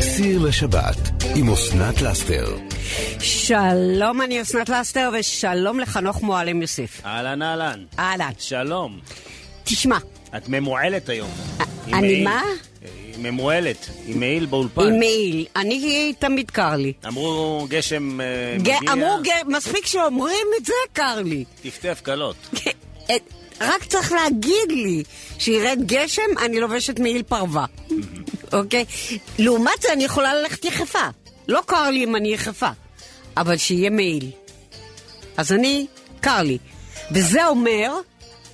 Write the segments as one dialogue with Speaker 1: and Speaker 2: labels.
Speaker 1: סיר לשבת עם אסנת לאסתר.
Speaker 2: שלום, אני אסנת לסטר, ושלום לחנוך מועלם יוסף.
Speaker 3: אהלן אהלן.
Speaker 2: אהלן.
Speaker 3: שלום.
Speaker 2: תשמע,
Speaker 3: את ממועלת היום. עם
Speaker 2: אני
Speaker 3: מעיל.
Speaker 2: מה?
Speaker 3: היא ממועלת, עם מעיל באולפן.
Speaker 2: עם מעיל, אני תמיד קר לי.
Speaker 3: אמרו גשם אה,
Speaker 2: ג-
Speaker 3: מגיע,
Speaker 2: אמרו, ג- מספיק שאומרים את זה, קר לי.
Speaker 3: טפטף קלות.
Speaker 2: את- רק צריך להגיד לי שירד גשם, אני לובשת מעיל פרווה. אוקיי? לעומת זה, אני יכולה ללכת יחפה. לא קר לי אם אני יחפה, אבל שיהיה מעיל. אז אני, קר לי. וזה אומר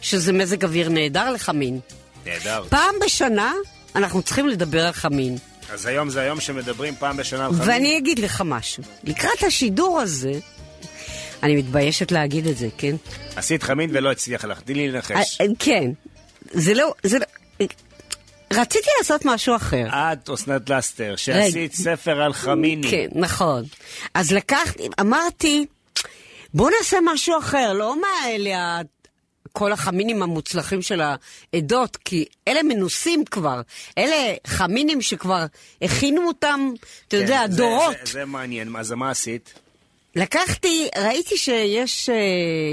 Speaker 2: שזה מזג אוויר נהדר לחמין.
Speaker 3: נהדר.
Speaker 2: פעם בשנה אנחנו צריכים לדבר על חמין.
Speaker 3: אז היום זה היום שמדברים פעם בשנה על חמין.
Speaker 2: ואני אגיד לך משהו. לקראת השידור הזה, אני מתביישת להגיד את זה, כן?
Speaker 3: עשית חמין ולא הצליח לך, תני לי לנחש.
Speaker 2: אה, אה, כן. זה לא... זה לא... רציתי לעשות משהו אחר.
Speaker 3: את, אסנת לסטר, שעשית ספר על חמיני.
Speaker 2: אה- כן, נכון. אז לקחתי, אמרתי, בוא נעשה משהו אחר, לא מהאלה, ה- כל החמינים המוצלחים של העדות, כי אלה מנוסים כבר. אלה חמינים שכבר הכינו אותם, אתה
Speaker 3: כן,
Speaker 2: יודע,
Speaker 3: זה-
Speaker 2: דורות.
Speaker 3: זה- זה מעניין, אז מה עשית?
Speaker 2: לקחתי, ראיתי שיש אה,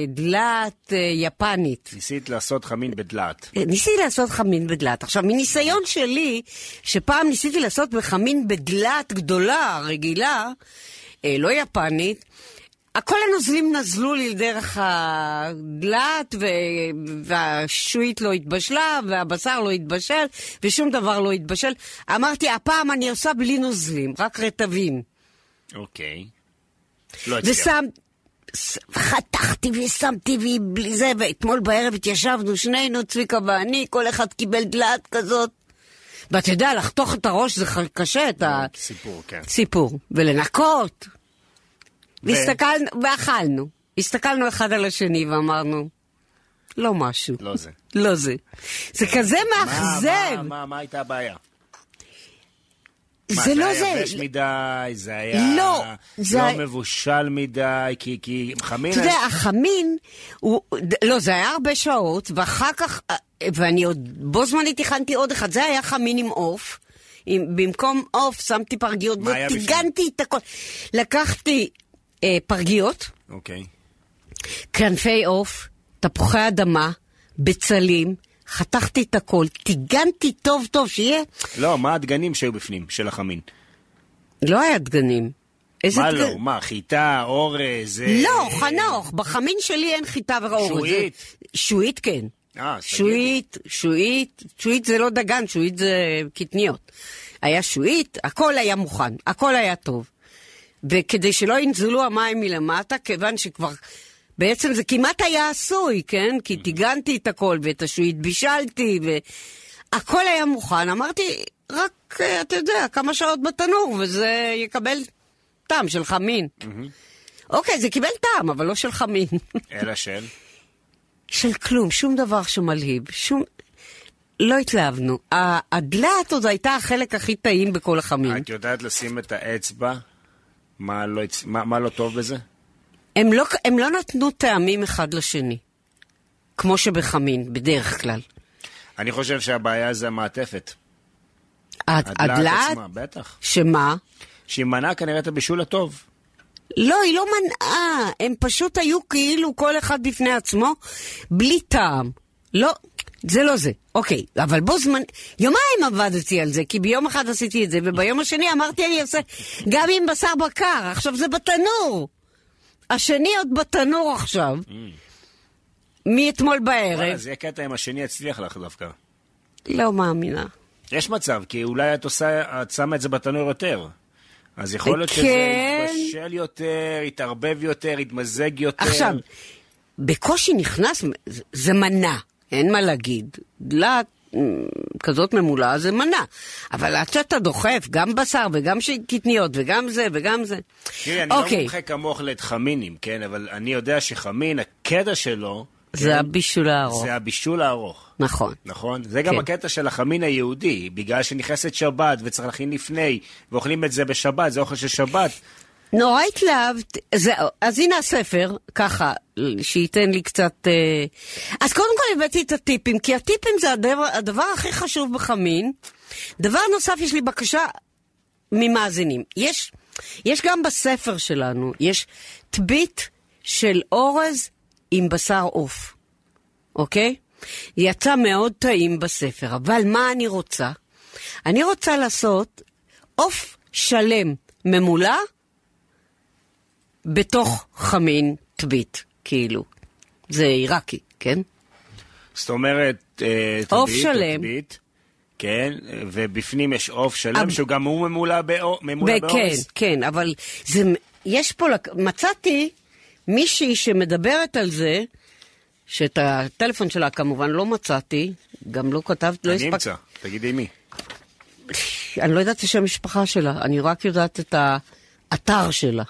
Speaker 2: דלת אה, יפנית. אה,
Speaker 3: ניסית לעשות חמין בדלעת.
Speaker 2: ניסיתי לעשות חמין בדלת. עכשיו, מניסיון שלי, שפעם ניסיתי לעשות בחמין בדלת גדולה, רגילה, אה, לא יפנית, כל הנוזלים נזלו לי דרך הדלת, ו... והשועית לא התבשלה, והבשר לא התבשל, ושום דבר לא התבשל. אמרתי, הפעם אני עושה בלי נוזלים, רק רטבים.
Speaker 3: אוקיי. לא הצליח.
Speaker 2: ושם, ש- חתכתי ושמתי והיא בלי זה, ואתמול בערב התיישבנו שנינו, צביקה ואני, כל אחד קיבל דלעת כזאת. ואתה יודע, לחתוך את הראש זה ח- קשה, את
Speaker 3: סיפור, כן.
Speaker 2: הסיפור. ולנקות.
Speaker 3: ו-
Speaker 2: והסתכלנו, ואכלנו. הסתכלנו אחד על השני ואמרנו, לא משהו.
Speaker 3: לא זה.
Speaker 2: לא זה. זה כזה
Speaker 3: מה-
Speaker 2: מאכזב.
Speaker 3: מה- מה- מה הייתה הבעיה? מה,
Speaker 2: זה לא
Speaker 3: זה היה
Speaker 2: זה.
Speaker 3: יבש מדי, זה היה
Speaker 2: לא, זה-
Speaker 3: לא מבושל מדי, כי- כי חמין...
Speaker 2: אתה יודע, החמין, הוא, לא, זה היה הרבה שעות, ואחר כך, אה, ואני עוד, בו זמנית הכנתי עוד אחד, זה היה חמין עם עוף. עם, במקום עוף שמתי פרגיות,
Speaker 3: מה היה
Speaker 2: וטיגנתי את הכל. לקחתי אה, פרגיות,
Speaker 3: אוקיי.
Speaker 2: כנפי עוף, תפוחי אדמה, בצלים, חתכתי את הכל, טיגנתי טוב טוב, שיהיה...
Speaker 3: לא, מה הדגנים שהיו בפנים של החמין?
Speaker 2: לא היה דגנים. איזה
Speaker 3: מה
Speaker 2: דג-
Speaker 3: לא? מה, חיטה, אורז? אה,
Speaker 2: לא, חנוך, בחמין שלי אין חיטה ואורז.
Speaker 3: שועית.
Speaker 2: זה- שועית כן.
Speaker 3: אה, ספגטי.
Speaker 2: שועית, שועית, שועית זה לא דגן, שועית זה קטניות. היה שועית, הכל היה מוכן, הכל היה טוב. וכדי שלא ינזלו המים מלמטה, כיוון שכבר... בעצם זה כמעט היה עשוי, כן? כי טיגנתי את הכל, ואת השועית בישלתי, והכל היה מוכן. אמרתי, רק, אה, אתה יודע, כמה שעות בתנור, וזה יקבל טעם של חמין. אוקיי, זה קיבל טעם, אבל לא של חמין.
Speaker 3: אלא של?
Speaker 2: של כלום, שום דבר שמלהיב, שום... לא התלהבנו. ה- הדלעת עוד הייתה החלק הכי טעים בכל החמין.
Speaker 3: את יודעת לשים את האצבע? מה לא הצ- מה- מה לא טוב בזה?
Speaker 2: הם לא, הם לא נתנו טעמים אחד לשני, כמו שבחמין, בדרך כלל.
Speaker 3: אני חושב שהבעיה זה המעטפת.
Speaker 2: הד-
Speaker 3: הדלעת
Speaker 2: הדלעת,
Speaker 3: עצמה, בטח.
Speaker 2: שמה?
Speaker 3: שהיא מנעה כנראה את הבישול הטוב.
Speaker 2: לא, היא לא מנעה, הם פשוט היו כאילו כל אחד בפני עצמו, בלי טעם. לא, זה לא זה. אוקיי, אבל בו זמן... יומיים עבדתי על זה, כי ביום אחד עשיתי את זה, וביום השני אמרתי אני עושה גם עם בשר בקר, עכשיו זה בתנור. השני עוד בתנור עכשיו. מאתמול
Speaker 3: וואלה,
Speaker 2: בערב.
Speaker 3: אה, זה יהיה קטע אם השני יצליח לך דווקא.
Speaker 2: לא מאמינה.
Speaker 3: יש מצב, כי אולי את עושה, את שמה את זה בתנור יותר. אז יכול להיות שזה
Speaker 2: כן.
Speaker 3: יתבשל יותר, יתערבב יותר, יתמזג יותר.
Speaker 2: עכשיו, בקושי נכנס, זה- זה מנה, אין מה להגיד. דלת אה, כזאת ממולאה זה מנה. אבל עד שאתה דוחף, גם בשר וגם ש- קטניות וגם זה וגם זה.
Speaker 3: תראי, אני
Speaker 2: אוקיי.
Speaker 3: לא מומחה כמוך לחמינים, כן? אבל אני יודע שחמין, הקטע שלו,
Speaker 2: זה הבישול הארוך.
Speaker 3: זה הבישול הארוך.
Speaker 2: נכון.
Speaker 3: נכון? זה גם
Speaker 2: כן.
Speaker 3: הקטע של החמין היהודי, בגלל שנכנסת שבת וצריך להכין לפני, ואוכלים את זה בשבת, זה אוכל של שבת.
Speaker 2: נורא התלהבת, זה, אז הנה הספר, ככה, שייתן לי קצת... אה, אז קודם כל הבאתי את הטיפים, כי הטיפים זה הדבר, הדבר הכי חשוב בחמין. דבר נוסף, יש לי בקשה ממאזינים. יש, יש גם בספר שלנו, יש תבית של אורז עם בשר עוף, אוקיי? יצא מאוד טעים בספר, אבל מה אני רוצה? אני רוצה לעשות עוף שלם ממולא בתוך חמין תבית, כאילו. זה עיראקי, כן?
Speaker 3: זאת אומרת, אה, תבית,
Speaker 2: עוף שלם.
Speaker 3: תבית, כן, ובפנים יש עוף שלם,
Speaker 2: אב-
Speaker 3: שהוא גם הוא ממולא באו- ממולא
Speaker 2: ב- כן,
Speaker 3: באורז.
Speaker 2: כן, אבל זה, יש פה, לק- מצאתי מישהי שמדברת על זה, שאת הטלפון שלה כמובן לא מצאתי, גם לא כתבת, לא
Speaker 3: אני
Speaker 2: הספקתי.
Speaker 3: אמצא, תגידי מי.
Speaker 2: אני לא יודעת את שם המשפחה שלה, אני רק יודעת את האתר שלה.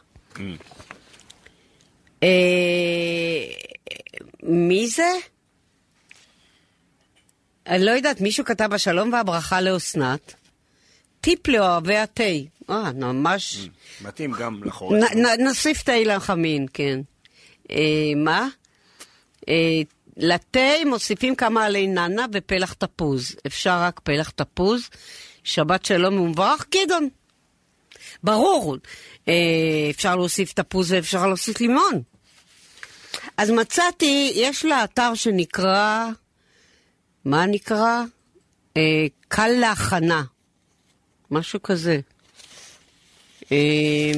Speaker 2: אה, מי זה? אני לא יודעת, מישהו כתב השלום והברכה לאסנת. טיפ לאוהבי התה. אה, ממש...
Speaker 3: מתאים גם לחורף.
Speaker 2: נ- נ- נוסיף תה לחמין, כן. אה, מה? אה, לתה מוסיפים כמה עלי נענה ופלח תפוז. אפשר רק פלח תפוז. שבת שלום ומברך, גדעון. ברור. אה, אפשר להוסיף תפוז ואפשר להוסיף לימון. אז מצאתי, יש לה אתר שנקרא, מה נקרא? אה, קל להכנה. משהו כזה. אה,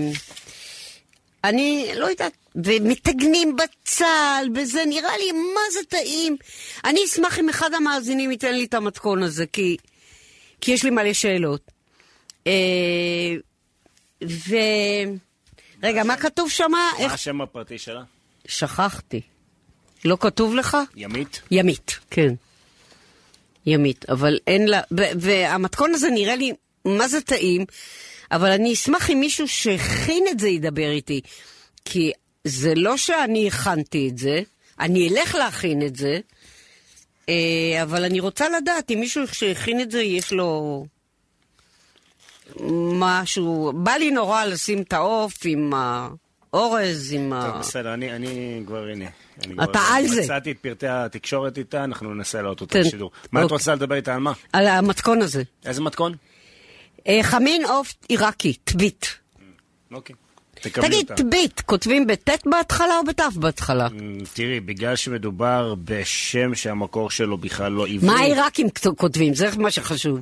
Speaker 2: אני לא יודעת, ומתגנים בצל, וזה נראה לי מה זה טעים. אני אשמח אם אחד המאזינים ייתן לי את המתכון הזה, כי, כי יש לי מלא שאלות. אה, ו... רגע, מה כתוב שם?
Speaker 3: מה
Speaker 2: איך...
Speaker 3: השם הפרטי שלה?
Speaker 2: שכחתי. לא כתוב לך?
Speaker 3: ימית?
Speaker 2: ימית, כן. ימית, אבל אין לה... ו- והמתכון הזה נראה לי מה זה טעים, אבל אני אשמח אם מישהו שהכין את זה ידבר איתי, כי זה לא שאני הכנתי את זה, אני אלך להכין את זה, אה, אבל אני רוצה לדעת אם מישהו שהכין את זה יש לו... משהו, בא לי נורא לשים את העוף עם האורז, עם ה...
Speaker 3: טוב, בסדר, אני, אני כבר, הנה. אני כבר-
Speaker 2: אה. אתה על זה.
Speaker 3: מצאתי את פרטי התקשורת איתה, אנחנו ננסה להעלות אותה
Speaker 2: כן.
Speaker 3: בשידור. מה את
Speaker 2: אוקיי.
Speaker 3: רוצה לדבר איתה על מה?
Speaker 2: על המתכון הזה.
Speaker 3: איזה מתכון?
Speaker 2: אה, חמין עוף עיראקי, טבית.
Speaker 3: אוקיי. תקבלי
Speaker 2: תגיד,
Speaker 3: אותה.
Speaker 2: טבית, כותבים בטית בהתחלה או בתף בהתחלה?
Speaker 3: אמ, תראי, בגלל שמדובר בשם שהמקור שלו בכלל לא עברי.
Speaker 2: מה העיראקים כת- כותבים? זה מה שחשוב.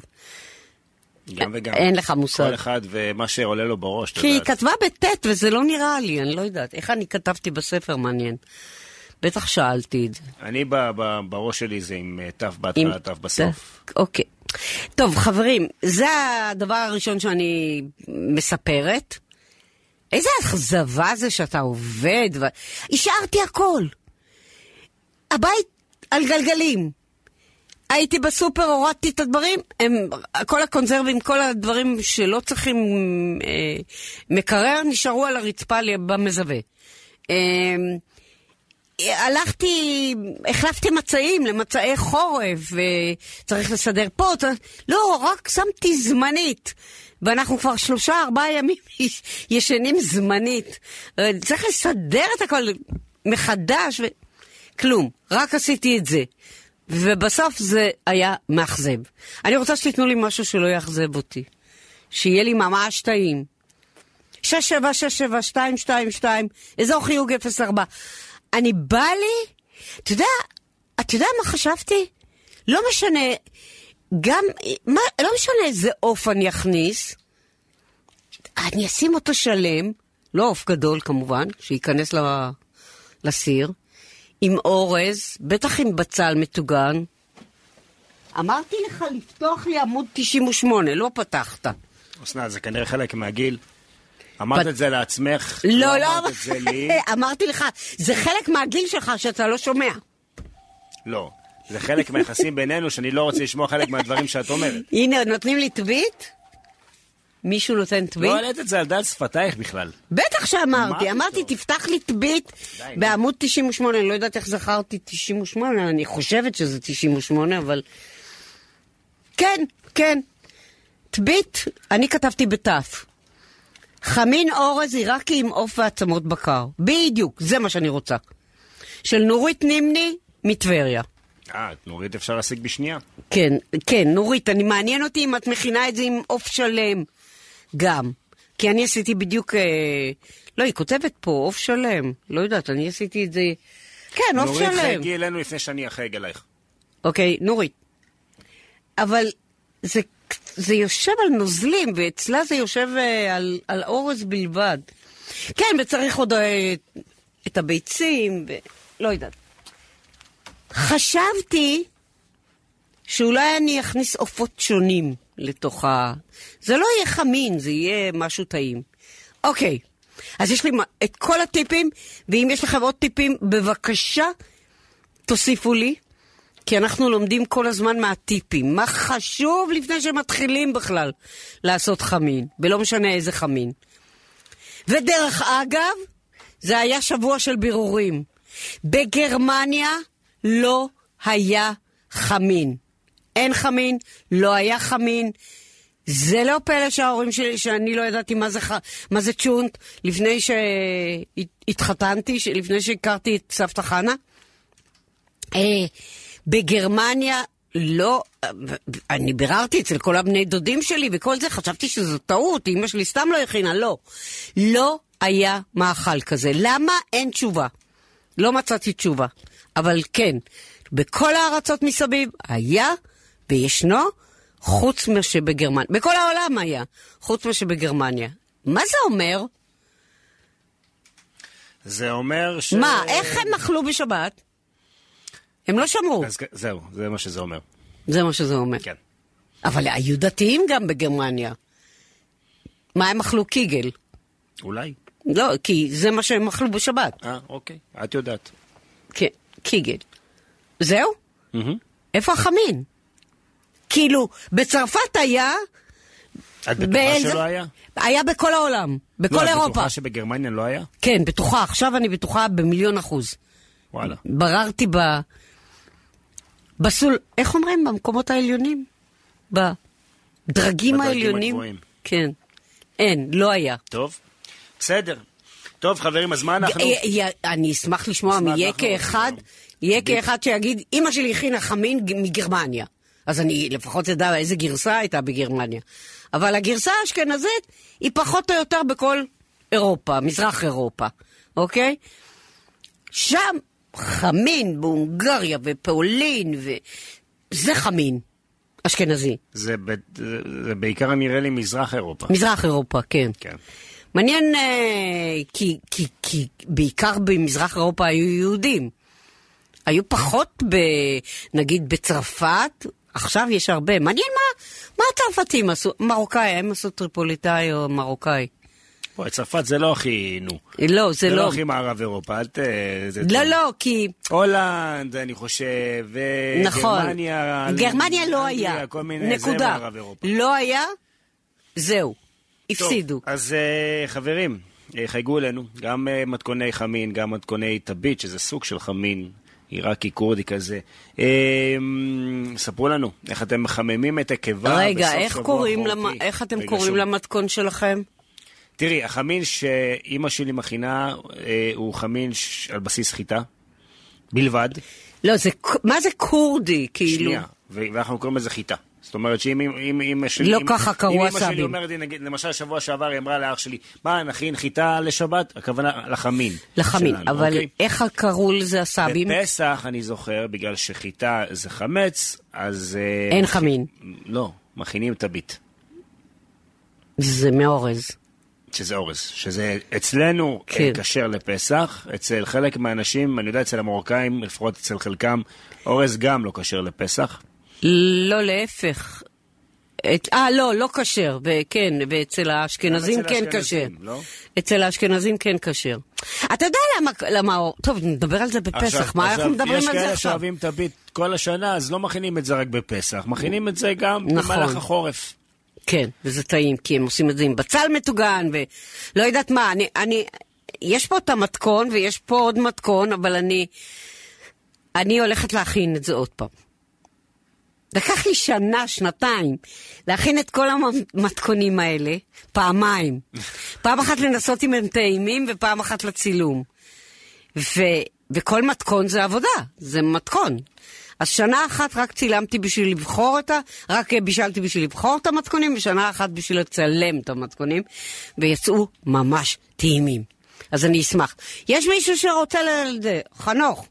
Speaker 3: גם וגם.
Speaker 2: אין לך מושג.
Speaker 3: כל אחד ומה שעולה לו בראש, את
Speaker 2: כי היא
Speaker 3: יודעת.
Speaker 2: כתבה בטית וזה לא נראה לי, אני לא יודעת. איך אני כתבתי בספר, מעניין. בטח שאלתי את זה.
Speaker 3: אני ב- ב- בראש שלי זה עם אה, תף בהתחלה, תף בסוף.
Speaker 2: ת- אוקיי. טוב, חברים, זה הדבר הראשון שאני מספרת. איזה אכזבה זה שאתה עובד. ו... השארתי הכל. הבית על גלגלים. הייתי בסופר, הורדתי את הדברים, הם, כל הקונזרבים, כל הדברים שלא צריכים אה, מקרר, נשארו על הרצפה לי- במזווה. אה, הלכתי, החלפתי מצעים למצעי חורף, וצריך לסדר פה, צריך... לא, רק שמתי זמנית. ואנחנו כבר שלושה, ארבעה ימים ישנים זמנית. אה, צריך לסדר את הכל מחדש, ו... כלום, רק עשיתי את זה. ובסוף זה היה מאכזב. אני רוצה שתיתנו לי משהו שלא יאכזב אותי. שיהיה לי ממש טעים. 6767222, אזור חיוג 04. אני בא לי, אתה יודע, אתה יודע מה חשבתי? לא משנה, גם, מה, לא משנה איזה עוף אני אכניס, אני אשים אותו שלם, לא עוף גדול כמובן, שייכנס ל- לסיר, עם אורז, בטח עם בצל מטוגן. אמרתי לך לפתוח לי עמוד 98, לא פתחת.
Speaker 3: אסנת, זה כנראה חלק מהגיל. אמרת
Speaker 2: פת-
Speaker 3: את זה לעצמך,
Speaker 2: לא, לא,
Speaker 3: אמרת את זה לי.
Speaker 2: אמרתי לך, זה חלק מהגיל שלך שאתה לא שומע.
Speaker 3: לא. זה חלק מהיחסים בינינו, שאני לא רוצה לשמוע חלק מהדברים שאת אומרת.
Speaker 2: הנה, נותנים לי טוויט? מישהו נותן
Speaker 3: לא
Speaker 2: טוויט?
Speaker 3: העלית את זה על דל שפתייך בכלל.
Speaker 2: בטח
Speaker 3: מה
Speaker 2: שאמרתי, אמרתי,
Speaker 3: פתאום?
Speaker 2: תפתח לי טוויט
Speaker 3: די, נו.
Speaker 2: בעמוד 98, אני לא יודעת איך זכרתי 98, אני חושבת שזה 98, אבל... כן, כן. טוויט, אני כתבתי בתף. חמין אורז עיראקי עם עוף ועצמות בקר. בדיוק, זה מה שאני רוצה. של נורית נימני מטבריה.
Speaker 3: אה, את נורית אפשר להשיג בשנייה.
Speaker 2: כן, כן, נורית, אני מעניין אותי אם את מכינה את זה עם עוף שלם. גם. כי אני עשיתי בדיוק... אה, לא, היא כותבת פה, עוף שלם. לא יודעת, אני עשיתי את זה... כן, עוף
Speaker 3: נורית
Speaker 2: שלם.
Speaker 3: חייגי אלינו לפני שאני אחייג אלייך.
Speaker 2: אוקיי, נורית. אבל זה, זה יושב על נוזלים, ואצלה זה יושב אה, על, על אורז בלבד. כן, וצריך עוד אה, את הביצים, ו... לא יודעת. חשבתי שאולי אני אכניס עופות שונים לתוך ה... זה לא יהיה חמין, זה יהיה משהו טעים. אוקיי, אז יש לי מה- את כל הטיפים, ואם יש לכם עוד טיפים, בבקשה, תוסיפו לי, כי אנחנו לומדים כל הזמן מהטיפים. מה חשוב לפני שמתחילים בכלל לעשות חמין, ולא משנה איזה חמין. ודרך אגב, זה היה שבוע של בירורים. בגרמניה לא היה חמין. אין חמין, לא היה חמין. זה לא פלא שההורים שלי, שאני לא ידעתי מה זה, ח... מה זה צ'ונט לפני שהתחתנתי, ש... לפני שהכרתי את סבתא חנה. אה, בגרמניה לא, אני ביררתי אצל כל הבני דודים שלי וכל זה, חשבתי שזו טעות, אמא שלי סתם לא הכינה, לא. לא היה מאכל כזה. למה? אין תשובה. לא מצאתי תשובה. אבל כן, בכל הארצות מסביב היה וישנו, חוץ מה שבגרמניה. בכל העולם היה, חוץ מה שבגרמניה. מה זה אומר?
Speaker 3: זה אומר ש...
Speaker 2: מה, אה? איך הם אכלו בשבת? הם לא שמרו.
Speaker 3: אז כ- זהו, זה מה שזה אומר.
Speaker 2: זה מה שזה אומר.
Speaker 3: כן.
Speaker 2: אבל היו דתיים גם בגרמניה. מה הם אכלו קיגל?
Speaker 3: אולי.
Speaker 2: לא, כי זה מה שהם אכלו בשבת.
Speaker 3: אה, אוקיי. את יודעת.
Speaker 2: כן, קיגל. זהו?
Speaker 3: מהמם.
Speaker 2: איפה החמין? כאילו, בצרפת היה...
Speaker 3: את בטוחה
Speaker 2: באיזה-
Speaker 3: שלא היה?
Speaker 2: היה בכל העולם,
Speaker 3: לא,
Speaker 2: בכל
Speaker 3: את
Speaker 2: אירופה.
Speaker 3: בטוחה שבגרמניה לא היה?
Speaker 2: כן, בטוחה, עכשיו אני בטוחה במיליון אחוז.
Speaker 3: וואלה.
Speaker 2: בררתי ב... בסול... איך אומרים? במקומות העליונים? בדרגים
Speaker 3: בדרגים
Speaker 2: העליונים?
Speaker 3: הגבוהים.
Speaker 2: כן. אין, לא היה.
Speaker 3: טוב. בסדר. טוב, חברים, אז מה אנחנו...
Speaker 2: אה, אה, אני אשמח לשמוע
Speaker 3: אשמח,
Speaker 2: מייקה
Speaker 3: אנחנו
Speaker 2: אחד,
Speaker 3: רוצים
Speaker 2: ייקה אחד שיגיד, אמא שלי הכינה חמין ג- מגרמניה. אז אני לפחות אדע איזה גרסה הייתה בגרמניה. אבל הגרסה האשכנזית היא פחות או יותר בכל אירופה, מזרח אירופה, אוקיי? שם חמין בהונגריה ופולין, ו... זה חמין, אשכנזי.
Speaker 3: זה ב- זה- זה בעיקר נראה לי מזרח אירופה.
Speaker 2: מזרח אירופה, כן.
Speaker 3: כן.
Speaker 2: מעניין, אה, כי, כי, כי בעיקר במזרח אירופה היו יהודים. היו פחות, ב, נגיד, בצרפת, עכשיו יש הרבה. מעניין מה, מה הצרפתים עשו, מרוקאי, הם עשו טריפוליטאי או מרוקאי.
Speaker 3: בואי, צרפת זה לא הכי, נו.
Speaker 2: לא, זה
Speaker 3: זה לא
Speaker 2: לא.
Speaker 3: הכי מערב אירופה, אל ת... זה-
Speaker 2: לא, לא, כי...
Speaker 3: הולנד, אני חושב,
Speaker 2: נכון.
Speaker 3: וגרמניה.
Speaker 2: גרמניה לא
Speaker 3: אה, אנגליה,
Speaker 2: היה.
Speaker 3: כל מיני, זה
Speaker 2: נקודה.
Speaker 3: מערב אירופה.
Speaker 2: לא היה, זהו.
Speaker 3: טוב,
Speaker 2: הפסידו.
Speaker 3: אז אה, חברים, אה, חייגו אלינו, גם אה, מתכוני חמין, גם מתכוני טבית, שזה סוג של חמין. עיראקי כורדי כזה. אה, אמ, ספרו לנו, איך אתם מחממים את הקיבה
Speaker 2: רגע,
Speaker 3: אה, בסוף
Speaker 2: איך
Speaker 3: שבוע
Speaker 2: קוראים
Speaker 3: חורפי.
Speaker 2: למ- איך אתם
Speaker 3: רגע,
Speaker 2: קוראים
Speaker 3: שוב.
Speaker 2: למתכון שלכם?
Speaker 3: תראי, החמין שאימא שלי מכינה אה, הוא חמין ש- על בסיס חיטה, בלבד.
Speaker 2: לא, זה... ק- מה זה כורדי, כאילו?
Speaker 3: שנייה, ו- ואנחנו קוראים לזה חיטה. זאת אומרת שאם אם- אם- אמא שלי...
Speaker 2: לא
Speaker 3: אם-
Speaker 2: ככה קראו
Speaker 3: אם אמא שלי
Speaker 2: הסבים.
Speaker 3: אומרת לי, נגיד, למשל, שבוע שעבר היא אמרה לאח שלי, מה, נכין חיטה לשבת? הכוונה לחמין.
Speaker 2: לחמין,
Speaker 3: שלנו,
Speaker 2: אבל
Speaker 3: אוקיי?
Speaker 2: איך קראו לזה הסבים?
Speaker 3: בפסח, אני זוכר, בגלל שחיטה זה חמץ, אז... אה,
Speaker 2: אין חמין,
Speaker 3: לא, מכינים טבית,
Speaker 2: זה מאורז.
Speaker 3: שזה אורז. שזה אצלנו אה,
Speaker 2: כן.
Speaker 3: כשר לפסח, אצל חלק מהאנשים, אני יודע, אצל המרוקאים, לפחות אצל חלקם, אורז גם לא כשר לפסח.
Speaker 2: לא, להפך. את- אה, לא, לא כשר, ו- כן, ואצל האשכנזים
Speaker 3: אצל
Speaker 2: כן כשר.
Speaker 3: האשכנזים, לא?
Speaker 2: אצל האשכנזים כן כשר. אתה יודע למה, למה, טוב, נדבר על זה בפסח, מה אנחנו מדברים על
Speaker 3: יש
Speaker 2: זה
Speaker 3: כאלה
Speaker 2: עכשיו?
Speaker 3: שאוהבים תביט כל השנה, אז לא מכינים את זה רק בפסח, מכינים את זה גם
Speaker 2: נכון.
Speaker 3: במהלך החורף.
Speaker 2: כן, וזה טעים, כי הם עושים את זה עם בצל מטוגן, ולא יודעת מה, אני, אני, יש פה את המתכון, ויש פה עוד מתכון, אבל אני, אני הולכת להכין את זה עוד פעם. לקח לי שנה, שנתיים, להכין את כל המתכונים האלה, פעמיים. פעם אחת לנסות אם הם טעימים, ופעם אחת לצילום. ו, וכל מתכון זה עבודה, זה מתכון. אז שנה אחת רק צילמתי בשביל לבחור את ה... רק בישלתי בשביל לבחור את המתכונים, ושנה אחת בשביל לצלם את המתכונים, ויצאו ממש טעימים. אז אני אשמח. יש מישהו שרוצה ל... זה, חנוך.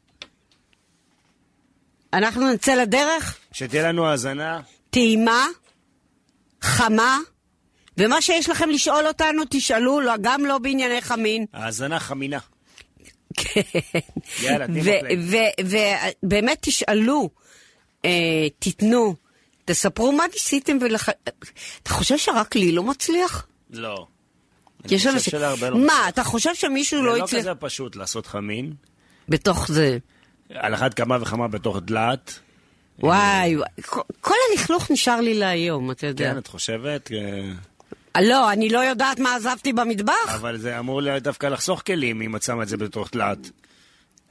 Speaker 2: אנחנו נצא לדרך,
Speaker 3: שתהיה לנו האזנה.
Speaker 2: טעימה, חמה, ומה שיש לכם לשאול אותנו, תשאלו, לא, גם לא בענייני חמין.
Speaker 3: האזנה חמינה.
Speaker 2: כן.
Speaker 3: יאללה, תני בפליי.
Speaker 2: ובאמת תשאלו, אה, תיתנו, תספרו מה ניסיתם ולח... אתה חושב שרק לי לא מצליח?
Speaker 3: לא.
Speaker 2: יש
Speaker 3: אני
Speaker 2: אנשים-
Speaker 3: חושב שלהרבה לא
Speaker 2: מה, אתה חושב שמישהו לא
Speaker 3: זה לא
Speaker 2: הצליח?
Speaker 3: כזה אה, פשוט לעשות חמין,
Speaker 2: בתוך זה.
Speaker 3: על אחת כמה וכמה בתוך דלעת.
Speaker 2: וואי, וואי, כל- כל הלכלוך נשאר לי להיום, אתה יודע.
Speaker 3: כן, את חושבת? אה,
Speaker 2: אה, לא, אני לא יודעת מה עזבתי במטבח.
Speaker 3: אבל זה אמור לה- דווקא לחסוך כלים אם את שמה את זה בתוך דלעת.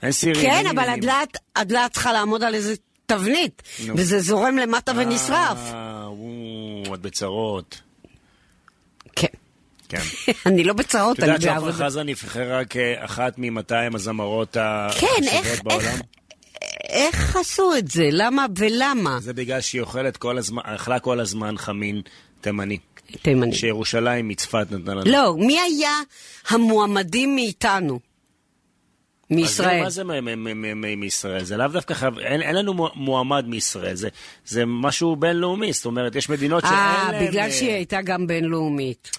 Speaker 3: אין סירים.
Speaker 2: כן,
Speaker 3: אין
Speaker 2: אבל
Speaker 3: עניינים.
Speaker 2: הדלעת- הדלעת צריכה לעמוד על איזה תבנית,
Speaker 3: נו.
Speaker 2: וזה זורם למטה ונשרף.
Speaker 3: אה, וואו, את בצרות.
Speaker 2: כן.
Speaker 3: כן.
Speaker 2: אני לא בצרות,
Speaker 3: את
Speaker 2: אני
Speaker 3: יודעת שעפרה
Speaker 2: בעבודה.
Speaker 3: חזן נבחרה כאחת מ-200 הזמרות
Speaker 2: כן, איך-
Speaker 3: החשובות בעולם?
Speaker 2: איך- איך עשו את זה? למה ולמה?
Speaker 3: זה בגלל שהיא אוכלת כל הזמן, אכלה כל הזמן חמין תימני.
Speaker 2: תימני.
Speaker 3: שירושלים מצפת נתנה לנו.
Speaker 2: לא, מי היה המועמדים מאיתנו?
Speaker 3: אז זה- לא
Speaker 2: מישראל.
Speaker 3: מה זה מ- מ- מ- מ- מ- מישראל? זה לאו דווקא חייב, אין, אין לנו מוע- מועמד מישראל, זה, זה משהו בינלאומי, זאת אומרת, יש מדינות שאין
Speaker 2: אה,
Speaker 3: להן...
Speaker 2: בגלל
Speaker 3: אה,
Speaker 2: שהיא הייתה גם בינלאומית.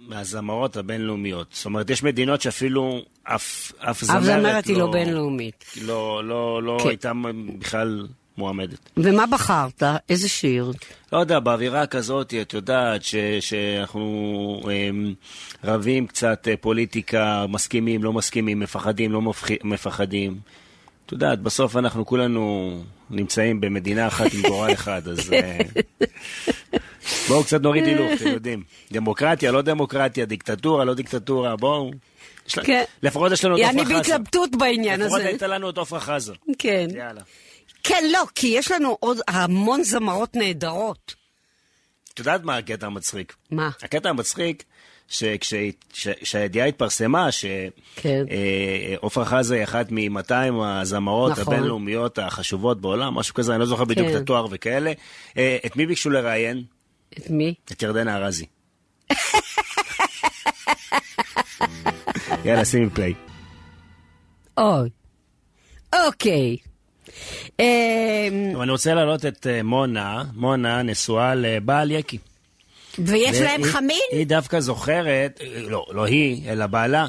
Speaker 3: מהזמרות הבינלאומיות. זאת אומרת, יש מדינות שאפילו אף, אף זמרת
Speaker 2: אף
Speaker 3: לא...
Speaker 2: זמרת היא לא בינלאומית.
Speaker 3: לא, לא, לא
Speaker 2: כן.
Speaker 3: הייתה בכלל מועמדת.
Speaker 2: ומה בחרת? איזה שיר?
Speaker 3: לא יודע, באווירה כזאת, את יודעת ש, שאנחנו אמ, רבים קצת אה, פוליטיקה, מסכימים, לא מסכימים, מפחדים, לא מפח, מפחדים. את יודעת, בסוף אנחנו כולנו נמצאים במדינה אחת עם גורל אחד, אז... אה, בואו קצת נוריד הילוך, אתם יודעים. דמוקרטיה, לא דמוקרטיה, דיקטטורה, לא דיקטטורה, בואו. יש לה-
Speaker 2: כן.
Speaker 3: לפחות יש לנו את עפרה
Speaker 2: אני
Speaker 3: חזה.
Speaker 2: בהתלבטות בעניין
Speaker 3: לא, לפחות
Speaker 2: הזה.
Speaker 3: הייתה לנו את עפרה חזה.
Speaker 2: כן.
Speaker 3: יאללה.
Speaker 2: כן, לא, כי יש לנו עוד המון זמרות נהדרות.
Speaker 3: את יודעת מה הקטע המצחיק?
Speaker 2: מה?
Speaker 3: הקטע המצחיק, שכשהידיעה התפרסמה,
Speaker 2: כן.
Speaker 3: שעופרה חזה היא אחת מ-200 הזמרות
Speaker 2: נכון.
Speaker 3: הבינלאומיות החשובות בעולם, משהו כזה, אני לא זוכר בדיוק
Speaker 2: כן.
Speaker 3: את התואר וכאלה, אה, את מי ביקשו לראיין?
Speaker 2: את מי?
Speaker 3: את ירדנה ארזי. יאללה, שימי פליי.
Speaker 2: אוי. אוקיי. אמ,
Speaker 3: אבל אני רוצה להעלות את אה, מונה, מונה נשואה לבעל יקי.
Speaker 2: ויש
Speaker 3: והיא-
Speaker 2: להם חמין?
Speaker 3: היא דווקא זוכרת, אה, לא, לא היא, אלא בעלה.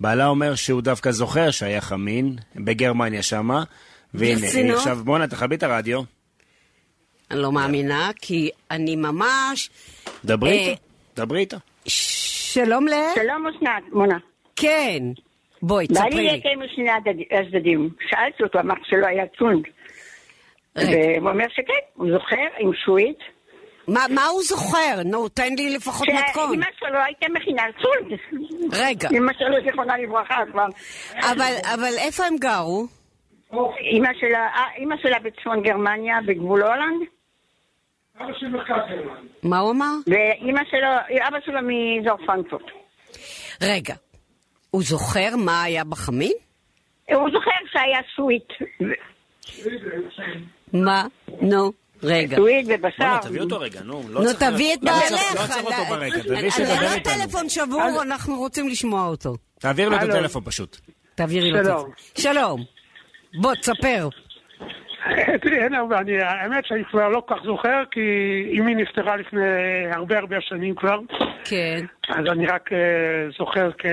Speaker 3: בעלה אומר שהוא דווקא זוכר שהיה חמין, בגרמניה שמה. והנה,
Speaker 2: ברצינות?
Speaker 3: אה, עכשיו בואנה, תכבי את הרדיו,
Speaker 2: אני לא מאמינה, כי אני ממש...
Speaker 3: דברי
Speaker 2: אה,
Speaker 3: איתה, דברי איתה.
Speaker 2: שלום ל...
Speaker 4: שלום אסנת, מונה.
Speaker 2: כן. בואי, תספרי
Speaker 4: בעלי
Speaker 2: לי.
Speaker 4: יקר משני הצד- הצדדים. שאלתי אותו, אמר שלא היה צונד.
Speaker 2: רגע.
Speaker 4: והוא אומר שכן, הוא זוכר עם שועית.
Speaker 2: מה מה הוא זוכר? נו, תן לי לפחות מתכון.
Speaker 4: שאמא שלו לא הייתה מכינה צונד.
Speaker 3: לא.
Speaker 2: רגע.
Speaker 4: אמא שלו, זיכרונה לברכה כבר.
Speaker 2: אבל אבל איפה הם גרו?
Speaker 4: אמא שלה, אה, אמא שלה בצפון גרמניה, בגבול הולנד.
Speaker 2: מה הוא אמר?
Speaker 4: ואמא שלו, אבא שלו מאזור פרנקפורט.
Speaker 2: רגע. הוא זוכר מה היה בחמין?
Speaker 4: הוא זוכר שהיה סוויט,
Speaker 2: מה? נו, רגע.
Speaker 4: סוויט ובשר.
Speaker 3: בואנה, תביא אותו רגע, נו. לא
Speaker 2: נו,
Speaker 3: צריך-
Speaker 2: תביא את
Speaker 3: לא צריך-
Speaker 2: בעלך.
Speaker 3: לא צריך אותו
Speaker 2: אה,
Speaker 3: ברקע,
Speaker 2: אה,
Speaker 3: תביא
Speaker 2: אה,
Speaker 3: שתדבר
Speaker 2: לא
Speaker 3: איתנו.
Speaker 2: טלפון שבור, אנחנו רוצים לשמוע אותו.
Speaker 3: תעביר לו את
Speaker 4: הלו.
Speaker 3: הטלפון פשוט.
Speaker 2: תעבירי לו את
Speaker 5: שלום.
Speaker 2: זה. שלום. בוא, תספר.
Speaker 5: תראי, אין הרבה, אני, האמת שאני כבר לא כל כך זוכר, כי אמי נפטרה לפני הרבה הרבה שנים כבר,
Speaker 2: כן.
Speaker 5: אז אני רק אה, זוכר כ...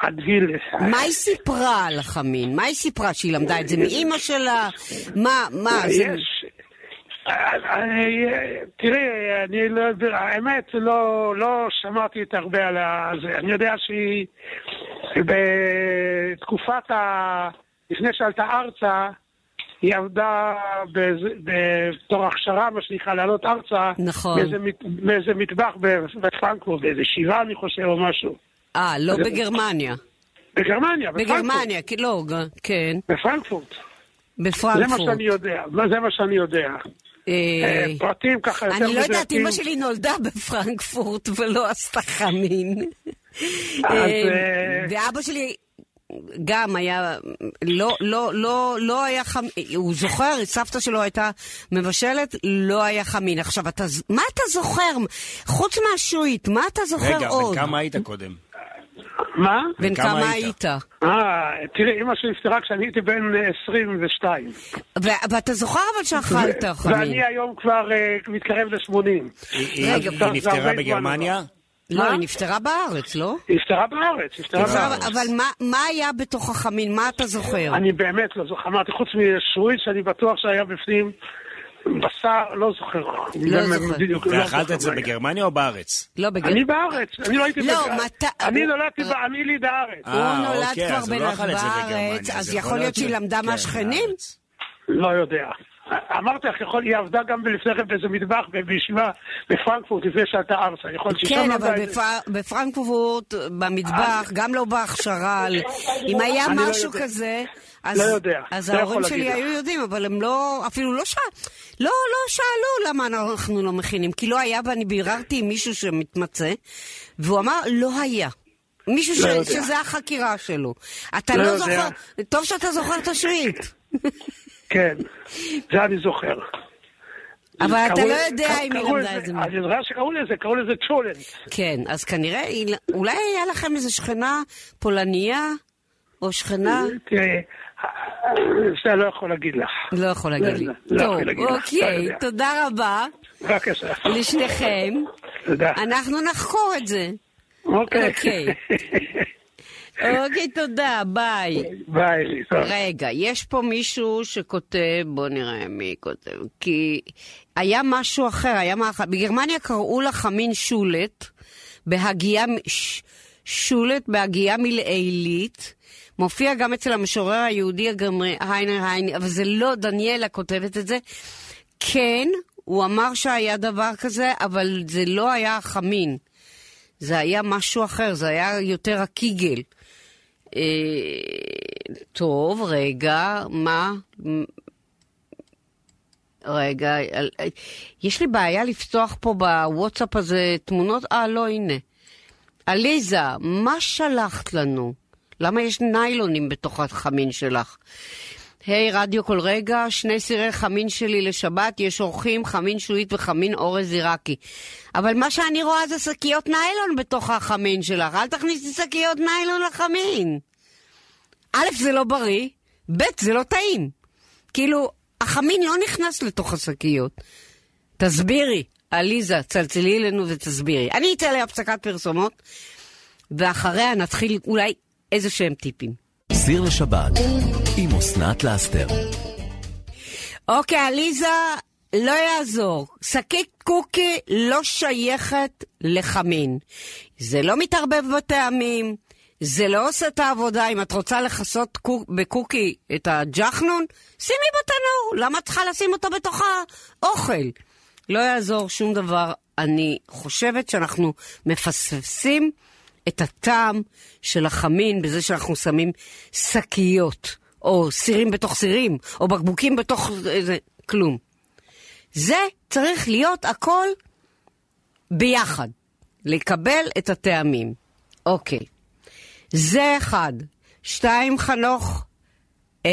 Speaker 5: עד גיל...
Speaker 2: מה היא סיפרה על החמין? מה היא סיפרה? שהיא למדה את זה מאימא שלה? מה, מה, זה...
Speaker 5: יש... אה, אני, אה, תראי, אני לא יודע, האמת, לא, לא שמעתי את הרבה על ה- זה. אני יודע שהיא בתקופת ה... לפני שעלתה ארצה, היא עבדה בז- בתור הכשרה, מה שנקרא, לעלות ארצה.
Speaker 2: נכון.
Speaker 5: באיזה, מת- באיזה מטבח בפרנקפורט, באיזה שבעה, אני חושב, או משהו.
Speaker 2: אה, לא בגרמניה.
Speaker 5: בגרמניה, בפרנקפורט.
Speaker 2: בגרמניה, כן, לא, ג- כן.
Speaker 5: בפרנקפורט. זה מה
Speaker 2: בפרנקפורט.
Speaker 5: שאני יודע, זה מה שאני יודע.
Speaker 2: אה,
Speaker 5: אה, פרטים ככה יותר כן.
Speaker 2: אני לא יודעת,
Speaker 5: מדויקים.
Speaker 2: אימא שלי נולדה בפרנקפורט ולא עשתה חמין.
Speaker 5: אז,
Speaker 2: אה,
Speaker 5: אה,
Speaker 2: ואבא שלי גם היה, לא, לא, לא, לא היה חמ... הוא זוכר, סבתא שלו הייתה מבשלת, לא היה חמין. עכשיו, אתה, ז- מה אתה זוכר? חוץ מהשועית, מה אתה זוכר
Speaker 3: רגע,
Speaker 2: עוד?
Speaker 3: בן כמה היית קודם?
Speaker 5: מה?
Speaker 2: בן
Speaker 3: כמה
Speaker 2: כמה
Speaker 3: היית?
Speaker 2: היית?
Speaker 5: אה, תראי, אמא שלי נפטרה כשאני הייתי בן אה, 22.
Speaker 2: ו- ואתה זוכר אבל שאכלת חמין.
Speaker 5: ואני היום כבר אה, מתקרב ל-80.
Speaker 3: היא- היא
Speaker 2: רגע,
Speaker 3: היא נפטרה
Speaker 5: הרבה זמן
Speaker 3: בגרמניה?
Speaker 5: עבר.
Speaker 2: לא,
Speaker 5: מה?
Speaker 2: היא נפטרה בארץ, לא?
Speaker 5: נפטרה בארץ, נפטרה
Speaker 3: נפטרה
Speaker 5: בארץ.
Speaker 2: אבל- אבל מה- מה היה בתוך החמין? מה אתה זוכר?
Speaker 5: אני באמת לא זוכר, אמרתי, חוץ משרועית שאני בטוח שהיה בפנים, בשר, לא זוכר.
Speaker 2: לא
Speaker 5: באמת,
Speaker 2: זוכר.
Speaker 5: בדיוק, לא
Speaker 3: ואכלת
Speaker 5: זוכר
Speaker 3: את זה
Speaker 5: מה היה.
Speaker 3: בגרמניה או בארץ?
Speaker 2: לא, בגלל...
Speaker 5: אני בארץ, אני לא הייתי
Speaker 2: לא,
Speaker 5: בגרמניה.
Speaker 2: מת-
Speaker 5: אני
Speaker 2: הוא-
Speaker 5: נולדתי,
Speaker 2: אה.
Speaker 5: ב- אני יליד הארץ.
Speaker 2: הוא
Speaker 3: אה,
Speaker 2: נולד
Speaker 3: אוקיי,
Speaker 2: כבר
Speaker 3: אז הוא לא אכל את זה
Speaker 2: בארץ,
Speaker 3: בגרמניה,
Speaker 2: אז יכול להיות שהיא למדה
Speaker 3: כן,
Speaker 2: מהשכנים?
Speaker 3: בארץ.
Speaker 5: לא יודע. אמרתי לך, יכול, היא עבדה גם לפני כן באיזה מטבח בישיבה בפרנקפורט לפני שעלתה ארצה. יכול להיות ששם
Speaker 2: כן,
Speaker 5: למדה
Speaker 2: אבל
Speaker 5: את זה.
Speaker 2: בפר- בפרנקפורט, במטבח, גם לא בהכשרה. על- אם היה
Speaker 5: אני לא
Speaker 2: משהו
Speaker 5: יודע.
Speaker 2: כזה, אז-
Speaker 5: לא יודע,
Speaker 2: אז
Speaker 5: לא יכול
Speaker 2: ההורים שלי
Speaker 5: להגיד לך.
Speaker 2: היו יודעים, אבל הם לא, אפילו לא שאלו, לא, לא שאלו למה אנחנו לא מכינים, כי לא היה, ואני ביררתי עם מישהו שמתמצא, והוא אמר, לא היה. מישהו ש-
Speaker 5: לא יודע.
Speaker 2: שזה החקירה שלו. אתה
Speaker 5: לא
Speaker 2: לא
Speaker 5: יודע.
Speaker 2: זוכר, טוב שאתה זוכר את השביעית.
Speaker 5: כן, זה אני זוכר.
Speaker 2: אבל אתה
Speaker 5: קראו-
Speaker 2: לא יודע אם היא
Speaker 5: קראו
Speaker 2: למדה את זה. מ-
Speaker 5: אני יודע שקראו לזה, קראו לזה צ'ולנט.
Speaker 2: כן, אז כנראה, היא- אולי היה לכם איזו שכנה פולניה, או שכנה,
Speaker 5: תראי, זה לא יכול להגיד לך.
Speaker 2: לא יכול להגיד לי.
Speaker 5: לא, לא
Speaker 2: טוב,
Speaker 5: יכול להגיד לך, לא
Speaker 2: אוקיי,
Speaker 5: יודע.
Speaker 2: תודה רבה
Speaker 5: בבקשה.
Speaker 2: לשניכם.
Speaker 5: תודה.
Speaker 2: אנחנו נחקור את זה. אוקיי. אוקיי, תודה, ביי.
Speaker 5: ביי, לי, טוב.
Speaker 2: רגע, יש פה מישהו שכותב, בוא נראה מי כותב, כי היה משהו אחר, היה מאכל, בגרמניה קראו לחמין שולט, בהגייה, מ- ש- שולט בהגייה מלעילית, מופיע גם אצל המשורר היהודי הגמרי, היינר היינר, אבל זה לא, דניאלה כותבת את זה. כן, הוא אמר שהיה דבר כזה, אבל זה לא היה חמין. זה היה משהו אחר, זה היה יותר הקיגל. אה, טוב, רגע, מה? מ- רגע, על- אה, יש לי בעיה לפתוח פה בוואטסאפ הזה תמונות? אה, לא, הנה. עליזה, מה שלחת לנו? למה יש ניילונים בתוך החמין שלך? היי, רדיו כל רגע, שני סירי חמין שלי לשבת, יש אורחים, חמין שועית וחמין אורז עיראקי. אבל מה שאני רואה זה שקיות ניילון בתוך החמין שלך, אל תכניסי שקיות ניילון לחמין. א', זה לא בריא, ב', זה לא טעים. כאילו, החמין לא נכנס לתוך השקיות. תסבירי, עליזה, צלצלי אלינו ותסבירי. אני אצא להפסקת פרסומות, ואחריה נתחיל אולי איזה שהם טיפים.
Speaker 1: סיר לשבת עם אסנת לאסתר.
Speaker 2: אוקיי, עליזה, לא יעזור. שקית קוקי לא שייכת לחמין. זה לא מתערבב בטעמים, זה לא עושה את העבודה. אם את רוצה לכסות קוק, בקוקי את הג'חנון, שימי בתנור. למה את צריכה לשים אותו בתוך האוכל? לא יעזור שום דבר. אני חושבת שאנחנו מפספסים את הטעם של החמין בזה שאנחנו שמים שקיות, או סירים בתוך סירים, או בקבוקים בתוך איזה... כלום. זה צריך להיות הכל ביחד, לקבל את הטעמים. אוקיי. זה אחד. שתיים, חנוך. אה,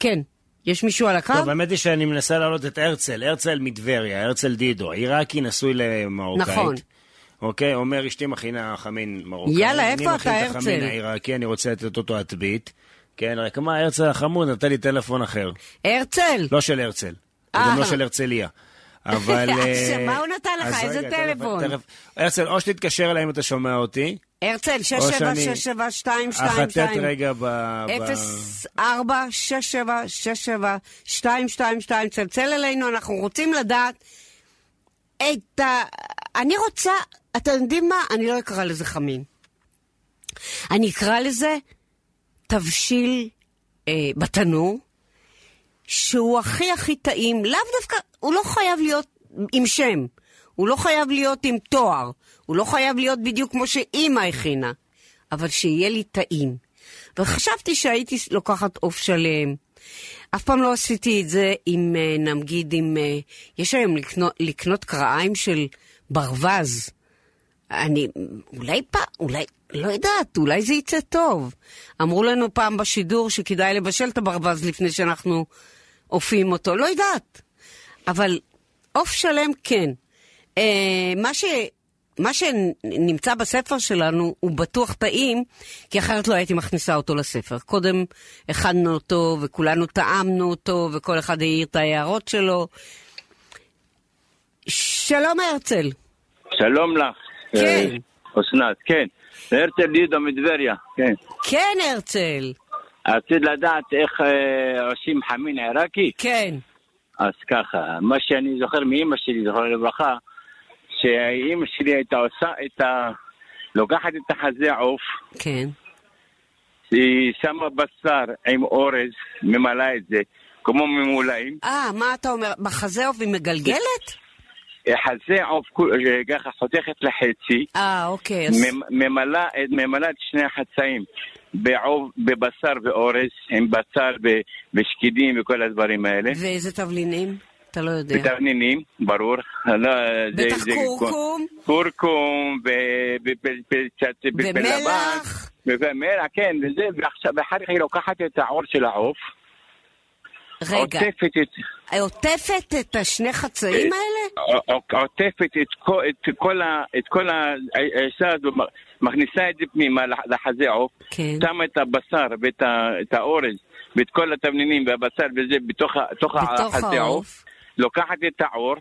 Speaker 2: כן, יש מישהו על הקו?
Speaker 3: טוב, האמת היא שאני מנסה להעלות את הרצל, הרצל מטבריה, הרצל דידו, עיראקי נשוי למרוקאית.
Speaker 2: נכון.
Speaker 3: אוקיי, אומר אשתי מכינה חמין מרוקאי.
Speaker 2: יאללה, איפה
Speaker 3: אני מכין
Speaker 2: אתה,
Speaker 3: את החמין
Speaker 2: הרצל?
Speaker 3: העיראקי, אני רוצה לתת אותו הטבית. כן, רק מה, הרצל החמוד נתן לי טלפון אחר.
Speaker 2: הרצל.
Speaker 3: לא של הרצל.
Speaker 2: אה.
Speaker 3: וגם לא של הרצליה. אבל...
Speaker 2: אז
Speaker 3: אה,
Speaker 2: מה הוא נתן לך?
Speaker 3: אז
Speaker 2: איזה
Speaker 3: רגע, תכף-
Speaker 2: טלפון?
Speaker 3: תכף- הרצל, או שתתקשר אליי אם אתה שומע אותי,
Speaker 2: הרצל,
Speaker 3: או שאני-
Speaker 2: 6767222.
Speaker 3: אחטט רגע ב... ב-
Speaker 2: 0467672222, צלצל אלינו, אנחנו רוצים לדעת את ה... אני רוצה, אתם יודעים מה? אני לא אקרא לזה חמין. אני אקרא לזה תבשיל אה, בתנור, שהוא הכי הכי טעים, לאו דווקא, הוא לא חייב להיות עם שם, הוא לא חייב להיות עם תואר, הוא לא חייב להיות בדיוק כמו שאימא הכינה, אבל שיהיה לי טעים. וחשבתי שהייתי לוקחת עוף שלם. אף פעם לא עשיתי את זה עם, אה, נגיד, עם... אה, יש היום לקנות, לקנות קרעיים של ברווז. אני, אולי פעם, אולי, לא יודעת, אולי זה יצא טוב. אמרו לנו פעם בשידור שכדאי לבשל את הברווז לפני שאנחנו אופים אותו, לא יודעת. אבל עוף שלם כן. אה, מה, ש, מה שנמצא בספר שלנו הוא בטוח טעים, כי אחרת לא הייתי מכניסה אותו לספר. קודם הכנו אותו וכולנו טעמנו אותו וכל אחד העיר את ההערות שלו. שלום הרצל.
Speaker 6: שלום לך.
Speaker 2: כן.
Speaker 6: אה, אסנת, כן. הרצל לידו מטבריה, כן.
Speaker 2: כן הרצל,
Speaker 6: רצית לדעת איך אה, עושים חמין עיראקי?
Speaker 2: כן.
Speaker 6: אז ככה, מה שאני זוכר מאימא שלי, זכרה לברכה, שאימא שלי הייתה עושה את ה... לוקחת את החזה עוף,
Speaker 2: כן.
Speaker 6: היא שמה בשר עם אורז, ממלאה את זה, כמו ממולאים.
Speaker 2: אה, מה אתה אומר? בחזה עוף היא מגלגלת?
Speaker 6: חזה עוף, כול- אה, ככה חותכת לחצי,
Speaker 2: אה, אוקיי. אז...
Speaker 6: ממ- ממלאה את- ממלאה את שני החצאים בעוב, בבשר ואורז, עם בשר ו- ושקידים וכל הדברים האלה.
Speaker 2: ואיזה תבלינים? אתה לא יודע.
Speaker 6: בתבנינים, ברור. לא, זה-
Speaker 2: בטח
Speaker 6: זה-
Speaker 2: כורכום.
Speaker 6: כורכום, וקצת לבן.
Speaker 2: ומלח.
Speaker 6: ומלח, כן, וזה, ועכשיו, ואחר כך היא לוקחת את העור של העוף.
Speaker 2: רגע,
Speaker 6: עוטפת את...
Speaker 2: עוטפת את השני חצאים
Speaker 6: אה,
Speaker 2: האלה?
Speaker 6: עוטפת את כל- את כל ה- את כל העיסה הזו, מכניסה את זה פנימה לח- לחזה עוף,
Speaker 2: כן.
Speaker 6: שמה את הבשר ואת ה- את האורז ואת כל התבנינים והבשר וזה בתוך ה- בתוך
Speaker 2: בתוך
Speaker 6: החזה
Speaker 2: העוף.
Speaker 6: עוף, לוקחת את העור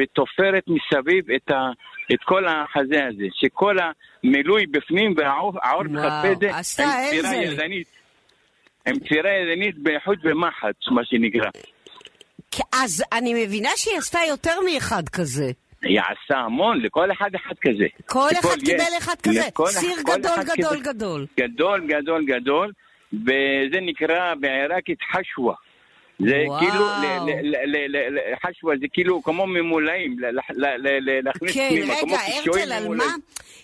Speaker 6: ותופרת מסביב את ה- את כל החזה הזה, שכל המילוי בפנים והעור העור
Speaker 2: וואו,
Speaker 6: מחפה את זה
Speaker 2: עשתה
Speaker 6: עם צירה
Speaker 2: הרזל.
Speaker 6: ידנית, עם צירה ידנית בחוט ומחץ, מה שנקרא.
Speaker 2: כי- אז אני מבינה שהיא עשתה יותר מאחד כזה.
Speaker 6: היא עשה המון, לכל אחד אחד כזה.
Speaker 2: כל
Speaker 6: לכל
Speaker 2: אחד קיבל אחד כזה.
Speaker 6: לכל-
Speaker 2: סיר
Speaker 6: כל
Speaker 2: גדול,
Speaker 6: אחד
Speaker 2: גדול,
Speaker 6: קיבל-
Speaker 2: גדול.
Speaker 6: גדול, גדול, גדול, וזה נקרא בעיראקית חשווה. זה
Speaker 2: וואו.
Speaker 6: כאילו, ל- ל- ל- ל- ל- ל- חשווה זה כאילו כמו ממולאים, ל- ל- ל- ל- להכניס
Speaker 2: כן,
Speaker 6: פנימה, כמו
Speaker 2: רגע,
Speaker 6: קישואים
Speaker 2: הרצל, על
Speaker 6: ממולאים.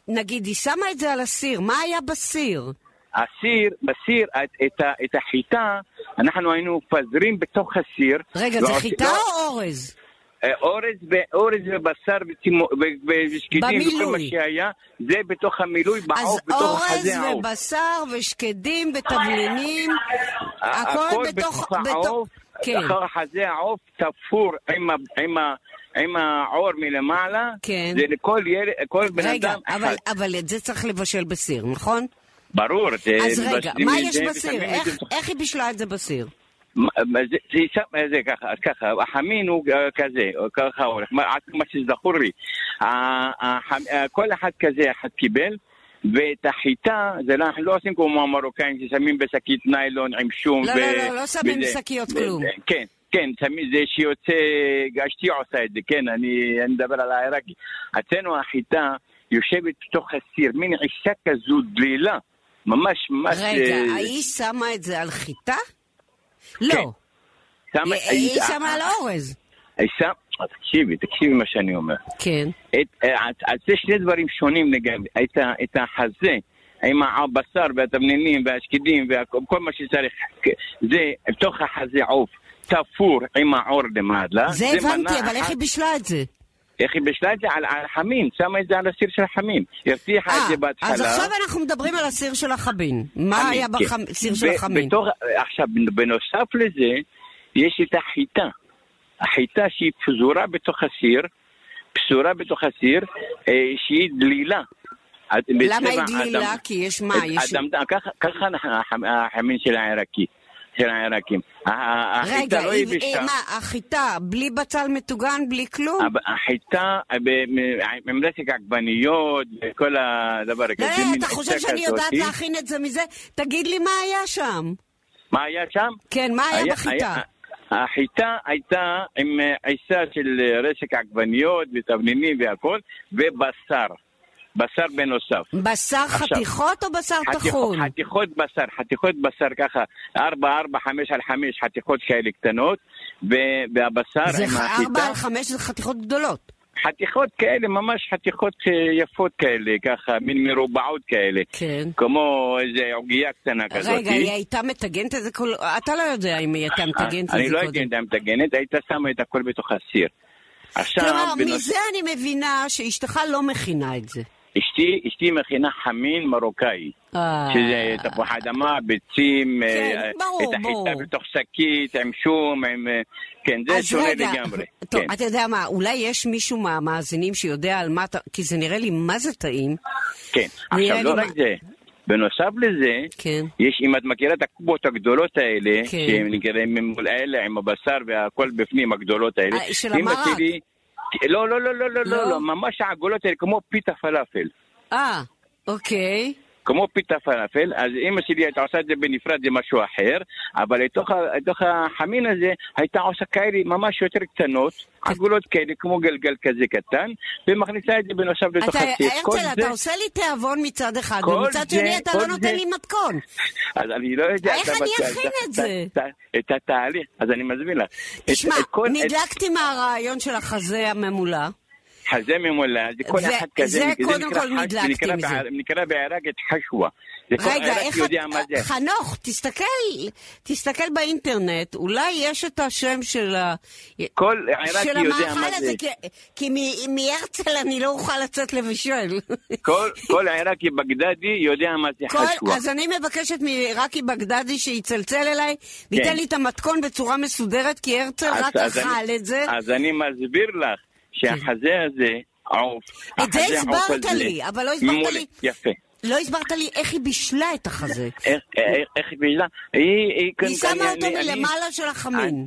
Speaker 2: מה? נגיד, היא שמה את זה על הסיר, מה היה בסיר?
Speaker 6: הסיר, בסיר, את- את ה- את החיטה, אנחנו היינו מפזרים בתוך הסיר.
Speaker 2: רגע, זה
Speaker 6: ועוש-
Speaker 2: חיטה
Speaker 6: לא,
Speaker 2: או אורז?
Speaker 6: אה, אורז, ב- אורז ובשר וצימו- ו- ושקדים וכל מה
Speaker 2: במילוי.
Speaker 6: שהיה, זה בתוך המילוי
Speaker 2: אז
Speaker 6: בעוף, בתוך
Speaker 2: אורז
Speaker 6: חזה העוף.
Speaker 2: ובשר ושקדים ותבלינים,
Speaker 6: אה,
Speaker 2: הכל בתוך...
Speaker 6: העוף,
Speaker 2: כן,
Speaker 6: אחר חזה העוף תפור עם, ה- עם, ה- עם העור מלמעלה,
Speaker 2: כן.
Speaker 6: זה לכל ילד, כל בן
Speaker 2: רגע,
Speaker 6: אדם
Speaker 2: אבל-
Speaker 6: אחד.
Speaker 2: אבל את זה צריך לבשל בסיר, נכון?
Speaker 6: ברור. זה-
Speaker 2: אז רגע,
Speaker 6: מבשלים
Speaker 2: מה
Speaker 6: אה, את
Speaker 2: יש
Speaker 6: זה
Speaker 2: בסיר?
Speaker 6: ושמים את
Speaker 2: איך-
Speaker 6: זה בתוך-
Speaker 2: איך היא בישלה את זה בסיר?
Speaker 6: מה- מה זה- זה שם- זה ככה, אז ככה, החמין הוא אה, כזה, אה, ככה הולך, מה- עד כמה שזכור לי. ה- הח- אה, כל אחד כזה אחד קיבל. ואת החיטה, זה לא, אנחנו לא עושים כמו המרוקאים ששמים בשקית ניילון עם שום.
Speaker 2: לא, לא, לא, לא שמים
Speaker 6: וזה-
Speaker 2: שקיות
Speaker 6: וזה-
Speaker 2: כלום.
Speaker 6: כן, כן, שמים זה שיוצא, אשתי עושה את זה, כן, אני, אני מדבר על העיראקי. אצלנו החיטה יושבת בתוך הסיר, מין עיסה כזו דלילה, ממש ממש...
Speaker 2: רגע,
Speaker 6: אה,
Speaker 2: היא שמה את זה על חיטה?
Speaker 6: כן,
Speaker 2: לא,
Speaker 6: שמה- אה,
Speaker 2: היא שמה על אורז.
Speaker 6: עיסה, תקשיבי, תקשיבי מה שאני אומר.
Speaker 2: כן,
Speaker 6: את- את- אז זה שני דברים שונים לגמרי. את ה- את החזה עם הבשר והתבנינים והשקידים וכל מה שצריך, זה בתוך החזה עוף. תפור עם העור למעלה.
Speaker 2: זה
Speaker 6: אה, מנה
Speaker 2: הבנתי, אבל איך
Speaker 6: אחת.
Speaker 2: היא בישלה את זה?
Speaker 6: איך היא בשלה את זה? על על חמין, שמה את זה על הסיר של החמין. הרתיחה את
Speaker 2: אה,
Speaker 6: זה בהתחלה.
Speaker 2: אז עכשיו אנחנו מדברים על הסיר של החבין. מה
Speaker 6: חמין,
Speaker 2: היה
Speaker 6: כן.
Speaker 2: בסיר
Speaker 6: ב-
Speaker 2: של החמין?
Speaker 6: בתוך, עכשיו, בנוסף לזה, יש את החיטה. החיטה שהיא פזורה בתוך הסיר, פזורה בתוך הסיר, אה, שהיא דלילה. עד-
Speaker 2: למה היא
Speaker 6: בצבע
Speaker 2: דלילה?
Speaker 6: אדמה.
Speaker 2: כי יש מה, יש...
Speaker 6: אדם, ככה- ככה הח- החמין של העיראקי, של העיראקים. ה- ה-
Speaker 2: רגע,
Speaker 6: החיטה לא
Speaker 2: היא-
Speaker 6: יבשה.
Speaker 2: אה, מה, החיטה, בלי בצל מטוגן, בלי כלום?
Speaker 6: הב- החיטה אה, ב- מ- עם רסק עגבניות וכל הדבר הזה.
Speaker 2: לא,
Speaker 6: זה מין
Speaker 2: אתה חושב
Speaker 6: חיטה
Speaker 2: שאני
Speaker 6: כזאת.
Speaker 2: יודעת להכין את זה מזה? תגיד לי מה היה שם.
Speaker 6: מה היה שם?
Speaker 2: כן, מה היה בחיטה?
Speaker 6: היה- החיטה הייתה עם עיסה של רשק עגבניות ותבנינים והכל, ובשר. בשר בנוסף.
Speaker 2: בשר
Speaker 6: עכשיו,
Speaker 2: חתיכות או בשר
Speaker 6: חתיכ-
Speaker 2: טחון?
Speaker 6: חתיכות בשר, חתיכות בשר ככה, ארבע, ארבע, חמש על חמש חתיכות כאלה קטנות, ו- והבשר
Speaker 2: זה
Speaker 6: עם
Speaker 2: ח- ארבע
Speaker 6: החיטה,
Speaker 2: על חמש זה חתיכות גדולות.
Speaker 6: חתיכות כאלה, ממש חתיכות אה, יפות כאלה, ככה, מין מרובעות כאלה.
Speaker 2: כן.
Speaker 6: כמו איזה עוגיה קטנה כזאת.
Speaker 2: רגע, היא הייתה מטגנת את זה כל... אתה לא יודע אם היא הייתה מטגנת את זה
Speaker 6: אני לא הייתי
Speaker 2: קודם.
Speaker 6: אדם מטגנת, הייתה שמה את הכל בתוך הסיר. עכשיו,
Speaker 2: כלומר,
Speaker 6: בנוס-
Speaker 2: מזה אני מבינה שאשתך לא מכינה את זה.
Speaker 6: אשתי, אשתי מכינה חמין מרוקאי,
Speaker 2: אה.
Speaker 6: שזה תפוח אדמה, ביצים,
Speaker 2: כן,
Speaker 6: אה,
Speaker 2: ברור,
Speaker 6: את החיטה
Speaker 2: ברור.
Speaker 6: בתוך שקית, עם שום, עם... אה, כן, זה
Speaker 2: אז
Speaker 6: שונה
Speaker 2: רגע,
Speaker 6: לגמרי.
Speaker 2: טוב,
Speaker 6: כן.
Speaker 2: אתה יודע מה, אולי יש מישהו מהמאזינים שיודע על מה אתה... כי זה נראה לי מה זה טעים.
Speaker 6: כן.
Speaker 2: נראה
Speaker 6: עכשיו,
Speaker 2: לי
Speaker 6: לא
Speaker 2: מה-
Speaker 6: רק זה, בנוסף לזה,
Speaker 2: כן.
Speaker 6: יש, אם את מכירה את הקובות הגדולות האלה,
Speaker 2: כן.
Speaker 6: שהן נקראים עם- האלה עם הבשר והכל בפנים, הגדולות האלה.
Speaker 2: אה, של
Speaker 6: אמא
Speaker 2: המרק.
Speaker 6: שלי- לא, לא, לא, לא, לא,
Speaker 2: לא?
Speaker 6: לא, לא, ממש העגולות האלה, כמו פיתה פלאפל.
Speaker 2: אה, אוקיי.
Speaker 6: כמו פיתה פלאפל, אז אימא שלי הייתה עושה את זה בנפרד, זה משהו אחר, אבל לתוך, ה- לתוך החמין הזה הייתה עושה כאלה ממש יותר קטנות, עגולות כאלה, כמו גלגל כזה קטן, ומכניסה את זה בנוסף לתוך
Speaker 2: אתה, אה,
Speaker 6: הסיר. כל
Speaker 2: הרצל,
Speaker 6: זה-
Speaker 2: אתה עושה לי תיאבון מצד אחד,
Speaker 6: כל
Speaker 2: ומצד
Speaker 6: זה-
Speaker 2: שני אתה
Speaker 6: כל
Speaker 2: לא נותן
Speaker 6: זה-
Speaker 2: לי מתכון.
Speaker 6: אז אני לא יודע...
Speaker 2: איך
Speaker 6: אתה
Speaker 2: אני
Speaker 6: בצד,
Speaker 2: אכין
Speaker 6: אתה-
Speaker 2: את זה?
Speaker 6: אתה- אתה- את התהליך, אז אני מסביר לך. את-
Speaker 2: תשמע,
Speaker 6: את כל- את
Speaker 2: נדלקתי מהרעיון של החזה הממולא.
Speaker 6: חזה ממולה, זה כל
Speaker 2: זה-
Speaker 6: אחד כזה.
Speaker 2: זה קודם
Speaker 6: נקרא
Speaker 2: כל
Speaker 6: חש- זה
Speaker 2: נדלקתי
Speaker 6: נקרא
Speaker 2: מזה.
Speaker 6: בער- נקרא בעיראקית חשווה. זה כל
Speaker 2: רגע,
Speaker 6: עיראקי
Speaker 2: איך
Speaker 6: יודע מה
Speaker 2: את...
Speaker 6: זה.
Speaker 2: חנוך, תסתכל, תסתכל באינטרנט, אולי יש את השם של ה...
Speaker 6: כל
Speaker 2: של
Speaker 6: עיראקי יודע
Speaker 2: המאכל
Speaker 6: מה
Speaker 2: הזה,
Speaker 6: זה.
Speaker 2: כי, כי מ- מהרצל אני לא אוכל לצאת לבישול.
Speaker 6: כל- כל עיראקי בגדדי יודע מה זה
Speaker 2: כל,
Speaker 6: חשווה.
Speaker 2: אז אני מבקשת מרקי בגדדי שיצלצל אליי, וייתן
Speaker 6: כן.
Speaker 2: לי את המתכון בצורה מסודרת, כי הרצל
Speaker 6: אז-
Speaker 2: רק
Speaker 6: אז
Speaker 2: אכל
Speaker 6: אני-
Speaker 2: את זה.
Speaker 6: אז אני מסביר לך שהחזה הזה עוף.
Speaker 2: את זה
Speaker 6: החזה עוף
Speaker 2: הסברת
Speaker 6: הזה.
Speaker 2: לי, אבל לא הסברת
Speaker 6: מעולה,
Speaker 2: לי-
Speaker 6: יפה.
Speaker 2: לא הסברת לי איך היא בישלה את החזה.
Speaker 6: איך- איך- איך היא בישלה? היא-
Speaker 2: היא שמה
Speaker 6: אה, כן, אני-
Speaker 2: אותו
Speaker 6: אני- אה, אני-
Speaker 2: מלמעלה של החמין.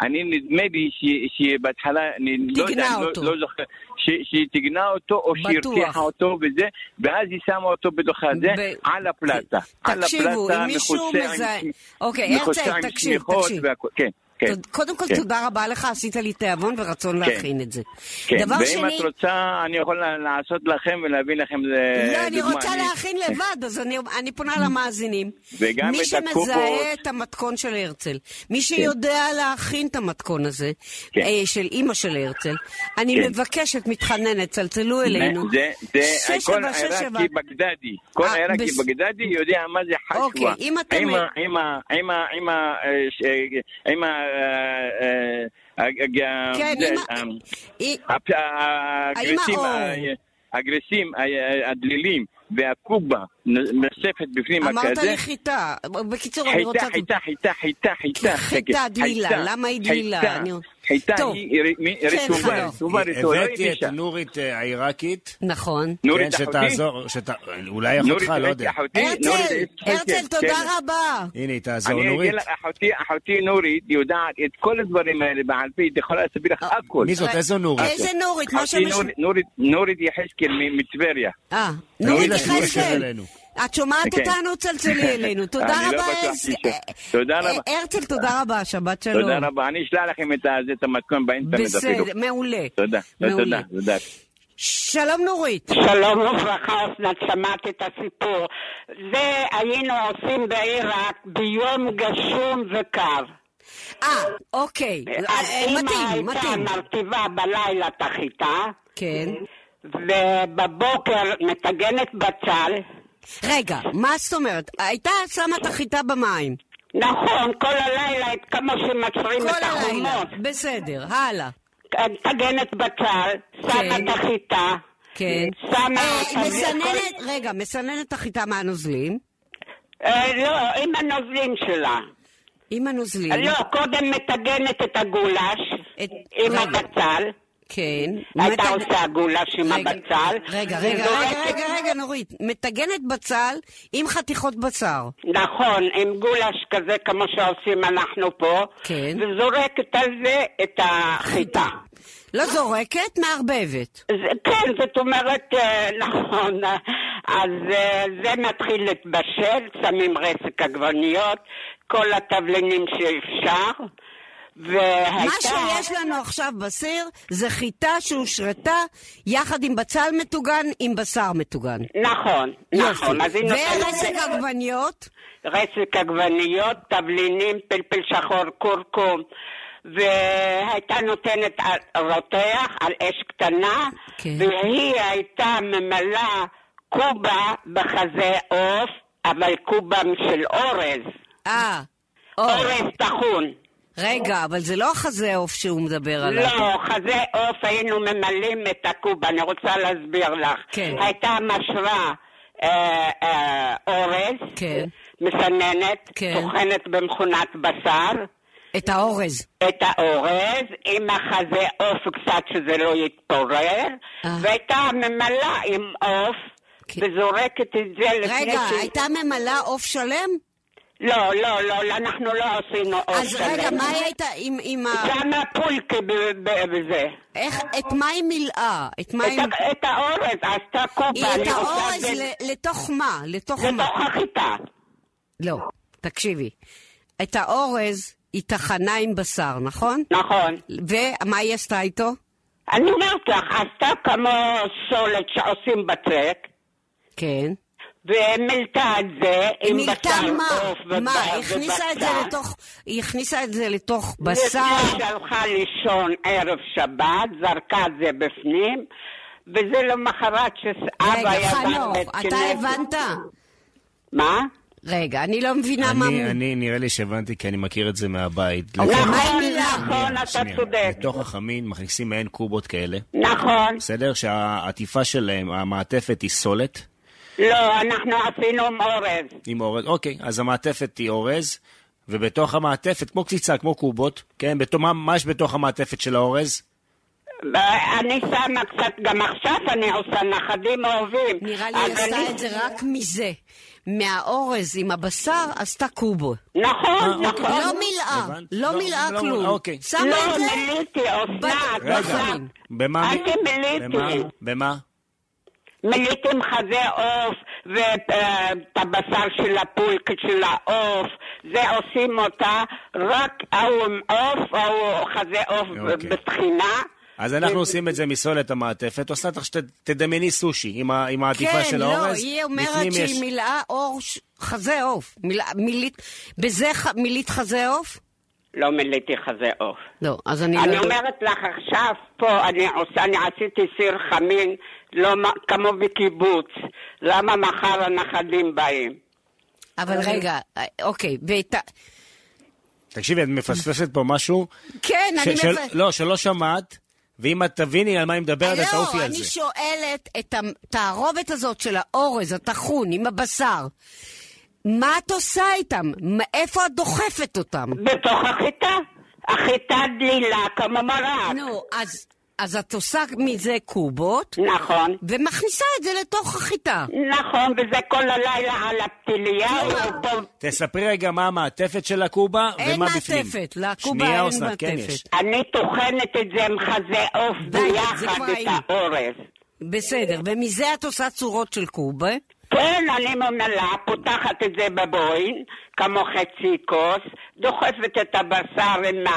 Speaker 6: אני נדמה לי ש- שבהתחלה, אני לא
Speaker 2: טיגנה
Speaker 6: יודע, אני
Speaker 2: אותו.
Speaker 6: לא, לא זוכר, ש- שהיא טיגנה אותו או שהיא
Speaker 2: בטוח.
Speaker 6: הרתיחה אותו וזה, ואז היא שמה אותו בתוך הזה,
Speaker 2: ב-
Speaker 6: על הפלטה. על
Speaker 2: תקשיבו,
Speaker 6: הפלטה,
Speaker 2: אם מישהו
Speaker 6: מחוצה עם-
Speaker 2: מזהה... אוקיי,
Speaker 6: מחוצה
Speaker 2: הרצל,
Speaker 6: עם
Speaker 2: תקשיב,
Speaker 6: שמיכות
Speaker 2: תקשיב.
Speaker 6: והכל- כן, כן.
Speaker 2: תוד- קודם כל,
Speaker 6: כן.
Speaker 2: תודה רבה לך, עשית לי תיאבון ורצון להכין את זה.
Speaker 6: כן,
Speaker 2: דבר
Speaker 6: ואם
Speaker 2: שני,
Speaker 6: את רוצה, אני יכול לה- לעשות לכם ולהביא לכם אה,
Speaker 2: לא, אני
Speaker 6: דוגמה.
Speaker 2: רוצה להכין לבד, אז אני- אני פונה למאזינים.
Speaker 6: וגם
Speaker 2: מי
Speaker 6: את
Speaker 2: שמזהה
Speaker 6: הקופות.
Speaker 2: את המתכון של הרצל, מי שיודע להכין את המתכון הזה,
Speaker 6: כן.
Speaker 2: אה, של אימא של הרצל, אני
Speaker 6: כן.
Speaker 2: מבקשת, מתחננת, צלצלו אלינו.
Speaker 6: זה, זה, אה,
Speaker 2: שש
Speaker 6: כל
Speaker 2: שבע, שש
Speaker 6: עיראקי
Speaker 2: שבע.
Speaker 6: בגדדי, כל
Speaker 2: אה,
Speaker 6: עיראקי
Speaker 2: בס-
Speaker 6: בגדדי יודע מה זה חשווה.
Speaker 2: אוקיי, אם אתם-
Speaker 6: עם ה- עם ה- עם ה- עם ה- אה, ש- אה, עם ה... אה, אה, אה,
Speaker 2: כן,
Speaker 6: זה,
Speaker 2: אם ה-
Speaker 6: אה,
Speaker 2: היא-
Speaker 6: הפ- ה-
Speaker 2: האם
Speaker 6: הגריסים,
Speaker 2: האור?
Speaker 6: ה- הגריסים, ה- ה- הדלילים והקובה נוספת בפנים
Speaker 2: אמרת
Speaker 6: הכזה.
Speaker 2: לי חיטה. בקיצור, אני
Speaker 6: חיטה,
Speaker 2: רוצה...
Speaker 6: חיטה, חיטה, חיטה, חיטה.
Speaker 2: חיטה דלילה, למה היא דלילה?
Speaker 6: חיטה,
Speaker 2: אני-
Speaker 6: חיטה
Speaker 2: טוב.
Speaker 6: היא ר- מ-
Speaker 2: כן,
Speaker 6: רטובה,
Speaker 2: חנוך.
Speaker 6: רטובה, רטובה, לא
Speaker 3: הבאתי את
Speaker 6: יבשה.
Speaker 3: נורית אה, העיראקית.
Speaker 2: נכון.
Speaker 6: נורית
Speaker 3: כן,
Speaker 6: אחותי?
Speaker 3: שתעזור, שת- אולי
Speaker 6: נורית,
Speaker 3: אחותך, לא
Speaker 6: ראיתי
Speaker 3: יודע.
Speaker 2: إيه،
Speaker 6: אחותי,
Speaker 2: הרצל,
Speaker 6: נורית,
Speaker 2: הרצל,
Speaker 6: כן, כן.
Speaker 2: תודה רבה.
Speaker 3: הנה, היא תעזור,
Speaker 6: אני אגיד
Speaker 3: נורית.
Speaker 6: לך, אחותי, אחותי נורית יודעת את כל הדברים האלה בעל פה, היא יכולה להסביר לך הכל.
Speaker 3: מי זאת? איזו נורית?
Speaker 2: אה, איזה נורית? מה
Speaker 6: אחותי
Speaker 2: שמש...
Speaker 6: נורית- נורית- נורית יחזקאל מ- מטבריה.
Speaker 2: אה,
Speaker 6: לא
Speaker 3: נורית
Speaker 2: נורית
Speaker 3: יחזקאל
Speaker 2: יחזקאל.
Speaker 3: אלינו.
Speaker 2: את שומעת
Speaker 6: כן.
Speaker 2: אותנו? צלצלי אלינו. תודה
Speaker 6: אני לא
Speaker 2: רבה,
Speaker 6: בטוח
Speaker 2: הרצ-
Speaker 6: שהיא שם. תודה
Speaker 2: אה,
Speaker 6: רבה.
Speaker 2: הרצל, תודה רבה, שבת שלום.
Speaker 6: תודה רבה, אני אשלח לכם את ה- זה, את המתכון באינטרנט אפילו.
Speaker 2: בסדר, מעולה.
Speaker 6: תודה,
Speaker 2: מעולה.
Speaker 6: תודה, תודה.
Speaker 2: שלום נורית.
Speaker 7: שלום וברכה, אסנת, שמעת את הסיפור. זה היינו עושים בעיראק ביום גשום וקר.
Speaker 2: אה, אוקיי.
Speaker 7: אז
Speaker 2: אה,
Speaker 7: אמא
Speaker 2: מתאים,
Speaker 7: הייתה
Speaker 2: מתאים.
Speaker 7: מרטיבה בלילה את החיטה,
Speaker 2: כן.
Speaker 7: ובבוקר מטגנת בצל.
Speaker 2: רגע, מה זאת אומרת? הייתה שמה את החיטה במים.
Speaker 7: נכון, כל הלילה את כמה שמצרים
Speaker 2: כל
Speaker 7: את
Speaker 2: הלילה.
Speaker 7: החומות.
Speaker 2: בסדר, הלאה.
Speaker 7: מטגנת בצל, שמה
Speaker 2: כן.
Speaker 7: את החיטה.
Speaker 2: כן.
Speaker 7: שמה...
Speaker 2: אה, מסננת, רגע, מסננת את החיטה מהנוזלים.
Speaker 7: אה, לא, עם הנוזלים שלה.
Speaker 2: עם הנוזלים.
Speaker 7: לא, קודם מטגנת את הגולש
Speaker 2: כן. את-
Speaker 7: עם
Speaker 2: רגע.
Speaker 7: הבצל.
Speaker 2: כן.
Speaker 7: הייתה
Speaker 2: מתג-
Speaker 7: עושה גולש עם
Speaker 2: רגע,
Speaker 7: הבצל. לא
Speaker 2: רגע, רגע, רגע,
Speaker 7: וזורקת-
Speaker 2: רגע, רגע, נורית. מטגנת בצל עם חתיכות בשר.
Speaker 7: נכון, עם גולש כזה כמו שעושים אנחנו פה.
Speaker 2: כן.
Speaker 7: וזורקת על זה את החיטה.
Speaker 2: לא זורקת, מערבבת.
Speaker 7: זה- כן, זאת אומרת, אה, נכון, אה, אז אה, זה מתחיל להתבשל, שמים רסק עגבניות, כל התבלינים שאפשר, והייתה...
Speaker 2: מה שיש לנו עכשיו בסיר זה חיטה שהושרתה יחד עם בצל מטוגן, עם בשר מטוגן.
Speaker 7: נכון,
Speaker 2: יופי.
Speaker 7: נכון. אז היא נותנת-
Speaker 2: ורסק עגבניות,
Speaker 7: רסק עגבניות, תבלינים, פלפל שחור, כורכום. והייתה נותנת על- רותח על אש קטנה,
Speaker 2: כן.
Speaker 7: והיא הייתה ממלאה קובה בחזה עוף, אבל קובה של אורז,
Speaker 2: אה, אורז,
Speaker 7: אורז טחון.
Speaker 2: רגע, אבל זה לא החזה עוף שהוא מדבר עליו.
Speaker 7: לא, חזה עוף היינו ממלאים את הקובה, אני רוצה להסביר לך.
Speaker 2: כן.
Speaker 7: הייתה משרה אה, אה, אורז,
Speaker 2: כן.
Speaker 7: מסננת,
Speaker 2: כן.
Speaker 7: טוחנת במכונת בשר,
Speaker 2: את האורז.
Speaker 7: את האורז עם החזה עוף קצת שזה לא יתפורר,
Speaker 2: אה.
Speaker 7: והייתה ממלאה עם עוף.
Speaker 2: כן.
Speaker 7: וזורקת את זה לפני
Speaker 2: רגע,
Speaker 7: שהיא-
Speaker 2: הייתה ממלאה עוף שלם?
Speaker 7: לא, לא, לא, לא, אנחנו לא עשינו עוף
Speaker 2: אז
Speaker 7: שלם.
Speaker 2: רגע, מה היא הייתה עם- עם ה...
Speaker 7: שמה פולקי ב- ב- בזה.
Speaker 2: איך, את מה היא מילאה? את מה היא...
Speaker 7: את ה- את האורז, עשתה קופה.
Speaker 2: היא
Speaker 7: אני
Speaker 2: את
Speaker 7: רוצה
Speaker 2: האורז
Speaker 7: זה-
Speaker 2: ל- לתוך מה? לתוך מה?
Speaker 7: לתוך החיטה.
Speaker 2: לא, תקשיבי. את האורז היא טחנה עם בשר, נכון?
Speaker 7: נכון.
Speaker 2: ומה היא עשתה איתו?
Speaker 7: אני אומרת לך, עשתה כמו סולת שעושים בצק,
Speaker 2: כן.
Speaker 7: ומילתה את זה
Speaker 2: היא
Speaker 7: עם
Speaker 2: מילתה
Speaker 7: בשר
Speaker 2: מה?
Speaker 7: עוף ובצק.
Speaker 2: מה? היא הכניסה את זה לתוך... היא הכניסה את זה לתוך בשר?
Speaker 7: לפני שהלכה לישון ערב שבת, זרקה את זה בפנים, וזה למחרת שאבא
Speaker 2: רגע,
Speaker 7: ידע
Speaker 2: חנוך,
Speaker 7: בית
Speaker 2: אתה
Speaker 7: כנסת.
Speaker 2: הבנת?
Speaker 7: מה?
Speaker 2: רגע, אני לא מבינה מה...
Speaker 3: אני, אני, נראה לי שהבנתי, כי אני מכיר את זה מהבית.
Speaker 2: אוקיי,
Speaker 3: לתוך-
Speaker 2: מה
Speaker 7: נכון,
Speaker 2: המילה?
Speaker 7: נכון, אתה
Speaker 3: שנייה,
Speaker 7: צודק.
Speaker 3: לתוך החמין מכניסים מעין קובות כאלה,
Speaker 7: נכון.
Speaker 3: בסדר? שהעטיפה שלהם, המעטפת היא סולת
Speaker 7: לא, אנחנו עשינו עם אורז.
Speaker 3: עם אורז. אוקיי, אז המעטפת היא אורז, ובתוך המעטפת, כמו קציצה, כמו קובות, כן? בתוך, מה- מה יש בתוך המעטפת של האורז?
Speaker 7: אני שמה קצת, גם עכשיו אני עושה נכדים אוהבים.
Speaker 2: נראה לי
Speaker 7: אז
Speaker 2: היא עשתה
Speaker 7: אני-
Speaker 2: את זה רק מזה. מהאורז עם הבשר עשתה קובו.
Speaker 7: נכון, נכון.
Speaker 2: לא מילאה,
Speaker 3: הבנת?
Speaker 2: לא
Speaker 3: לא,
Speaker 2: מילאה
Speaker 3: לא,
Speaker 2: כלום.
Speaker 3: אוקיי.
Speaker 2: שמה
Speaker 7: לא,
Speaker 2: את זה?
Speaker 7: מילאתי, אסנת,
Speaker 2: רגע.
Speaker 7: אסנת.
Speaker 3: במה?
Speaker 7: אני
Speaker 3: במה?
Speaker 7: מילאתי.
Speaker 3: במה?
Speaker 7: מילאתי עם חזה עוף ואת אה, הבשר של הפולקת של העוף. זה עושים אותה רק ההוא עם עוף, ההוא חזה עוף
Speaker 3: אוקיי.
Speaker 7: בטחינה.
Speaker 3: אז אנחנו עושים את זה מסולת המעטפת. אסנת, עכשיו תדמייני סושי עם ה- עם העטיפה
Speaker 2: כן,
Speaker 3: של
Speaker 2: לא,
Speaker 3: האורז.
Speaker 2: היא אומרת
Speaker 3: בפנים יש-
Speaker 2: שהיא מילאה אור, ש- חזה עוף. מילאה- מילית, בזה ח- מילית חזה עוף?
Speaker 7: לא מילאתי חזה עוף.
Speaker 2: לא, אז אני לא
Speaker 7: אני
Speaker 2: יודעת.
Speaker 7: אומרת לך עכשיו, פה אני עושה, אני עשיתי סיר חמין, לא מ- כמו בקיבוץ. למה מחר הנכדים באים?
Speaker 2: אבל רגע, אוקיי, ואת ה...
Speaker 3: תקשיבי, את מפספסת פה משהו.
Speaker 2: כן,
Speaker 3: ש-
Speaker 2: אני
Speaker 3: של-
Speaker 2: מבין.
Speaker 3: לא, שלא שמעת, ואם את תביני על מה היא מדברת, את תעופי
Speaker 2: לא,
Speaker 3: על
Speaker 2: אני
Speaker 3: זה.
Speaker 2: שואלת את התערובת הזאת של האורז, הטחון, עם הבשר. מה את עושה איתם? מה- איפה את דוחפת אותם?
Speaker 7: בתוך החיטה. החיטה דלילה כמו מרק.
Speaker 2: נו, אז, אז את עושה מזה קובות,
Speaker 7: נכון.
Speaker 2: ומכניסה את זה לתוך החיטה.
Speaker 7: נכון, וזה כל הלילה על הפתיליה. ופה-
Speaker 3: תספרי רגע מה המעטפת של הקובה
Speaker 2: אין
Speaker 3: ומה בפנים.
Speaker 2: מעטפת, לקובה
Speaker 3: שנייה,
Speaker 2: אין
Speaker 3: אסנת, כן
Speaker 2: מעטפת.
Speaker 3: יש.
Speaker 7: אני טוחנת את זה עם חזה עוף
Speaker 2: די, זה
Speaker 7: ביחד,
Speaker 2: כבר
Speaker 7: את
Speaker 2: היינו.
Speaker 7: האורז.
Speaker 2: בסדר, ומזה את עושה צורות של קובה.
Speaker 7: כן, אני ממלאה, פותחת את זה בבוין, כמו חצי כוס, דוחפת את הבשר עם, ה,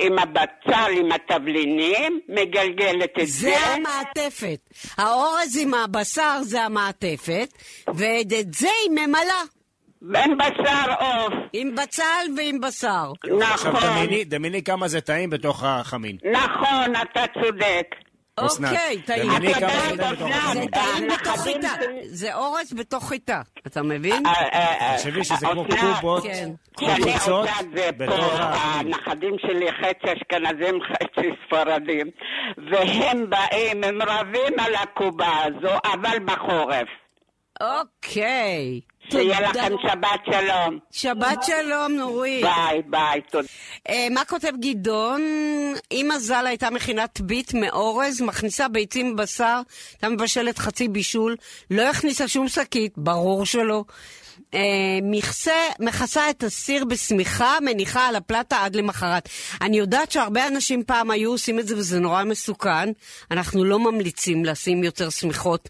Speaker 7: עם הבצל, עם התבלינים, מגלגלת את זה.
Speaker 2: זה המעטפת. האורז עם הבשר זה המעטפת, ואת זה היא ממלאה.
Speaker 7: עם בשר עוף,
Speaker 2: עם בצל ועם בשר.
Speaker 3: עכשיו
Speaker 7: נכון,
Speaker 3: דמייני- דמייני כמה זה טעים בתוך החמין.
Speaker 7: נכון, אתה צודק.
Speaker 3: אסנת,
Speaker 2: אוקיי, טעים.
Speaker 3: דמייני
Speaker 7: אתה
Speaker 3: כמה
Speaker 7: יודע,
Speaker 3: זה טעים בתוך
Speaker 7: אסנת,
Speaker 2: זה
Speaker 3: החמין.
Speaker 2: טעים בתוך
Speaker 7: הנכדים
Speaker 2: חיטה.
Speaker 7: שלי-
Speaker 2: זה אורז בתוך חיטה. אתה מבין?
Speaker 7: אה, אה,
Speaker 3: תחשבי שזה
Speaker 7: אה,
Speaker 3: כמו
Speaker 7: אסנת,
Speaker 3: קובות,
Speaker 2: כן.
Speaker 7: כשאני
Speaker 3: קוביצות,
Speaker 7: עושה את זה פה,
Speaker 3: בתוך החמין.
Speaker 7: הנכדים שלי חצי אשכנזים, חצי ספרדים, והם באים, הם רבים על הקובה הזו, אבל בחורף.
Speaker 2: אוקיי.
Speaker 7: אה. שיהיה
Speaker 2: תודה.
Speaker 7: לכם שבת שלום.
Speaker 2: שבת שלום, נורית.
Speaker 7: ביי, ביי, תודה.
Speaker 2: אה, מה כותב גדעון? אמא ז"ל הייתה מכינת ביט מאורז, מכניסה ביצים בבשר, הייתה מבשלת חצי בישול, לא הכניסה שום שקית, ברור שלא. אה, מכסה- מכסה את הסיר בשמיכה, מניחה על הפלטה עד למחרת. אני יודעת שהרבה אנשים פעם היו עושים את זה וזה נורא מסוכן. אנחנו לא ממליצים לשים יותר שמיכות.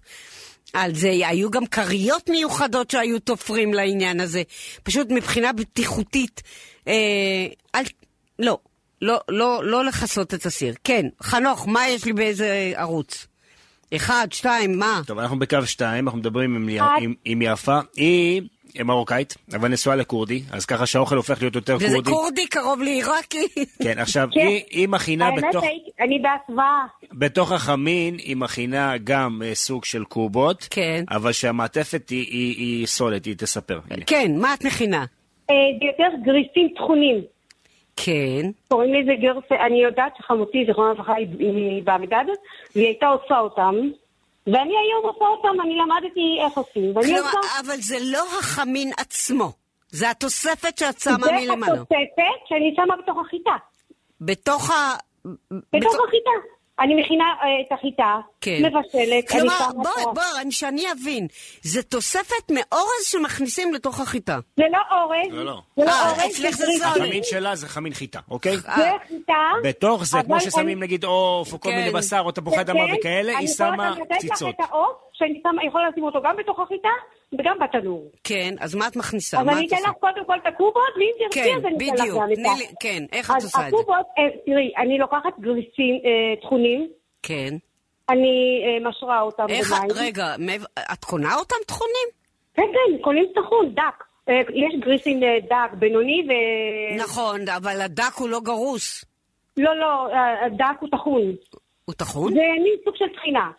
Speaker 2: על זה, היו גם כריות מיוחדות שהיו תופרים לעניין הזה. פשוט מבחינה בטיחותית, אה, אל, לא, לא, לא, לא לכסות את הסיר. כן, חנוך, מה יש לי באיזה ערוץ? אחד, שתיים, מה?
Speaker 3: טוב, אנחנו בקו 2, אנחנו מדברים עם, י... עם, עם יפה. היא מרוקאית, אבל נשואה לכורדי, אז ככה שהאוכל הופך להיות יותר
Speaker 2: וזה
Speaker 3: כורדי.
Speaker 2: כורדי קרוב לעיראקי.
Speaker 3: כן, עכשיו, היא, היא מכינה בתוך,
Speaker 4: אני בהסוואה.
Speaker 3: בתוך החמין, היא מכינה גם אה, סוג של קובות,
Speaker 2: כן.
Speaker 3: אבל שהמעטפת היא, היא, היא סולת, היא תספר. הנה.
Speaker 8: אה,
Speaker 2: כן, מה את מכינה?
Speaker 4: זה יותר גריסים טחונים.
Speaker 2: כן.
Speaker 8: קוראים לזה גרסה, אני יודעת שחמותי, זיכרונה לברכה, היא- היא בעמדד, והיא הייתה עושה אותם, ואני היום עושה אותם, אני למדתי איך עושים, ואני
Speaker 2: כלומר,
Speaker 8: עושה...
Speaker 2: אבל זה לא החמין עצמו, זה התוספת שאת שמה
Speaker 8: זה
Speaker 2: מלמעלה.
Speaker 8: התוספת שאני שמה בתוך החיטה.
Speaker 2: בתוך ה...
Speaker 8: בתוך
Speaker 2: בתוך-
Speaker 8: החיטה. אני מכינה אה, את החיטה,
Speaker 2: כן.
Speaker 8: מבשלת, אני
Speaker 2: כלומר,
Speaker 8: שמה
Speaker 2: בואי,
Speaker 8: אותה.
Speaker 2: בואי, שאני אבין. זה תוספת מאורז שמכניסים לתוך החיטה.
Speaker 8: זה לא אורז,
Speaker 3: לא, לא.
Speaker 8: זה לא
Speaker 2: אה,
Speaker 8: אורז,
Speaker 2: אצלך זה
Speaker 8: פריט.
Speaker 2: סלט.
Speaker 3: חמין שלה זה חמין חיטה, אוקיי?
Speaker 2: אה,
Speaker 8: זה חיטה.
Speaker 3: בתוך זה, כמו
Speaker 8: אבל
Speaker 3: ששמים
Speaker 8: אני-
Speaker 3: נגיד עוף, או כל
Speaker 2: כן.
Speaker 3: מיני בשר, או תפוחי
Speaker 8: כן,
Speaker 3: אדמה וכאלה, היא שמה
Speaker 8: אני יכולה גם לתת
Speaker 3: ציצות.
Speaker 8: לך את העוף, שאני שמה- יכולה לשים אותו גם בתוך החיטה וגם בתנור.
Speaker 2: כן, אז מה את מכניסה?
Speaker 8: אז
Speaker 2: מה
Speaker 8: אני
Speaker 2: את
Speaker 8: אתן
Speaker 2: עושה?
Speaker 8: לך קודם כל את הקובות, ואם תרצי
Speaker 2: כן,
Speaker 8: אז אני אתן לך
Speaker 2: בדיוק.
Speaker 8: גם את
Speaker 2: תני
Speaker 8: ה-
Speaker 2: לי- כן, איך את
Speaker 8: אז
Speaker 2: עושה את זה?
Speaker 8: הקובות, אה, תראי, אני לוקחת גריסים, אה, טחונים,
Speaker 2: כן.
Speaker 8: אני אה, משרה אותם
Speaker 2: איך...
Speaker 8: במים.
Speaker 2: רגע, מאיפה- את קונה אותם טחונים?
Speaker 8: כן, כן, קונים טחון, דק. אה, יש גריסים אה, דק, בינוני ו...
Speaker 2: נכון, אבל הדק הוא לא גרוס.
Speaker 8: לא, לא, אה, דק הוא טחון.
Speaker 2: הוא טחון?
Speaker 8: זה מין סוג של טחינה.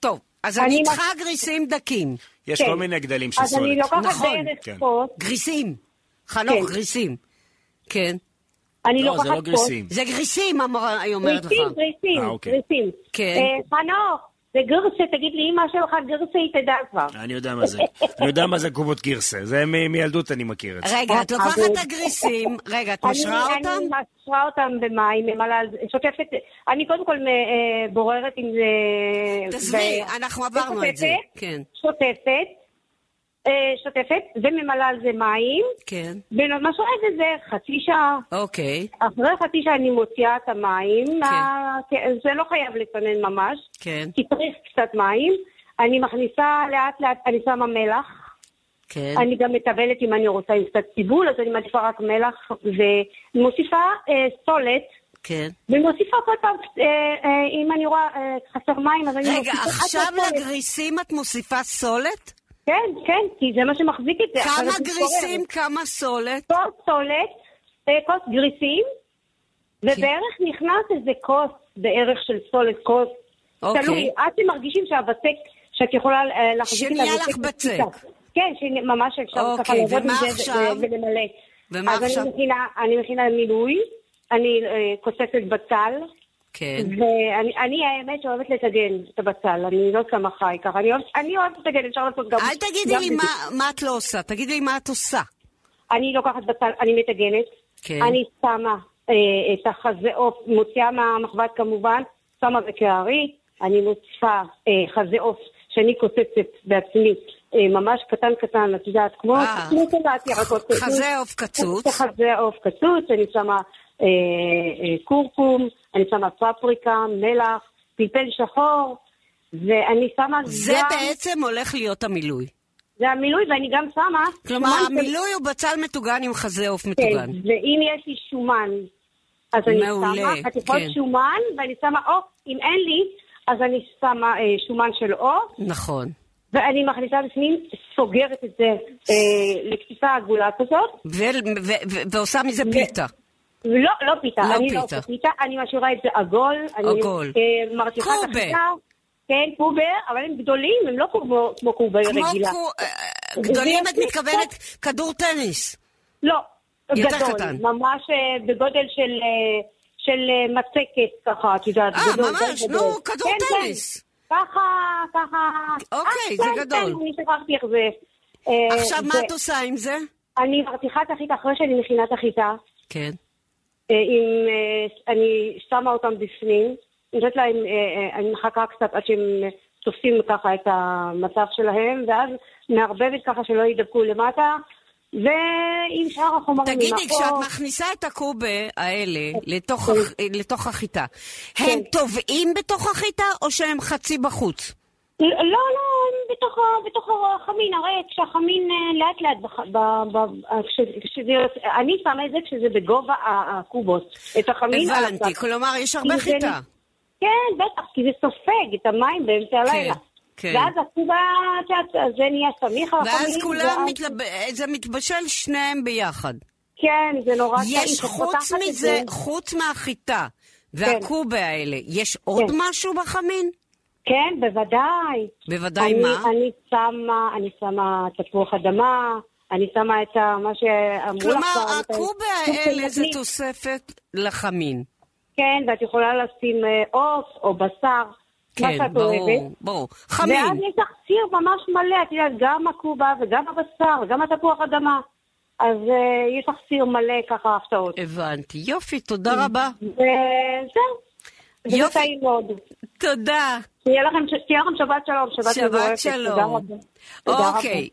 Speaker 2: טוב, אז
Speaker 8: אני
Speaker 2: אני
Speaker 8: מס-
Speaker 2: איתך גריסים דקים.
Speaker 3: יש
Speaker 8: כן.
Speaker 3: כל מיני גדלים של
Speaker 8: אז אני לא-
Speaker 3: סולת.
Speaker 8: לוקחת
Speaker 2: נכון,
Speaker 8: בערך
Speaker 3: כן.
Speaker 8: כוס,
Speaker 2: גריסים. חנוך,
Speaker 8: כן.
Speaker 2: גריסים. כן.
Speaker 8: אני
Speaker 3: לא, זה
Speaker 8: לוקחת
Speaker 3: לא
Speaker 8: כוס.
Speaker 3: גריסים.
Speaker 2: זה גריסים, אמר- היא אומרת לך.
Speaker 8: גריסים, גריסים,
Speaker 3: אה, אוקיי.
Speaker 8: גריסים.
Speaker 2: כן.
Speaker 8: אה, חנוך, זה גרסה, תגיד לי, אמא שלך גרסה, היא תדע כבר.
Speaker 3: אני יודע מה זה. אני יודע מה זה קובות גירסה. זה מ- מילדות אני מכיר את זה.
Speaker 2: רגע, את לוקחת
Speaker 8: אבל-
Speaker 2: את הגריסים, רגע, את משרה
Speaker 8: אוקיי. אני,
Speaker 2: אותם?
Speaker 8: אני משרה אותם במים, ממלאה, על זה- שוטפת, אני קודם כל אה, בוררת עם אה, זה...
Speaker 2: תעזבי,
Speaker 8: ב-
Speaker 2: אנחנו עברנו את זה.
Speaker 8: ושוטפת,
Speaker 2: כן.
Speaker 8: שוטפת, אה, שוטפת, וממלאה על זה מים,
Speaker 2: כן.
Speaker 8: ומשרה את זה, זה חצי שעה.
Speaker 2: אוקיי,
Speaker 8: אחרי חצי שעה אני מוציאה את המים,
Speaker 2: כן.
Speaker 8: ה- כן, זה לא חייב לצנן ממש,
Speaker 2: כן,
Speaker 8: כי צריך קצת מים. אני מכניסה לאט לאט, אני שמה מלח.
Speaker 2: כן.
Speaker 8: אני גם מטבלת אם אני רוצה עם קצת טיבול, אז אני מעדיפה רק מלח ומוסיפה אה, סולת,
Speaker 2: כן.
Speaker 8: ומוסיפה כל פעם, אה, אה, אם אני רואה אה, חסר מים, אז אני
Speaker 2: רגע,
Speaker 8: מוסיפה עד
Speaker 2: עכשיו
Speaker 8: לסולת.
Speaker 2: לגריסים את מוסיפה סולת?
Speaker 8: כן, כן, כי זה מה שמחזיק כן, את זה.
Speaker 2: כמה
Speaker 8: אחרת זה
Speaker 2: גריסים,
Speaker 8: מתפורר.
Speaker 2: כמה סולת?
Speaker 8: כוס סולת, אה, כוס גריסים,
Speaker 2: כן.
Speaker 8: ובערך נכנס איזה כוס בערך של סולת, כוס.
Speaker 2: אוקיי.
Speaker 8: תלוי, עד שמרגישים שהבצק, שאת יכולה אה, להחזיק את
Speaker 2: שנהיה
Speaker 8: הבצק.
Speaker 2: לך בצק.
Speaker 8: בצק. כן, שממש אפשר
Speaker 2: אוקיי,
Speaker 8: ככה לעבוד עם
Speaker 2: ומה
Speaker 8: זה
Speaker 2: עכשיו?
Speaker 8: ו- אה, ולמלא.
Speaker 2: ומה
Speaker 8: אז
Speaker 2: עכשיו?
Speaker 8: אז אני מכינה, אני מכינה מילוי, אני אה, כוספת בצל,
Speaker 2: כן.
Speaker 8: ואני אני, האמת שאוהבת לטגן את הבצל, אני לא שמה חי ככה, אני אוהבת- אני אוהבת לטגן, אפשר לעשות גם...
Speaker 2: אל תגידי
Speaker 8: גם
Speaker 2: לי
Speaker 8: בזה.
Speaker 2: מה- מה את לא עושה, תגידי לי מה את עושה.
Speaker 8: אני לוקחת בצל, אני מטגנת,
Speaker 2: כן.
Speaker 8: אני שמה אה, את החזה עוף, מוציאה מהמחבת כמובן, שמה בקערי, אני מוסיפה אה, חזה עוף שאני קוצצת בעצמי, אה, ממש קטן קטן, את יודעת, כמו
Speaker 2: אה.
Speaker 8: כמו קטעת ירקות.
Speaker 2: חזה עוף קצוץ.
Speaker 8: חזה עוף קצוץ, אני שמה אה, אה, כורכום, אני שמה פפריקה, מלח, פלפל שחור, ואני שמה
Speaker 2: זה
Speaker 8: גם-
Speaker 2: בעצם הולך להיות המילוי.
Speaker 8: זה המילוי, ואני גם שמה...
Speaker 2: כלומר,
Speaker 8: שומן של-
Speaker 2: המילוי הוא בצל מטוגן עם חזה עוף מטוגן.
Speaker 8: כן, ואם יש לי שומן, אז אני
Speaker 2: מעולה,
Speaker 8: שמה חתיכות
Speaker 2: כן.
Speaker 8: שומן, ואני שמה עוף, אם אין לי, אז אני שמה אה, שומן של עוף,
Speaker 2: נכון.
Speaker 8: ואני מכניסה בפנים, סוגרת את זה אה, לקציצה עגולה כזאת.
Speaker 2: ו- ו- ו- ועושה מזה פיתה.
Speaker 8: לא, לא פיתה,
Speaker 2: לא
Speaker 8: אני
Speaker 2: פיתה.
Speaker 8: לא עושה פיתה, אני משאירה את זה עגול, אני
Speaker 2: עגול.
Speaker 8: אה, מרתיחה את
Speaker 2: קובה.
Speaker 8: החיטה. כן, קובה, אבל הם גדולים, הם לא כמו, כמו קובה
Speaker 2: כמו
Speaker 8: רגילה.
Speaker 2: קו- אה, גדולים
Speaker 8: זה-
Speaker 2: את מתכוונת כדור טניס.
Speaker 8: לא,
Speaker 2: יותר
Speaker 8: גדול,
Speaker 2: קטן.
Speaker 8: ממש אה, בגודל של, אה, של אה, מצקת ככה, את יודעת,
Speaker 2: אה,
Speaker 8: גדול,
Speaker 2: ממש,
Speaker 8: גדול,
Speaker 2: נו,
Speaker 8: גדול.
Speaker 2: כדור
Speaker 8: כן, כן.
Speaker 2: טניס.
Speaker 8: ככה, ככה.
Speaker 2: אוקיי,
Speaker 8: אה,
Speaker 2: זה
Speaker 8: כן,
Speaker 2: גדול.
Speaker 8: כן, אני שכחתי איך זה. אה,
Speaker 2: עכשיו, מה
Speaker 8: זה-
Speaker 2: את עושה עם זה?
Speaker 8: אני מרתיחה את החיטה, אחרי שאני מכינה את החיטה,
Speaker 2: כן.
Speaker 8: אה, עם, אה, אני שמה אותם בפנים, אני נותנת להם, אה, אה, אני מחכה קצת עד שהם אה, תופסים ככה את המצב שלהם, ואז מערבבת ככה שלא יידבקו למטה, ועם שאר החומרים.
Speaker 2: תגידי,
Speaker 8: החור.
Speaker 2: כשאת מכניסה את הקובה האלה
Speaker 8: כן.
Speaker 2: לתוך הח- לתוך החיטה, הם טובעים בתוך החיטה או שהם חצי בחוץ?
Speaker 8: לא, לא, הם בתוך, ה- בתוך החמין, הרי כשהחמין אה, לאט לאט, בח- ב- ב- אה, כש- כשזה, יוצא- אני שמה את זה כשזה בגובה ה- הקובות, את החמין. על
Speaker 2: הבנתי,
Speaker 8: הקצה.
Speaker 2: כלומר, יש הרבה
Speaker 8: לא כי זה-
Speaker 2: חיטה.
Speaker 8: כן, בטח, כי זה סופג את המים באמצע הלילה.
Speaker 2: כן.
Speaker 8: ואז הקובה, את יודעת, זה נהיה סמיך על החמין.
Speaker 2: ואז כולם, מתלב- זה מתבשל שניהם ביחד.
Speaker 8: כן, זה נורא
Speaker 2: יש
Speaker 8: כשאת
Speaker 2: חוץ
Speaker 8: פותחת את
Speaker 2: מזה,
Speaker 8: זה.
Speaker 2: חוץ מהחיטה והקובה האלה, יש עוד
Speaker 8: כן.
Speaker 2: משהו בחמין?
Speaker 8: כן, בוודאי.
Speaker 2: בוודאי,
Speaker 8: אני-
Speaker 2: מה?
Speaker 8: אני שמה, אני שמה תפוח אדמה, אני שמה את ה- מה שאמרו לך. כבר,
Speaker 2: כלומר,
Speaker 8: את ה-
Speaker 2: הקובה האלה זה
Speaker 8: תפנים.
Speaker 2: תוספת לחמין.
Speaker 8: כן, ואת יכולה לשים אה, עוף או בשר,
Speaker 2: כן,
Speaker 8: מה שאת אוהבת.
Speaker 2: ברור, ברור.
Speaker 8: ואז
Speaker 2: חמין.
Speaker 8: יש לך סיר ממש מלא, את יודעת, גם הקובה וגם הבשר וגם התפוח אדמה. אז אה, יש לך סיר מלא ככה הפתעות.
Speaker 2: אה. הבנתי. יופי, תודה רבה.
Speaker 8: וזהו.
Speaker 2: יופי.
Speaker 8: וזה טעים מאוד.
Speaker 2: תודה.
Speaker 8: שיהיה לכם ש- שיהיה לכם שבת שלום, שבת
Speaker 2: שבת
Speaker 8: מבורכת. תודה
Speaker 2: שלום.
Speaker 8: רבה. תודה רבה.
Speaker 2: אוקיי.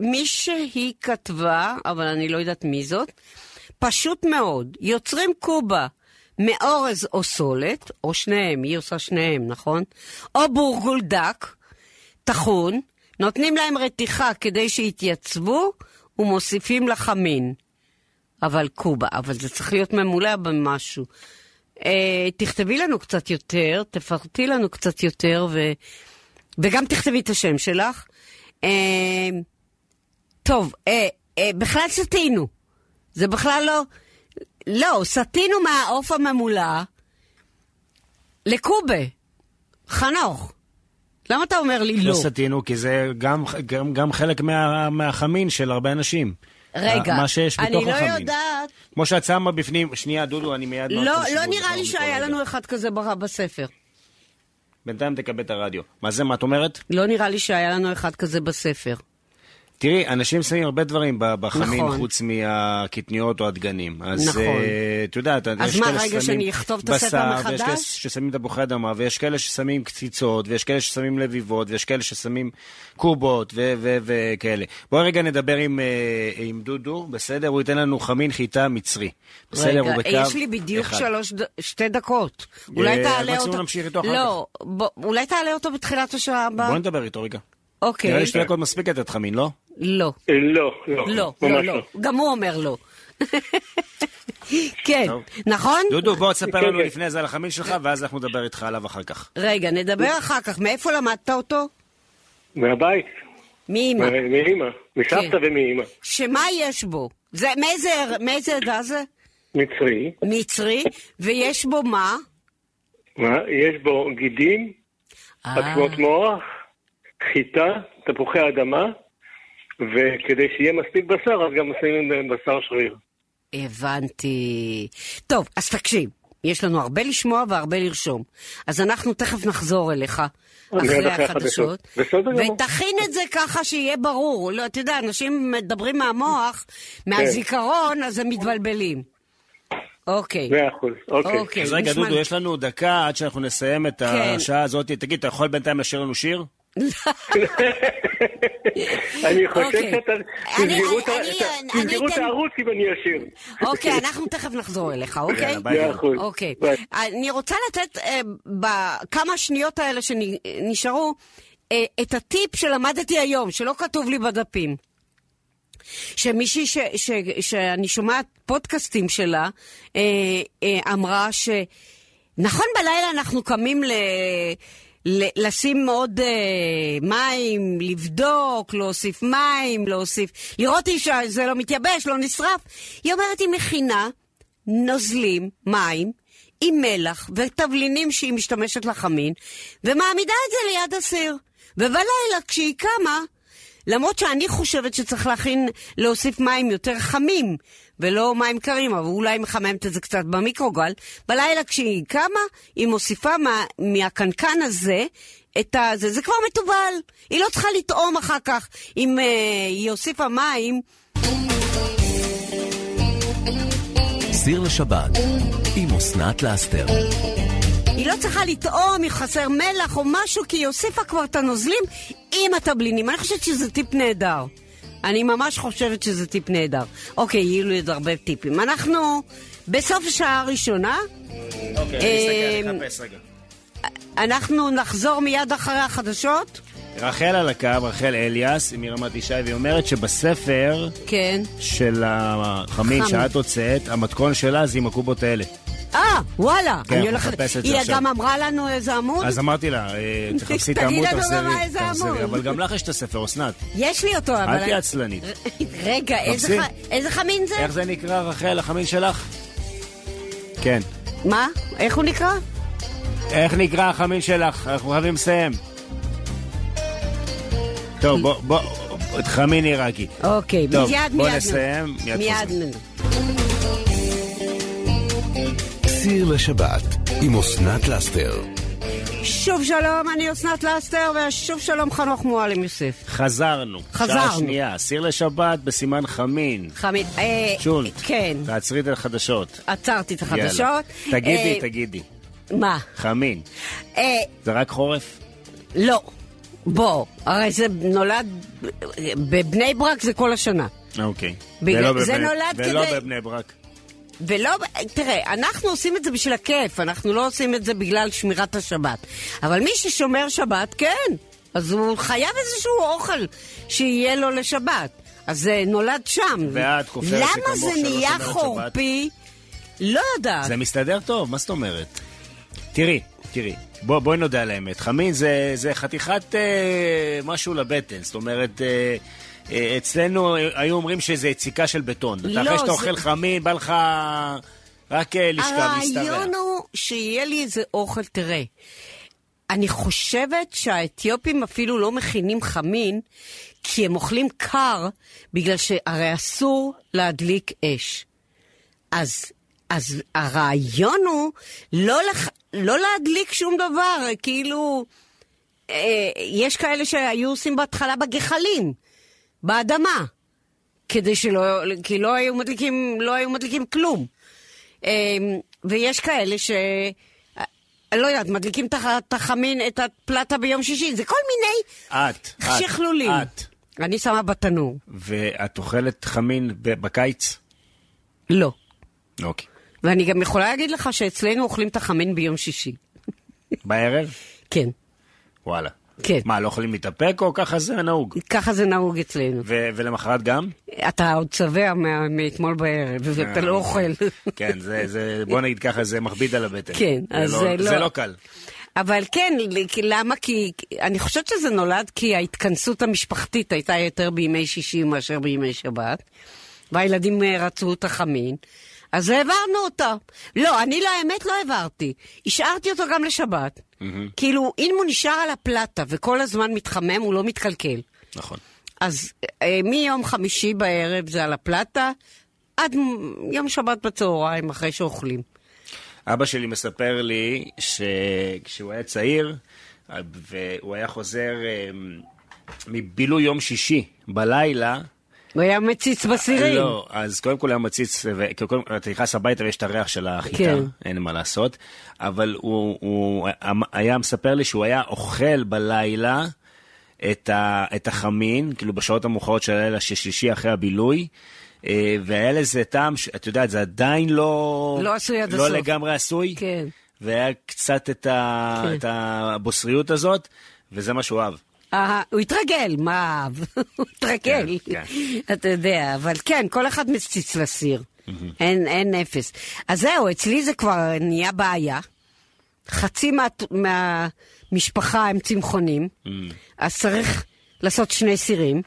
Speaker 2: מי שהיא כתבה, אבל אני לא יודעת מי זאת, פשוט מאוד, יוצרים קובה מאורז או סולת, או שניהם, היא עושה שניהם, נכון? או בורגול דק, טחון, נותנים להם רתיחה כדי שיתייצבו, ומוסיפים לחמין. אבל קובה, אבל זה צריך להיות ממולא במשהו. אה, תכתבי לנו קצת יותר, תפרטי לנו קצת יותר, ו... וגם תכתבי את השם שלך. אה, טוב, אה, אה, בכלל סטינו. זה בכלל לא... לא, סטינו מהעוף הממולא לקובה. חנוך, למה אתה אומר לי
Speaker 3: לא
Speaker 2: לא?
Speaker 3: סטינו, כי זה גם, גם, גם חלק מה, מהחמין של הרבה אנשים.
Speaker 2: רגע,
Speaker 3: מה שיש
Speaker 2: אני
Speaker 3: בתוך
Speaker 2: לא
Speaker 3: החמין.
Speaker 2: יודעת...
Speaker 3: כמו שאת שמה בפנים, שנייה, דודו, אני מיד...
Speaker 2: לא,
Speaker 3: מעדכן
Speaker 2: לא
Speaker 3: שידור,
Speaker 2: נראה לי
Speaker 3: מכל
Speaker 2: שהיה
Speaker 3: רגע.
Speaker 2: לנו אחד כזה ב- בספר.
Speaker 3: בינתיים תקבל את הרדיו. מה זה, מה את אומרת?
Speaker 2: לא נראה לי שהיה לנו אחד כזה בספר.
Speaker 3: תראי, אנשים שמים הרבה דברים ב- בחמין,
Speaker 2: נכון.
Speaker 3: נכון. חוץ מהקטניות או הדגנים. אז,
Speaker 2: נכון.
Speaker 3: אה, את יודעת,
Speaker 2: אז
Speaker 3: יש
Speaker 2: מה,
Speaker 3: כאלה
Speaker 2: רגע,
Speaker 3: ששמים
Speaker 2: שאני אכתוב את הספר
Speaker 3: בשר,
Speaker 2: מחדש?
Speaker 3: ויש כאלה ששמים תפוחי אדמה, ויש כאלה ששמים קציצות, ויש כאלה ששמים לביבות, ויש כאלה ששמים קובות ו- ו- וכאלה. בואי רגע נדבר עם, אה, עם דודו, בסדר? הוא ייתן לנו חמין חיטה מצרי. בסדר,
Speaker 2: רגע,
Speaker 3: הוא בקו
Speaker 2: יש לי בדיוק
Speaker 3: אחד.
Speaker 2: שלוש, ד- שתי דקות.
Speaker 3: אה,
Speaker 2: אולי תעלה
Speaker 3: מקסימום
Speaker 2: אותו...
Speaker 3: נמשיך איתו אחר
Speaker 2: לא, בוא- אולי תעלה אותו בתחילת השעה הבאה.
Speaker 3: בואי נדבר איתו רגע. נראה
Speaker 2: אוקיי.
Speaker 3: לי שתי דקות מספיק לתת חמין, לא?
Speaker 2: לא,
Speaker 5: לא,
Speaker 2: לא, לא, לא. גם הוא אומר לא. כן,
Speaker 3: טוב.
Speaker 2: נכון?
Speaker 3: דודו, בוא תספר לנו
Speaker 2: כן.
Speaker 3: לפני זה על החמין שלך, ואז אנחנו נדבר איתך עליו אחר כך.
Speaker 2: רגע, נדבר אחר כך. מאיפה למדת אותו?
Speaker 5: מהבית,
Speaker 2: מאמא.
Speaker 5: מאימא,
Speaker 2: מסבתא
Speaker 5: ומאימא.
Speaker 2: שמה יש בו? זה, מאיזה- מאיזה עדה זה?
Speaker 5: מצרי,
Speaker 2: מצרי, ויש בו מה?
Speaker 5: יש בו גידים,
Speaker 2: אה.
Speaker 5: עצמות מוח, חיטה, תפוחי אדמה, וכדי שיהיה מספיק בשר, אז גם עושים בשר שריר.
Speaker 2: הבנתי. טוב, אז תקשיב, יש לנו הרבה לשמוע והרבה לרשום. אז אנחנו תכף נחזור אליך, אחרי
Speaker 5: אחרי
Speaker 2: החדשות.
Speaker 5: החדשות. בסדר גמור.
Speaker 2: ותכין את זה ככה שיהיה ברור. לא, אתה יודע, אנשים מדברים מהמוח,
Speaker 5: כן.
Speaker 2: מהזיכרון, אז הם מתבלבלים. אוקיי.
Speaker 5: מאה אחוז, אוקיי.
Speaker 2: אוקיי.
Speaker 3: אז רגע,
Speaker 2: נשמע-
Speaker 3: דודו, יש לנו דקה עד שאנחנו נסיים את
Speaker 2: כן.
Speaker 3: השעה הזאת. תגיד, אתה יכול בינתיים לשיר לנו שיר?
Speaker 5: אני חושב
Speaker 2: אוקיי.
Speaker 5: שאתה...
Speaker 2: אני-
Speaker 5: תסגרו את ה-
Speaker 2: אני-
Speaker 5: את ה-
Speaker 2: אני-
Speaker 5: תסגרו
Speaker 2: אני
Speaker 5: את
Speaker 2: אתן-
Speaker 5: הערוץ אם אני אשיר.
Speaker 2: אוקיי, אנחנו תכף נחזור אליך, אוקיי?
Speaker 3: יאללה, ביי.
Speaker 5: מאה אחוז.
Speaker 2: אוקיי.
Speaker 5: ביי.
Speaker 2: אני רוצה לתת אה, בכמה שניות האלה שנשארו אה, את הטיפ שלמדתי היום, שלא כתוב לי בדפים. שמישהי ש, ש, שאני שומעת פודקאסטים שלה, אה, אה, אמרה ש... נכון בלילה אנחנו קמים ל... ל- לשים עוד אה, מים, לבדוק, להוסיף מים, להוסיף... לראות אם שזה לא מתייבש, לא נשרף. היא אומרת, היא מכינה נוזלים, מים, עם מלח ותבלינים שהיא משתמשת לחמין, ומעמידה את זה ליד הסיר. ובלילה, כשהיא קמה, למרות שאני חושבת שצריך להכין, להוסיף מים יותר חמים, ולא מים קרים, אבל אולי מחממת את זה קצת במיקרוגל. בלילה כשהיא קמה, היא מוסיפה מה, מהקנקן הזה את ה... זה, זה כבר מתובל. היא לא צריכה לטעום אחר כך אם אה, היא הוסיפה מים.
Speaker 1: סיר לשבת עם אסנת לאסתר.
Speaker 2: היא לא צריכה לטעום אם חסר מלח או משהו, כי היא הוסיפה כבר את הנוזלים עם התבלינים. אני חושבת שזה טיפ נהדר. אני ממש חושבת שזה טיפ נהדר. אוקיי, יהיו לי עוד הרבה טיפים. אנחנו בסוף השעה הראשונה,
Speaker 3: אוקיי,
Speaker 2: אני אסתכל, נחפש
Speaker 3: רגע.
Speaker 2: אנחנו נחזור מיד אחרי החדשות.
Speaker 3: רחל על הקו, רחל אליאס, היא מרמת ישי, והיא אומרת שבספר
Speaker 2: כן.
Speaker 3: של החמין
Speaker 2: חמין.
Speaker 3: שאת הוצאת, המתכון שלה זה עם הקובות האלה.
Speaker 2: אה, וואלה.
Speaker 3: כן,
Speaker 2: אני
Speaker 3: אנחנו נחפש את זה
Speaker 2: היא
Speaker 3: עכשיו.
Speaker 2: גם אמרה לנו איזה עמוד.
Speaker 3: אז אמרתי לה, אה, תחפשי את
Speaker 2: תגיד
Speaker 3: העמוד,
Speaker 2: לנו
Speaker 3: תחזרי.
Speaker 2: במה איזה
Speaker 3: תחזרי.
Speaker 2: עמוד.
Speaker 3: אבל גם לך יש את הספר, אסנת.
Speaker 2: יש לי אותו, אבל...
Speaker 3: אל תהיי עצלנית.
Speaker 2: רגע, איזה
Speaker 3: תחפשי.
Speaker 2: ח- איזה חמין זה?
Speaker 3: איך זה נקרא, רחל, החמין שלך? כן.
Speaker 2: מה? איך הוא נקרא?
Speaker 3: איך נקרא החמין שלך? אנחנו חייבים לסיים. טוב, בוא, בוא, את חמין עיראקי.
Speaker 2: אוקיי,
Speaker 3: טוב,
Speaker 2: מיד,
Speaker 3: בוא
Speaker 2: מיד
Speaker 3: נסיים,
Speaker 2: נ-
Speaker 3: מיד
Speaker 2: מיד
Speaker 3: חוזרים.
Speaker 2: נ-
Speaker 1: סיר לשבת עם אסנת לאסתר.
Speaker 2: שוב שלום, אני אסנת לסטר, ושוב שלום חנוך מועלם יוסף.
Speaker 3: חזרנו. שעה
Speaker 2: חזרנו.
Speaker 3: שנייה, סיר לשבת בסימן חמין.
Speaker 2: חמית, אה,
Speaker 3: שולט.
Speaker 2: כן,
Speaker 3: תעצרי את החדשות.
Speaker 2: עצרתי את
Speaker 3: יאללה.
Speaker 2: החדשות.
Speaker 3: תגידי,
Speaker 2: אה,
Speaker 3: תגידי.
Speaker 2: מה?
Speaker 3: חמין.
Speaker 2: אה,
Speaker 3: זה רק חורף?
Speaker 2: לא. בוא, הרי זה נולד, אה, בבני ברק זה כל השנה.
Speaker 3: אוקיי.
Speaker 2: בגלל-
Speaker 3: ולא
Speaker 2: זה
Speaker 3: בבני-
Speaker 2: נולד
Speaker 3: ולא
Speaker 2: כדי-
Speaker 3: בבני ברק.
Speaker 2: ולא, תראה, אנחנו עושים את זה בשביל הכיף, אנחנו לא עושים את זה בגלל שמירת השבת. אבל מי ששומר שבת, כן. אז הוא חייב איזשהו אוכל שיהיה לו לשבת. אז זה נולד שם.
Speaker 3: ואת כופרת
Speaker 2: למה
Speaker 3: שכמוך
Speaker 2: זה
Speaker 3: שלא
Speaker 2: נהיה
Speaker 3: שומרת שבת?
Speaker 2: חורפי? לא יודעת.
Speaker 3: זה מסתדר טוב, מה זאת אומרת? תראי, תראי, בוא, בואי נודה על האמת. חמין זה, זה חתיכת אה, משהו לבטן, זאת אומרת... אה, אה, אצלנו אה, היו אומרים שזה יציקה של בטון.
Speaker 2: לא,
Speaker 3: אתה אחרי שאתה
Speaker 2: זה-
Speaker 3: אוכל חמין, בא לך רק אה, לשכב, להסתרע.
Speaker 2: הרעיון הוא שיהיה לי איזה אוכל, תראה. אני חושבת שהאתיופים אפילו לא מכינים חמין, כי הם אוכלים קר, בגלל שהרי אסור להדליק אש. אז, אז הרעיון הוא לא, לח, לא להדליק שום דבר, כאילו, אה, יש כאלה שהיו עושים בהתחלה בגחלים, באדמה, כדי שלא, כי לא היו מדליקים, לא היו מדליקים כלום. אה, ויש כאלה ש... אה, לא יודעת, מדליקים את הח- את החמין, את הפלטה ביום שישי, זה כל מיני
Speaker 3: את, את,
Speaker 2: שכלולים.
Speaker 3: את.
Speaker 2: אני שמה בתנור.
Speaker 3: ואת אוכלת חמין ב- בקיץ?
Speaker 2: לא.
Speaker 3: אוקיי.
Speaker 2: ואני גם יכולה להגיד לך שאצלנו אוכלים את החמין ביום שישי.
Speaker 3: בערב?
Speaker 2: כן.
Speaker 3: וואלה.
Speaker 2: כן.
Speaker 3: מה, לא יכולים להתאפק או ככה זה נהוג?
Speaker 2: ככה זה נהוג אצלנו.
Speaker 3: ו- ולמחרת גם?
Speaker 2: אתה עוד שבע מה- מאתמול בערב, ואתה לא אוכל.
Speaker 3: אה, כן, זה, זה, בוא נגיד ככה, זה מכביד על הבטן.
Speaker 2: כן,
Speaker 3: זה
Speaker 2: אז זה לא-
Speaker 3: זה לא קל.
Speaker 2: אבל כן, ל- כי- למה? כי אני חושבת שזה נולד כי ההתכנסות המשפחתית הייתה יותר בימי שישי מאשר בימי שבת, והילדים אה, רצו את החמין, אז העברנו אותו. לא, אני לא, האמת לא העברתי. השארתי אותו גם לשבת. כאילו, אם הוא נשאר על הפלטה וכל הזמן מתחמם, הוא לא מתקלקל.
Speaker 3: נכון.
Speaker 2: אז אה, מיום חמישי בערב זה על הפלטה, עד מ- יום שבת בצהריים אחרי שאוכלים.
Speaker 3: אבא שלי מספר לי שכשהוא היה צעיר, והוא היה חוזר אה, מבילוי יום שישי בלילה,
Speaker 2: הוא היה מציץ בסירים.
Speaker 3: לא, אז קודם כל היה מציץ, ו- כי קודם כל אתה נכנס הביתה ויש את הריח של החיטה,
Speaker 2: כן.
Speaker 3: אין מה לעשות, אבל הוא, הוא היה מספר לי שהוא היה אוכל בלילה את, ה, את החמין, כאילו בשעות המאוחרות של הלילה של שישי אחרי הבילוי. אה, והיה לזה טעם, ש- את יודעת, זה עדיין לא...
Speaker 2: לא עשוי עד
Speaker 3: לא
Speaker 2: הסוף.
Speaker 3: לגמרי עשוי.
Speaker 2: כן.
Speaker 3: והיה קצת את, ה,
Speaker 2: כן.
Speaker 3: את הבוסריות הזאת, וזה מה שהוא אהב.
Speaker 2: אה, הוא התרגל, מה? הוא התרגל.
Speaker 3: כן,
Speaker 2: אתה יודע, אבל כן, כל אחד מציץ לסיר. אין, אין אפס. אז זהו, אצלי זה כבר נהיה בעיה. חצי מה, מהמשפחה הם צמחונים, אז צריך לעשות שני סירים.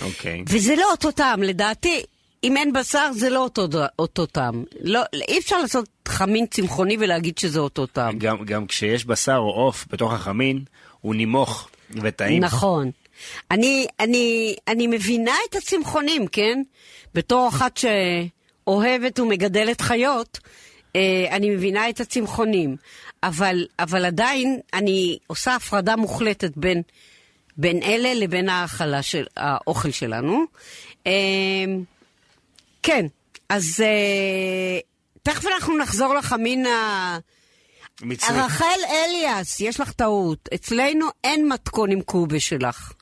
Speaker 3: אוקיי.
Speaker 2: וזה לא אותו טעם, לדעתי, אם אין בשר זה לא אותו, ד- אותו טעם. לא, אי אפשר לעשות חמין צמחוני ולהגיד שזה אותו טעם.
Speaker 3: גם, גם כשיש בשר או עוף בתוך החמין, הוא נימוך וטעים.
Speaker 2: נכון. אני, אני, אני מבינה את הצמחונים, כן? בתור אחת שאוהבת ומגדלת חיות, אה, אני מבינה את הצמחונים. אבל, אבל עדיין אני עושה הפרדה מוחלטת בין, בין אלה לבין ההאכלה של, האוכל שלנו. אה, כן, אז אה, תכף אנחנו נחזור לחמין ה...
Speaker 3: מצרי.
Speaker 2: רחל אליאס, יש לך טעות. אצלנו אין מתכון עם קובה שלך.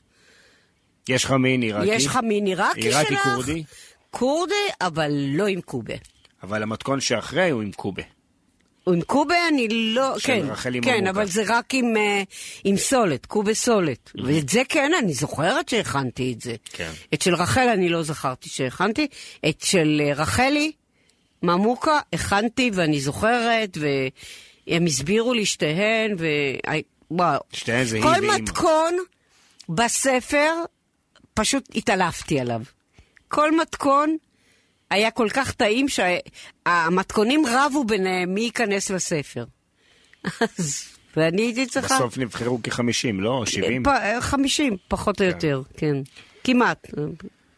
Speaker 3: יש חמין עיראקי.
Speaker 2: יש לך מין עיראקי שלך.
Speaker 3: עיראקי כורדי,
Speaker 2: כורדי, אבל לא עם קובה.
Speaker 3: אבל המתכון שאחרי הוא עם קובה.
Speaker 2: או עם קובה אני לא...
Speaker 3: של
Speaker 2: כן,
Speaker 3: רחל עם
Speaker 2: כן,
Speaker 3: המוקה.
Speaker 2: אבל זה רק עם, אה, עם סולת, קובה סולת. ואת זה כן, אני זוכרת שהכנתי את זה.
Speaker 3: Mm-hmm. כן.
Speaker 2: את של רחל אני לא זכרתי שהכנתי. את של אה, רחלי, ממוקה, הכנתי ואני זוכרת, והם הסבירו לי שתיהן, ו... אה, וואו.
Speaker 3: שתיהן זה היא
Speaker 2: כל
Speaker 3: ואימא.
Speaker 2: מתכון בספר, פשוט התעלפתי עליו. כל מתכון היה כל כך טעים שהמתכונים רבו ביניהם מי ייכנס לספר. אז ואני הייתי צריכה...
Speaker 3: בסוף נבחרו כ-50, לא? 70?
Speaker 2: פ- 50, פחות או יותר, כן. כמעט,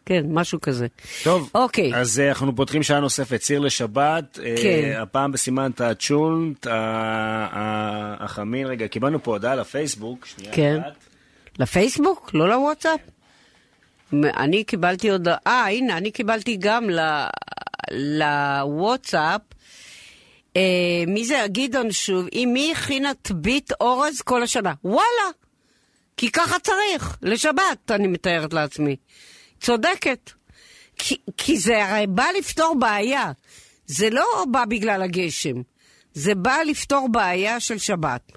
Speaker 2: כן, משהו כזה.
Speaker 3: טוב,
Speaker 2: אוקיי.
Speaker 3: אז אה, אנחנו פותחים שעה נוספת, ציר לשבת. אה,
Speaker 2: כן.
Speaker 3: הפעם בסימן תעצ'ולנט, ה- ה- החמין. רגע, קיבלנו פה הודעה לפייסבוק. שנייה
Speaker 2: כן.
Speaker 3: אחת.
Speaker 2: לפייסבוק? לא לוואטסאפ? מ- אני קיבלתי הודעה, אה, הנה, אני קיבלתי גם ל- לוואטסאפ. אה, מי זה גדעון שוב? אמי הכינה טבית אורז כל השנה. וואלה! כי ככה צריך, לשבת, אני מתארת לעצמי. צודקת. כי, כי זה הרי בא לפתור בעיה. זה לא בא בגלל הגשם, זה בא לפתור בעיה של שבת.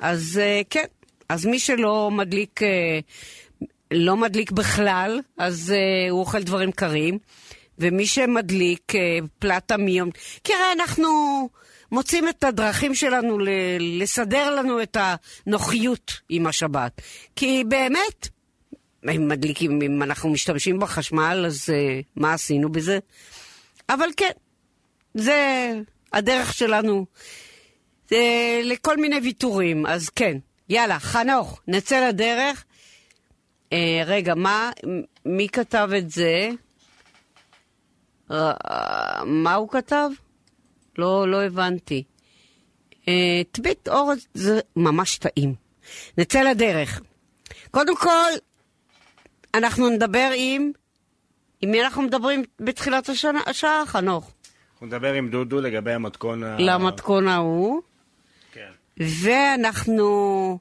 Speaker 2: אז אה, כן, אז מי שלא מדליק, אה, לא מדליק בכלל, אז אה, הוא אוכל דברים קרים, ומי שמדליק אה, פלטה מיום... כי הרי אנחנו מוצאים את הדרכים שלנו ל- לסדר לנו את הנוחיות עם השבת. כי באמת, אם מדליקים, אם אנחנו משתמשים בחשמל, אז אה, מה עשינו בזה? אבל כן, זה הדרך שלנו אה, לכל מיני ויתורים, אז כן. יאללה, חנוך, נצא לדרך. אה, רגע, מה, מ- מי כתב את זה? אה, מה הוא כתב? לא, לא הבנתי. אה, טבית אורז זה ממש טעים. נצא לדרך. קודם כל, אנחנו נדבר עם... עם מי אנחנו מדברים בתחילת השנה, השעה, חנוך?
Speaker 3: אנחנו נדבר עם דודו לגבי המתכון ה...
Speaker 2: למתכון ההוא.
Speaker 3: כן.
Speaker 2: ואנחנו...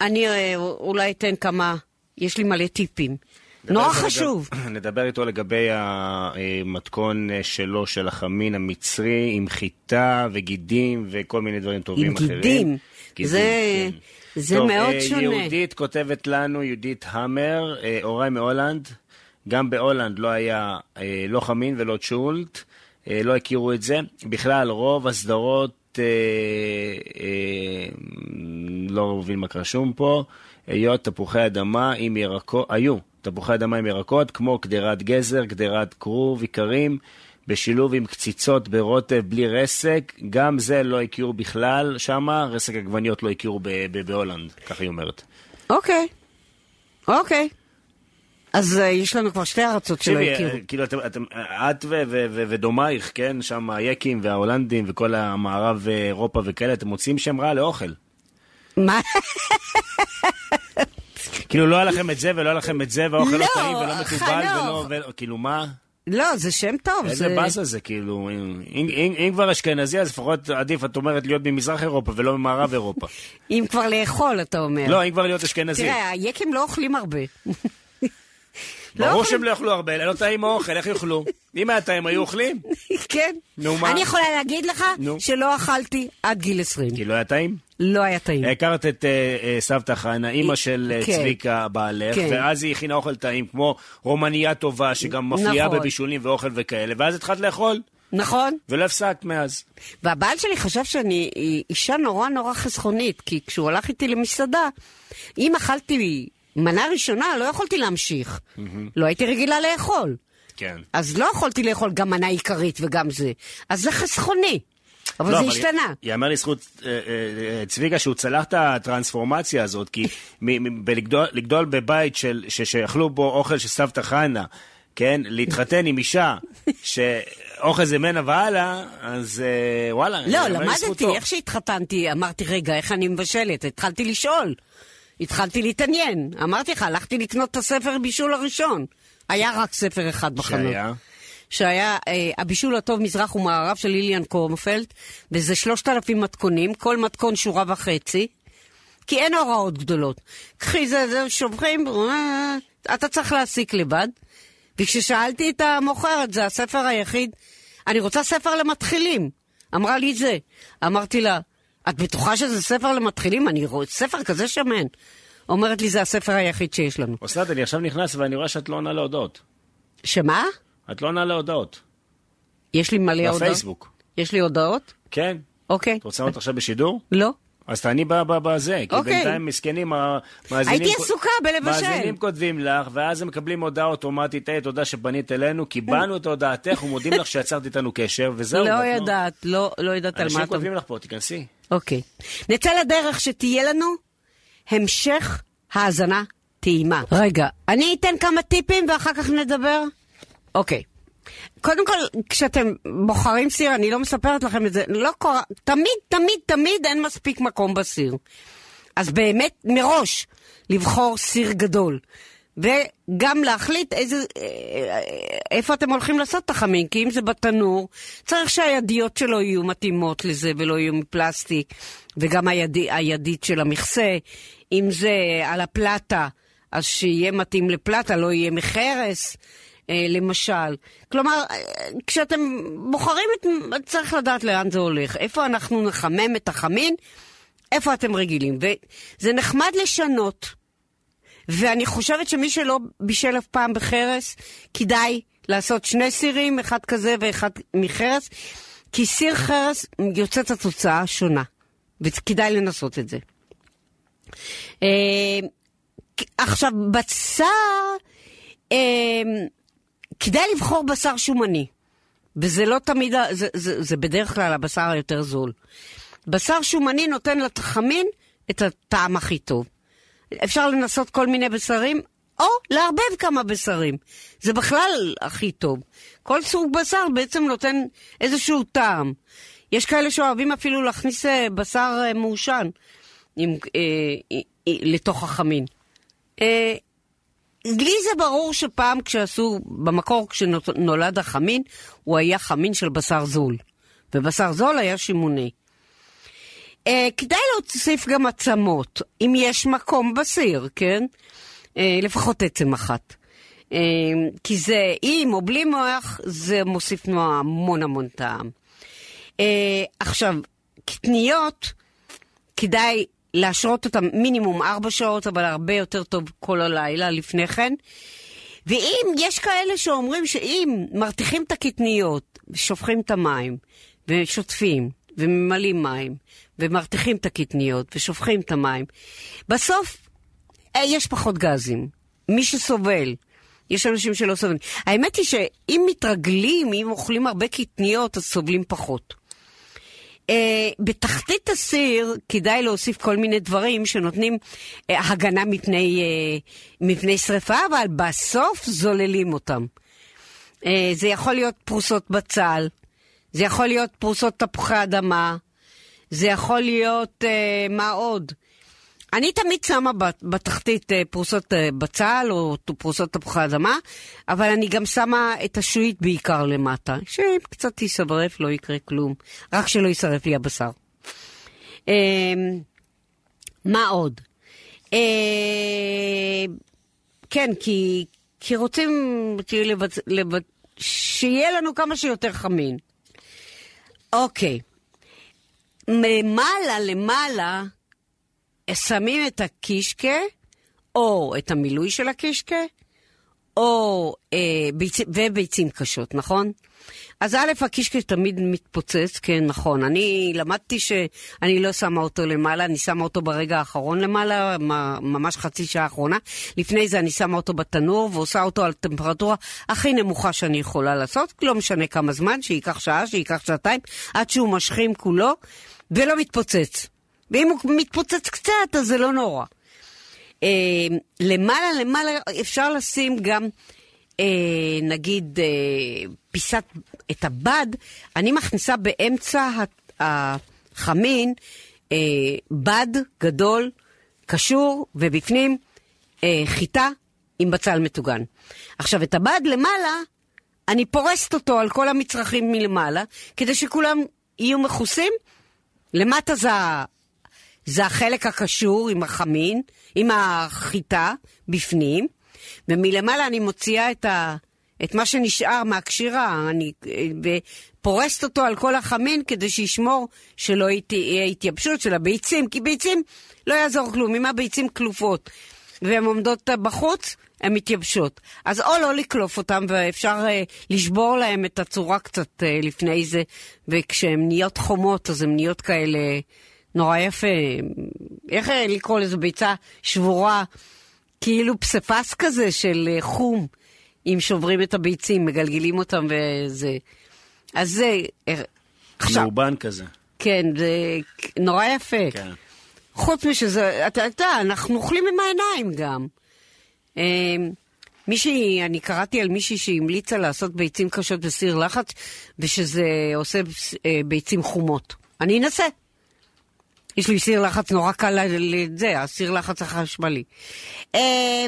Speaker 2: אני אה, אולי אתן כמה... יש לי מלא טיפים.
Speaker 3: נדבר
Speaker 2: נורא
Speaker 3: איתו לגב-
Speaker 2: חשוב.
Speaker 3: נדבר איתו לגבי המתכון אה, שלו, של החמין המצרי, עם חיטה וגידים וכל מיני דברים טובים
Speaker 2: עם
Speaker 3: אחרים.
Speaker 2: גידים. זה-
Speaker 3: כן.
Speaker 2: זה
Speaker 3: טוב,
Speaker 2: מאוד
Speaker 3: אה,
Speaker 2: שונה.
Speaker 3: יהודית כותבת לנו, יהודית המר, אה, הוריי מהולנד, גם בהולנד לא היה אה, לא חמין ולא צ'ולט, אה, לא הכירו את זה. בכלל, רוב הסדרות... אה, אה, לא מבין מה רשום פה, היות תפוחי אדמה עם ירקות, היו תפוחי אדמה עם ירקות, כמו קדרת גזר, קדרת כרוב, איכרים, בשילוב עם קציצות ברוטב בלי רסק, גם זה לא הכירו בכלל שמה, רסק עגבניות לא הכירו ב- ב- בהולנד, ככה היא אומרת.
Speaker 2: אוקיי. אוקיי. אז אה, יש לנו כבר שתי ארצות שלא
Speaker 3: תקשיבי,
Speaker 2: הכירו.
Speaker 3: אה, כאילו, אתם- אתם- את ו- ו- ו- ודומייך, כן, שם היקים וההולנדים וכל המערב אה, אירופה וכאלה, אתם מוצאים שם רע לאוכל. אה,
Speaker 2: מה?
Speaker 3: כאילו, לא היה לכם את זה ולא היה לכם את זה, והאוכל לא
Speaker 2: לא,
Speaker 3: טעים ולא מתובל
Speaker 2: חנוך.
Speaker 3: ולא, ו- כאילו, מה?
Speaker 2: לא, זה שם טוב.
Speaker 3: איזה
Speaker 2: זה-
Speaker 3: באסה זה, כאילו, אם- אם- אם אם כבר אשכנזי, אז לפחות עדיף, את אומרת, להיות ממזרח אירופה ולא ממערב אירופה.
Speaker 2: אם כבר לאכול, אתה אומר.
Speaker 3: לא, אם כבר להיות אשכנזי.
Speaker 2: כן. תראה, היקים לא אוכלים הרבה. לא
Speaker 3: ברור
Speaker 2: אוכלים.
Speaker 3: שהם לא יאכלו הרבה, לא טעים האוכל, איך יאכלו? אם היה טעים, היו אוכלים.
Speaker 2: כן.
Speaker 3: נו, מה?
Speaker 2: אני יכולה להגיד לך
Speaker 3: נו.
Speaker 2: שלא אכלתי עד גיל 20.
Speaker 3: כי לא היה טעים.
Speaker 2: לא היה טעים.
Speaker 3: הכרת את אה, אה, סבתא חנה, אימא של אה,
Speaker 2: כן.
Speaker 3: צביקה בעלך,
Speaker 2: כן.
Speaker 3: ואז היא הכינה אוכל טעים, כמו רומניה טובה, שגם מופיעה
Speaker 2: נכון.
Speaker 3: בבישולים ואוכל וכאלה, ואז התחלת לאכול,
Speaker 2: נכון?
Speaker 3: ולא הפסקת מאז.
Speaker 2: והבעל שלי חשב שאני אישה נורא נורא חסכונית, כי כשהוא הלך איתי למסעדה, אם אכלתי מנה ראשונה, לא יכולתי להמשיך. לא הייתי רגילה לאכול.
Speaker 3: כן.
Speaker 2: אז לא יכולתי לאכול גם מנה עיקרית וגם זה. אז זה חסכוני. אבל
Speaker 3: לא,
Speaker 2: זה השתנה.
Speaker 3: יאמר לזכות אה, אה, אה, צביקה שהוא צלח את הטרנספורמציה הזאת, כי מ- מ- בלגדול לגדול בבית של- ש- שאכלו בו אוכל של סבתא חנה, כן? להתחתן עם אישה שאוכל זה ממנה והלאה, אז אה, וואלה,
Speaker 2: לא,
Speaker 3: יאמר
Speaker 2: למדתי,
Speaker 3: לזכותו.
Speaker 2: איך שהתחתנתי, אמרתי, רגע, איך אני מבשלת? התחלתי לשאול. התחלתי להתעניין. אמרתי לך, הלכתי לקנות את הספר בישול הראשון. היה רק ספר אחד בחנות.
Speaker 3: שהיה?
Speaker 2: שהיה אה, הבישול הטוב מזרח ומערב של ליליאן קורנפלד, וזה 3,000 מתכונים, כל מתכון שורה וחצי, כי אין הוראות גדולות. קחי זה, זה, שופכים, אה, אתה צריך להסיק לבד. וכששאלתי את המוכרת, זה הספר היחיד, אני רוצה ספר למתחילים. אמרה לי זה. אמרתי לה, את בטוחה שזה ספר למתחילים? אני רואה ספר כזה שמן. אומרת לי, זה הספר היחיד שיש לנו.
Speaker 3: אסנת, אני עכשיו נכנס ואני רואה שאת לא עונה להודעות.
Speaker 2: שמה?
Speaker 3: את לא עונה להודעות.
Speaker 2: יש לי לא? מלא הודעות.
Speaker 3: בפייסבוק.
Speaker 2: יש לי הודעות?
Speaker 3: כן?
Speaker 2: אוקיי.
Speaker 3: את רוצה לענות עכשיו בשידור?
Speaker 2: לא.
Speaker 3: אז תעני ב- ב- בזה, כי
Speaker 2: אוקיי.
Speaker 3: בינתיים מסכנים, המאזינים...
Speaker 2: הייתי
Speaker 3: כו-
Speaker 2: עסוקה בלבשל.
Speaker 3: מאזינים כותבים לך, ואז הם מקבלים הודעה אוטומטית, היי, תודה שפנית אלינו, קיבלנו את הודעתך ומודים לך שיצרת איתנו קשר, וזהו.
Speaker 2: לא
Speaker 3: נתנו.
Speaker 2: יודעת, לא לא יודעת על מה
Speaker 3: אנשים
Speaker 2: אתה...
Speaker 3: כותבים לך פה, תיכנסי.
Speaker 2: אוקיי. נצא לדרך שתהיה לנו המשך האזנה טעימה. רגע, אני אתן כמה טיפים ואחר כך נדבר? אוקיי. קודם כל, כשאתם בוחרים סיר, אני לא מספרת לכם את זה, לא קורה, תמיד, תמיד, תמיד אין מספיק מקום בסיר. אז באמת, מראש, לבחור סיר גדול. וגם להחליט איזה, אה, איפה אתם הולכים לעשות את החמין, כי אם זה בתנור, צריך שהידיות שלו יהיו מתאימות לזה ולא יהיו מפלסטיק, וגם היד, הידית של המכסה, אם זה על הפלטה, אז שיהיה מתאים לפלטה, לא יהיה מחרס. אה, למשל. כלומר, אה, כשאתם בוחרים, את, צריך לדעת לאן זה הולך. איפה אנחנו נחמם את החמין, איפה אתם רגילים. וזה נחמד לשנות. ואני חושבת שמי שלא בישל אף פעם בחרס, כדאי לעשות שני סירים, אחד כזה ואחד מחרס, כי סיר חרס יוצאת התוצאה שונה, וכדאי לנסות את זה. אה, עכשיו, בצר, אה, כדאי לבחור בשר שומני, וזה לא תמיד, ה- זה, זה, זה בדרך כלל הבשר היותר זול. בשר שומני נותן לחמין את הטעם הכי טוב. אפשר לנסות כל מיני בשרים, או לערבב כמה בשרים. זה בכלל הכי טוב. כל סוג בשר בעצם נותן איזשהו טעם. יש כאלה שאוהבים אפילו להכניס אה, בשר אה, מעושן עם, אה, אה, אה, לתוך החמין. אה, לי זה ברור שפעם כשעשו, במקור כשנולד החמין, הוא היה חמין של בשר זול. ובשר זול היה שימוני. אה, כדאי להוסיף גם עצמות, אם יש מקום בסיר, כן? אה, לפחות עצם אחת. אה, כי זה עם או בלי מוח, זה מוסיף לנו המון המון טעם. אה, עכשיו, קטניות, כדאי להשרות אותן מינימום ארבע שעות, אבל הרבה יותר טוב כל הלילה לפני כן. ואם יש כאלה שאומרים שאם מרתיחים את הקטניות, שופכים את המים, ושוטפים, וממלאים מים, ומרתיחים את הקטניות, ושופכים את המים, בסוף אה, יש פחות גזים. מי שסובל, יש אנשים שלא סובלים. האמת היא שאם מתרגלים, אם אוכלים הרבה קטניות, אז סובלים פחות. אה, בתחתית הסיר כדאי להוסיף כל מיני דברים שנותנים אה, הגנה מפני, אה, מפני שרפה, אבל בסוף זוללים אותם. אה, זה יכול להיות פרוסות בצל, זה יכול להיות פרוסות תפוחי אדמה, זה יכול להיות, אה, מה עוד? אני תמיד שמה בת- בתחתית אה, פרוסות אה, בצל או ת- פרוסות תפוחי אדמה, אבל אני גם שמה את השועית בעיקר למטה, שאם קצת תישרף לא יקרה כלום, רק שלא יישרף לי הבשר. אה, מה עוד? אה, כן, כי, כי רוצים כאילו לבצ... לבצ... שיהיה לנו כמה שיותר חמין. אוקיי. למעלה, למעלה, שמים את הקישקה, או את המילוי של הקישקה, או אה, ביצים, וביצים קשות, נכון? אז א', הקישקה תמיד מתפוצץ, כן, נכון. אני למדתי שאני לא שמה אותו למעלה, אני שמה אותו ברגע האחרון למעלה, מה- ממש חצי שעה האחרונה. לפני זה אני שמה אותו בתנור ועושה אותו על טמפרטורה הכי נמוכה שאני יכולה לעשות, לא משנה כמה זמן, שייקח שעה, שייקח שעתיים, עד שהוא משכים כולו, ולא מתפוצץ. ואם הוא מתפוצץ קצת, אז זה לא נורא. אה, למעלה למעלה אפשר לשים גם, אה, נגיד, אה, פיסת, את הבד, אני מכניסה באמצע ה- החמין אה, בד גדול, קשור, ובפנים אה, חיטה עם בצל מטוגן. עכשיו, את הבד למעלה, אני פורסת אותו על כל המצרכים מלמעלה, כדי שכולם יהיו מכוסים. למטה זה ה- זה החלק הקשור עם החמין, עם החיטה בפנים, ומלמעלה אני מוציאה את, ה, את מה שנשאר מהקשירה, אני אה, ופורסת אותו על כל החמין כדי שישמור שלא ית- יהיה התייבשות של הביצים, כי ביצים לא יעזור כלום, אם הביצים כלופות והן עומדות בחוץ, הן מתייבשות. אז או לא לקלוף אותן, ואפשר אה, לשבור להן את הצורה קצת אה, לפני זה, וכשהן נהיות חומות אז הן נהיות כאלה... נורא יפה, איך אה, לקרוא לזה ביצה שבורה, כאילו פסיפס כזה של אה, חום, אם שוברים את הביצים, מגלגלים אותם וזה. אז זה, אה, עכשיו,
Speaker 3: מאובן כזה.
Speaker 2: כן, זה נורא יפה.
Speaker 3: כן.
Speaker 2: חוץ משזה, אתה יודע, אנחנו אוכלים עם העיניים גם. אה, מישהי, אני קראתי על מישהי שהמליצה לעשות ביצים קשות בסיר לחץ, ושזה עושה אה, ביצים חומות. אני אנסה. יש לי סיר לחץ נורא קל ל- לזה, הסיר לחץ החשמלי. אה,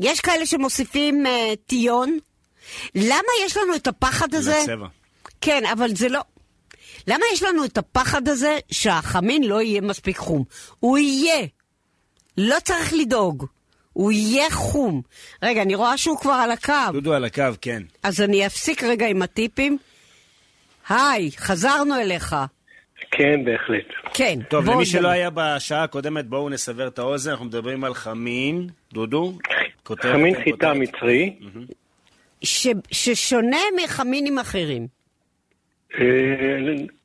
Speaker 2: יש כאלה שמוסיפים אה, טיון. למה יש לנו את הפחד הזה?
Speaker 3: לצבע.
Speaker 2: כן, אבל זה לא... למה יש לנו את הפחד הזה שהחמין לא יהיה מספיק חום? הוא יהיה. לא צריך לדאוג. הוא יהיה חום. רגע, אני רואה שהוא כבר על הקו,
Speaker 3: דודו על הקו, כן.
Speaker 2: אז אני אפסיק רגע עם הטיפים. היי, חזרנו אליך.
Speaker 5: כן, בהחלט.
Speaker 2: כן.
Speaker 3: טוב,
Speaker 2: בוא
Speaker 3: למי
Speaker 2: נדבר.
Speaker 3: שלא היה בשעה הקודמת, בואו נסבר את האוזן, אנחנו מדברים על חמין, דודו. כותב-
Speaker 5: חמין
Speaker 3: כותב-
Speaker 5: חיטה מצרי,
Speaker 2: ש... ששונה מחמינים אחרים.
Speaker 5: אה,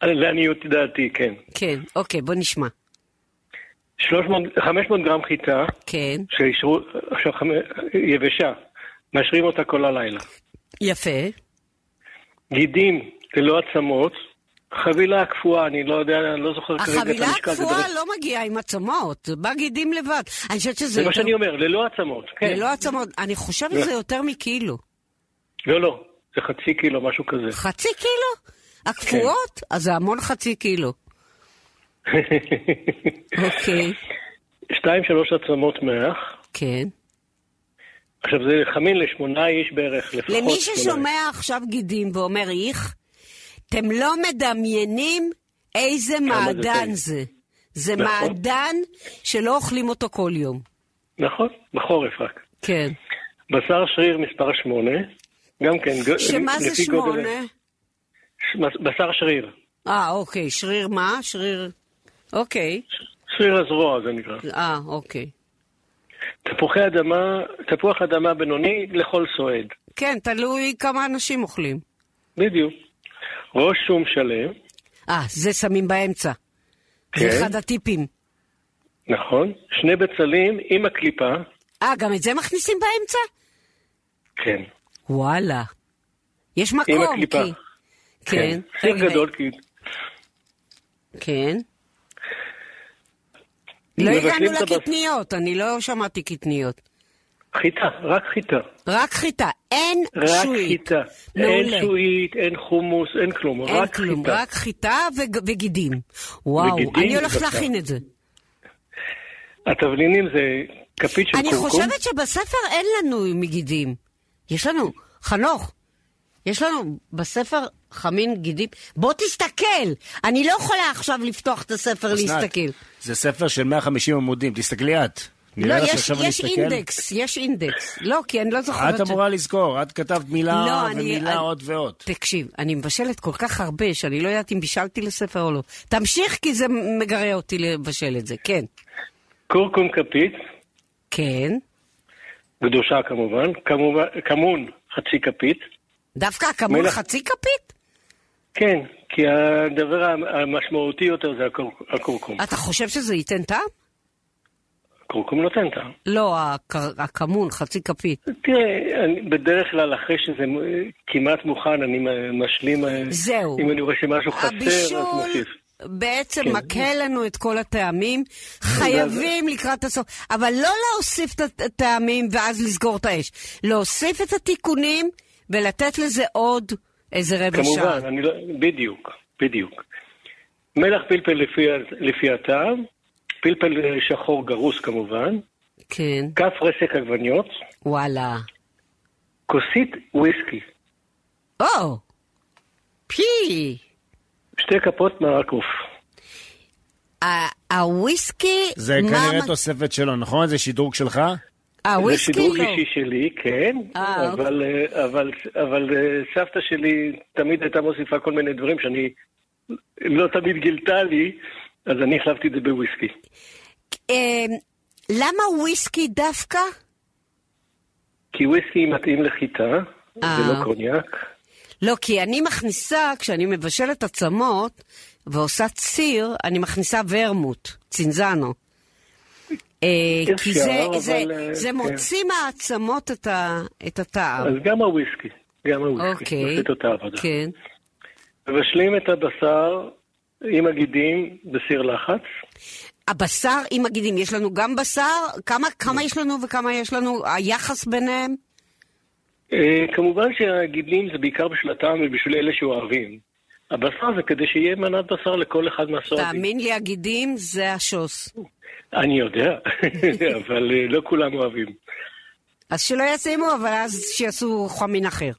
Speaker 5: לעניות דעתי, כן.
Speaker 2: כן, אוקיי, בוא נשמע.
Speaker 5: 300, 500 גרם חיטה,
Speaker 2: כן,
Speaker 5: שאישרו, עכשיו חמ- יבשה, משרים אותה כל הלילה.
Speaker 2: יפה.
Speaker 5: גידים ללא עצמות, חבילה קפואה, אני לא יודע, אני לא זוכר כרגע את
Speaker 2: החבילה
Speaker 5: המשקל. זה
Speaker 2: הקפואה
Speaker 5: דבר-
Speaker 2: לא מגיעה עם עצמות, זה בא גידים לבד. אני חושבת שזה
Speaker 5: זה מה
Speaker 2: יותר-
Speaker 5: שאני אומר, ללא עצמות, כן.
Speaker 2: לא- ללא עצמות, אני חושבת שזה יותר מקילו.
Speaker 5: לא, לא, זה חצי קילו, משהו כזה.
Speaker 2: חצי קילו? הקפואות?
Speaker 5: כן.
Speaker 2: אז זה המון חצי קילו. אוקיי,
Speaker 5: שתיים, שלוש עצמות מח.
Speaker 2: כן.
Speaker 5: עכשיו זה חמין לשמונה איש בערך, לפחות.
Speaker 2: למי
Speaker 5: שמונה
Speaker 2: ששומע עכשיו גידים ואומר איך, אתם לא מדמיינים איזה מעדן
Speaker 5: טעים.
Speaker 2: זה. זה
Speaker 5: נכון.
Speaker 2: מעדן שלא אוכלים אותו כל יום.
Speaker 5: איש. נכון, בחורף רק.
Speaker 2: כן.
Speaker 5: בשר שריר מספר שמונה, גם כן. ג-
Speaker 2: שמה זה
Speaker 5: לפי גודל-
Speaker 2: שמונה?
Speaker 5: ש- בשר שריר.
Speaker 2: אה, אוקיי, שריר מה? שריר... אוקיי.
Speaker 5: שריר הזרוע זה נקרא.
Speaker 2: אה, אוקיי.
Speaker 5: תפוחי אדמה, תפוח אדמה בינוני לכל סועד.
Speaker 2: כן, תלוי כמה אנשים אוכלים.
Speaker 5: בדיוק. ראש שום שלם,
Speaker 2: אה, זה שמים באמצע. זה
Speaker 5: כן.
Speaker 2: אחד הטיפים.
Speaker 5: נכון. שני בצלים עם הקליפה,
Speaker 2: אה, גם את זה מכניסים באמצע?
Speaker 5: כן.
Speaker 2: וואלה. יש מקום,
Speaker 5: עם הקליפה.
Speaker 2: כי... כן.
Speaker 5: סיר
Speaker 2: רגע,
Speaker 5: גדול, כי
Speaker 2: כן. לא
Speaker 5: מבשלים
Speaker 2: הגענו
Speaker 5: את הבש-
Speaker 2: לקטניות, אני לא שמעתי קטניות.
Speaker 5: חיטה, רק חיטה.
Speaker 2: רק חיטה, אין
Speaker 5: רק
Speaker 2: שועית.
Speaker 5: חיטה.
Speaker 2: מעולה.
Speaker 5: אין שועית, אין חומוס, אין כלום,
Speaker 2: אין
Speaker 5: רק
Speaker 2: כלום,
Speaker 5: חיטה.
Speaker 2: רק חיטה וג- וגידים. וואו,
Speaker 5: וגידים
Speaker 2: אני הולכת
Speaker 5: ובשר.
Speaker 2: להכין את זה.
Speaker 5: התבלינים זה כפית של
Speaker 2: אני
Speaker 5: קורקום.
Speaker 2: חושבת שבספר אין לנו מגידים. יש לנו, חנוך, יש לנו בספר חמין גידים. בוא תסתכל! אני לא יכולה עכשיו לפתוח את הספר
Speaker 3: אסנת,
Speaker 2: להסתכל.
Speaker 3: זה ספר של 150 עמודים, תסתכלי את.
Speaker 2: לא,
Speaker 3: נראה לך
Speaker 2: יש,
Speaker 3: שעכשיו אני
Speaker 2: יש
Speaker 3: אסתכל?
Speaker 2: אינדקס, יש אינדקס. לא, כי אני לא זוכרת...
Speaker 3: את אמורה לזכור, את כתבת מילה
Speaker 2: אני-
Speaker 3: ומילה
Speaker 2: אני-
Speaker 3: עוד ועוד.
Speaker 2: תקשיב, אני מבשלת כל כך הרבה, שאני לא יודעת אם בישלתי לספר או לא. תמשיך, כי זה מגרה אותי לבשל את זה. כן.
Speaker 5: קורקום כפית,
Speaker 2: כן.
Speaker 5: קדושה כמובן, כמובן, כמון חצי כפית.
Speaker 2: דווקא הכמון
Speaker 5: מלח-
Speaker 2: חצי כפית?
Speaker 5: כן, כי הדבר המשמעותי יותר זה הקור- הקורקום.
Speaker 3: כן.
Speaker 2: אתה חושב שזה ייתן טעם?
Speaker 5: הקורקום נותן טעם.
Speaker 2: לא, הכ- הכמון, חצי כפית.
Speaker 5: תראה, אני, בדרך כלל אחרי שזה אה, כמעט מוכן, אני אה, משלים... אה,
Speaker 2: זהו.
Speaker 5: אם אני רואה שמשהו חסר, אז מוסיף.
Speaker 2: בעצם
Speaker 5: כן.
Speaker 2: מקהה לנו את כל הטעמים, חייבים לקראת הסוף, אבל לא להוסיף את הט- הטעמים ואז לסגור את האש. להוסיף את התיקונים ולתת לזה עוד איזה רבע שעה.
Speaker 5: כמובן, אני לא... בדיוק, בדיוק. מלח פלפל לפי, ה- לפי הטעם, פלפל אה, שחור גרוס כמובן,
Speaker 2: כן,
Speaker 5: כף רסק עגבניות,
Speaker 2: וואלה.
Speaker 5: כוסית וויסקי,
Speaker 2: או! פי!
Speaker 5: שתי כפות מרק עוף.
Speaker 2: ה- הוויסקי...
Speaker 3: זה
Speaker 2: מה
Speaker 3: כנראה
Speaker 2: המ-
Speaker 3: תוספת שלו, נכון? זה שדרוג שלך?
Speaker 5: זה
Speaker 2: הוויסקי
Speaker 5: שדרוג
Speaker 2: לא.
Speaker 5: אישי שלי, כן,
Speaker 2: אה,
Speaker 5: אבל, אה, אבל, אבל אה, סבתא שלי תמיד הייתה מוסיפה כל מיני דברים שאני לא תמיד גילתה לי, אז אני החלפתי את זה בוויסקי.
Speaker 2: אה, למה וויסקי דווקא?
Speaker 5: כי וויסקי מתאים לחיטה,
Speaker 2: אה.
Speaker 5: זה לא קוניאק.
Speaker 2: לא, כי אני מכניסה, כשאני מבשלת עצמות, ועושה ציר, אני מכניסה ורמוט, צינזנו. אה,
Speaker 5: אפשר,
Speaker 2: כי זה,
Speaker 5: אבל,
Speaker 2: זה,
Speaker 5: אה,
Speaker 2: זה
Speaker 5: כן.
Speaker 2: מוציא מהעצמות את, ה, את הטעם.
Speaker 5: אז גם הוויסקי, גם הוויסקי,
Speaker 2: אוקיי.
Speaker 5: עושה את אותה עבודה.
Speaker 2: כן,
Speaker 5: מבשלים את הבשר עם הגידים בסיר לחץ.
Speaker 2: הבשר, אם מגידים, יש לנו גם בשר? כמה, כמה יש לנו וכמה יש לנו? היחס ביניהם?
Speaker 5: אה, כמובן שהגידים זה בעיקר בשביל הטעם ובשביל אלה שאוהבים. הבשר זה כדי שיהיה מנת בשר לכל אחד מהסועדים.
Speaker 2: תאמין לי, הגידים זה השוס.
Speaker 5: אני יודע, אבל אה, לא כולם אוהבים.
Speaker 2: אז שלא ישימו, אבל אז שיעשו חמין אחר.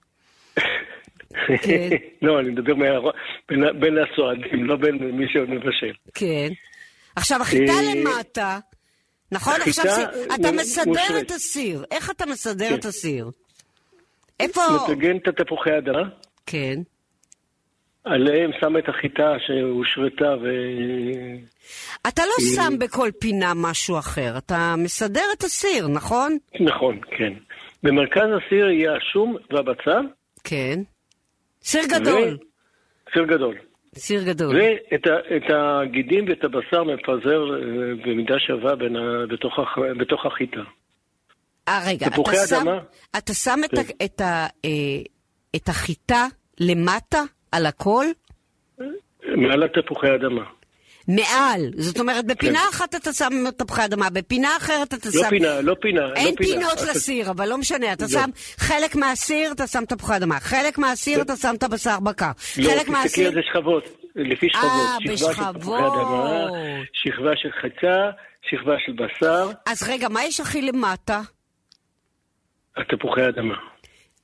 Speaker 2: כן.
Speaker 5: לא, אני מדבר מה- בין- בין הסועדים, לא בין מי שמבשל.
Speaker 2: כן. עכשיו, החיטה
Speaker 5: אה,
Speaker 2: למטה, נכון?
Speaker 5: החיטה
Speaker 2: עכשיו, ש- אתה
Speaker 5: מ-
Speaker 2: מסדר
Speaker 5: מושרית.
Speaker 2: את הסיר. איך אתה מסדר
Speaker 5: כן.
Speaker 2: את הסיר? איפה...
Speaker 5: מטגן את התפוחי אדמה,
Speaker 2: כן.
Speaker 5: עליהם שם את החיטה שהושרתה ו...
Speaker 2: אתה לא
Speaker 5: אה,
Speaker 2: שם בכל פינה משהו אחר, אתה מסדר את הסיר, נכון?
Speaker 5: נכון, כן. במרכז הסיר יהיה השום והבצל.
Speaker 2: כן. סיר גדול.
Speaker 5: ו- סיר גדול.
Speaker 2: סיר גדול.
Speaker 5: ואת ה- את הגידים ואת הבשר מפזר אה, במידה שווה בין ה- בתוך הח- בתוך החיטה.
Speaker 2: אה, רגע,
Speaker 5: תפוחי
Speaker 2: אתה שם,
Speaker 5: אדמה.
Speaker 2: אתה שם את,
Speaker 5: כן.
Speaker 2: ה, את, ה, אה, את החיטה למטה על הכל?
Speaker 5: מעל התפוחי לא אדמה.
Speaker 2: מעל. זאת אומרת, בפינה אחת אתה שם תפוחי אדמה, בפינה אחרת אתה
Speaker 5: כן. לא
Speaker 2: שם...
Speaker 5: פינה, לא פינה, לא פינה.
Speaker 2: אין פינות
Speaker 5: אתה-
Speaker 2: לסיר, אבל לא משנה, אתה
Speaker 5: לא.
Speaker 2: שם חלק מהסיר, אתה שם תפוחי אדמה, חלק מהסיר, אתה שם את הבשר בקר,
Speaker 5: לא,
Speaker 2: חלק
Speaker 5: תסתכלי על
Speaker 2: מהסיר...
Speaker 5: זה שכבות, לפי שכבות.
Speaker 2: אה,
Speaker 5: שכבה של תפוחי אדמה,
Speaker 2: בשכבות.
Speaker 5: שכבה של חצה, שכבה של בשר,
Speaker 2: אז רגע, מה יש הכי למטה?
Speaker 5: התפוחי אדמה.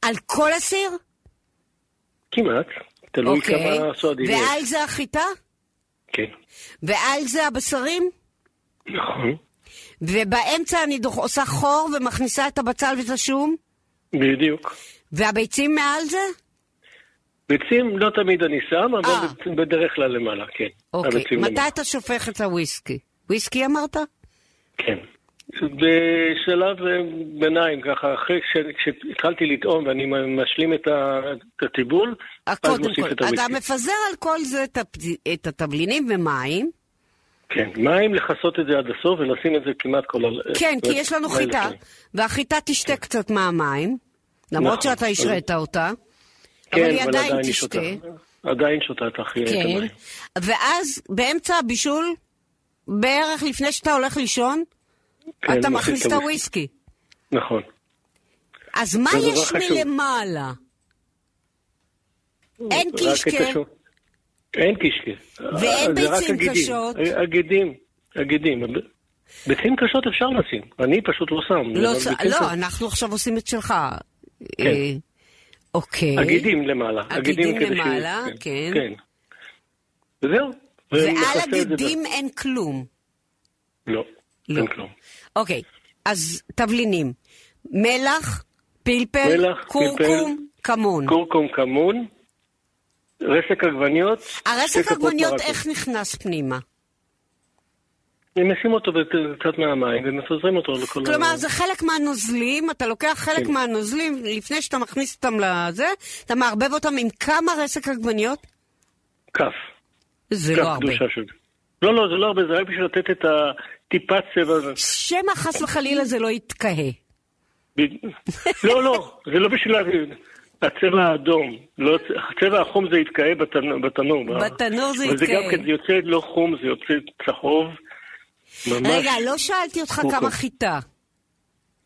Speaker 2: על כל הסיר?
Speaker 5: כמעט, תלוי
Speaker 2: אוקיי.
Speaker 5: לא, כמה סועדים יש.
Speaker 2: ועל זה החיטה?
Speaker 5: כן,
Speaker 2: ועל זה הבשרים?
Speaker 5: נכון.
Speaker 2: ובאמצע אני דוח, עושה חור ומכניסה את הבצל ואת השום,
Speaker 5: בדיוק.
Speaker 2: והביצים מעל זה?
Speaker 5: ביצים לא תמיד אני שם,
Speaker 2: אה.
Speaker 5: אבל ביצים בדרך כלל למעלה, כן.
Speaker 2: אוקיי.
Speaker 5: הביצים
Speaker 2: מתי
Speaker 5: למעלה.
Speaker 2: אתה שופך את הוויסקי? וויסקי אמרת?
Speaker 5: כן. בשלב אה, ביניים, ככה, אחרי כש- כשהתחלתי לטעום ואני משלים את ה- את הטיבול, אז
Speaker 2: קודם
Speaker 5: מוסיף
Speaker 2: כל.
Speaker 5: את הוויסקי.
Speaker 2: אתה מפזר על כל זה את הפ- את התבלינים ומים.
Speaker 5: כן, מים לכסות את זה עד הסוף ולשים את זה כמעט כל ה...
Speaker 2: כן, כי יש לנו
Speaker 5: לילה
Speaker 2: חיטה,
Speaker 5: שלם.
Speaker 2: והחיטה תשתה קצת מהמים, למרות
Speaker 5: כן. נכון.
Speaker 2: שאתה השרית אותה, אבל
Speaker 5: כן,
Speaker 2: היא עדיין
Speaker 5: היא
Speaker 2: תשתה.
Speaker 5: שותה. עדיין שותה את החיטה.
Speaker 2: כן. ואז באמצע הבישול, בערך לפני שאתה הולך לישון,
Speaker 5: כן,
Speaker 2: אתה
Speaker 5: מכניס
Speaker 2: מכניס
Speaker 5: את
Speaker 2: את
Speaker 5: הוויסקי.
Speaker 2: הוויסקי.
Speaker 5: נכון.
Speaker 2: אז מה
Speaker 5: זה דבר
Speaker 2: יש
Speaker 5: חשוב.
Speaker 2: מלמעלה? אין
Speaker 5: אה, רק
Speaker 2: קישקה,
Speaker 5: את השום. אין קישקה.
Speaker 2: ואין
Speaker 5: זה רק
Speaker 2: ביצים
Speaker 5: הגידים. אה,
Speaker 2: קשות.
Speaker 5: הגידים, הגידים. ביצים קשות אפשר לשים, אני פשוט לא שם.
Speaker 2: לא,
Speaker 5: אבל
Speaker 2: ס-
Speaker 5: ביצים
Speaker 2: לא,
Speaker 5: קשות.
Speaker 2: אנחנו עכשיו עושים את שלך. אה, אוקיי.
Speaker 5: כן. הגידים למעלה.
Speaker 2: הגידים
Speaker 5: כדי ש-
Speaker 2: למעלה, כן.
Speaker 5: כן. וזהו.
Speaker 2: ועל
Speaker 5: ומכסה את זה ב-
Speaker 2: הגידים אין כלום.
Speaker 5: לא,
Speaker 2: לא.
Speaker 5: אין כלום.
Speaker 2: אוקיי, אז תבלינים. מלח, פלפל,
Speaker 5: מלח,
Speaker 2: כורכום,
Speaker 5: פלפל.
Speaker 2: כן, כמון.
Speaker 5: כורכום כמון, רסק עגבניות. שתי
Speaker 2: הרסק
Speaker 5: כפות
Speaker 2: עגבניות,
Speaker 5: מרק.
Speaker 2: איך נכנס פנימה?
Speaker 5: הם ישים אותו בת- קצת מהמים ומפזרים אותו לכל
Speaker 2: כלומר, זה חלק מהנוזלים, אתה לוקח חלק
Speaker 5: כן.
Speaker 2: מהנוזלים, לפני שאתה מכניס אותם לזה, אתה מערבב אותם עם כמה רסק עגבניות?
Speaker 5: כף.
Speaker 2: זה
Speaker 5: כף
Speaker 2: לא הרבה.
Speaker 5: קדושה של זה. לא, לא, זה לא הרבה, זה רק בשביל לתת את הטיפת צבע. הזה.
Speaker 2: שמא חס וחלילה זה לא יתקהה.
Speaker 5: ב- לא, לא, זה לא בשביל ה- הצבע האדום. לא, הצבע החום זה יתקהה בתנ- בתנור.
Speaker 2: בתנור זה
Speaker 5: אבל זה גם
Speaker 2: יתקהה.
Speaker 5: כן, זה יוצא לא חום, זה יוצא צהוב. ממש
Speaker 2: רגע, לא שאלתי אותך
Speaker 5: אוקיי.
Speaker 2: כמה חיטה.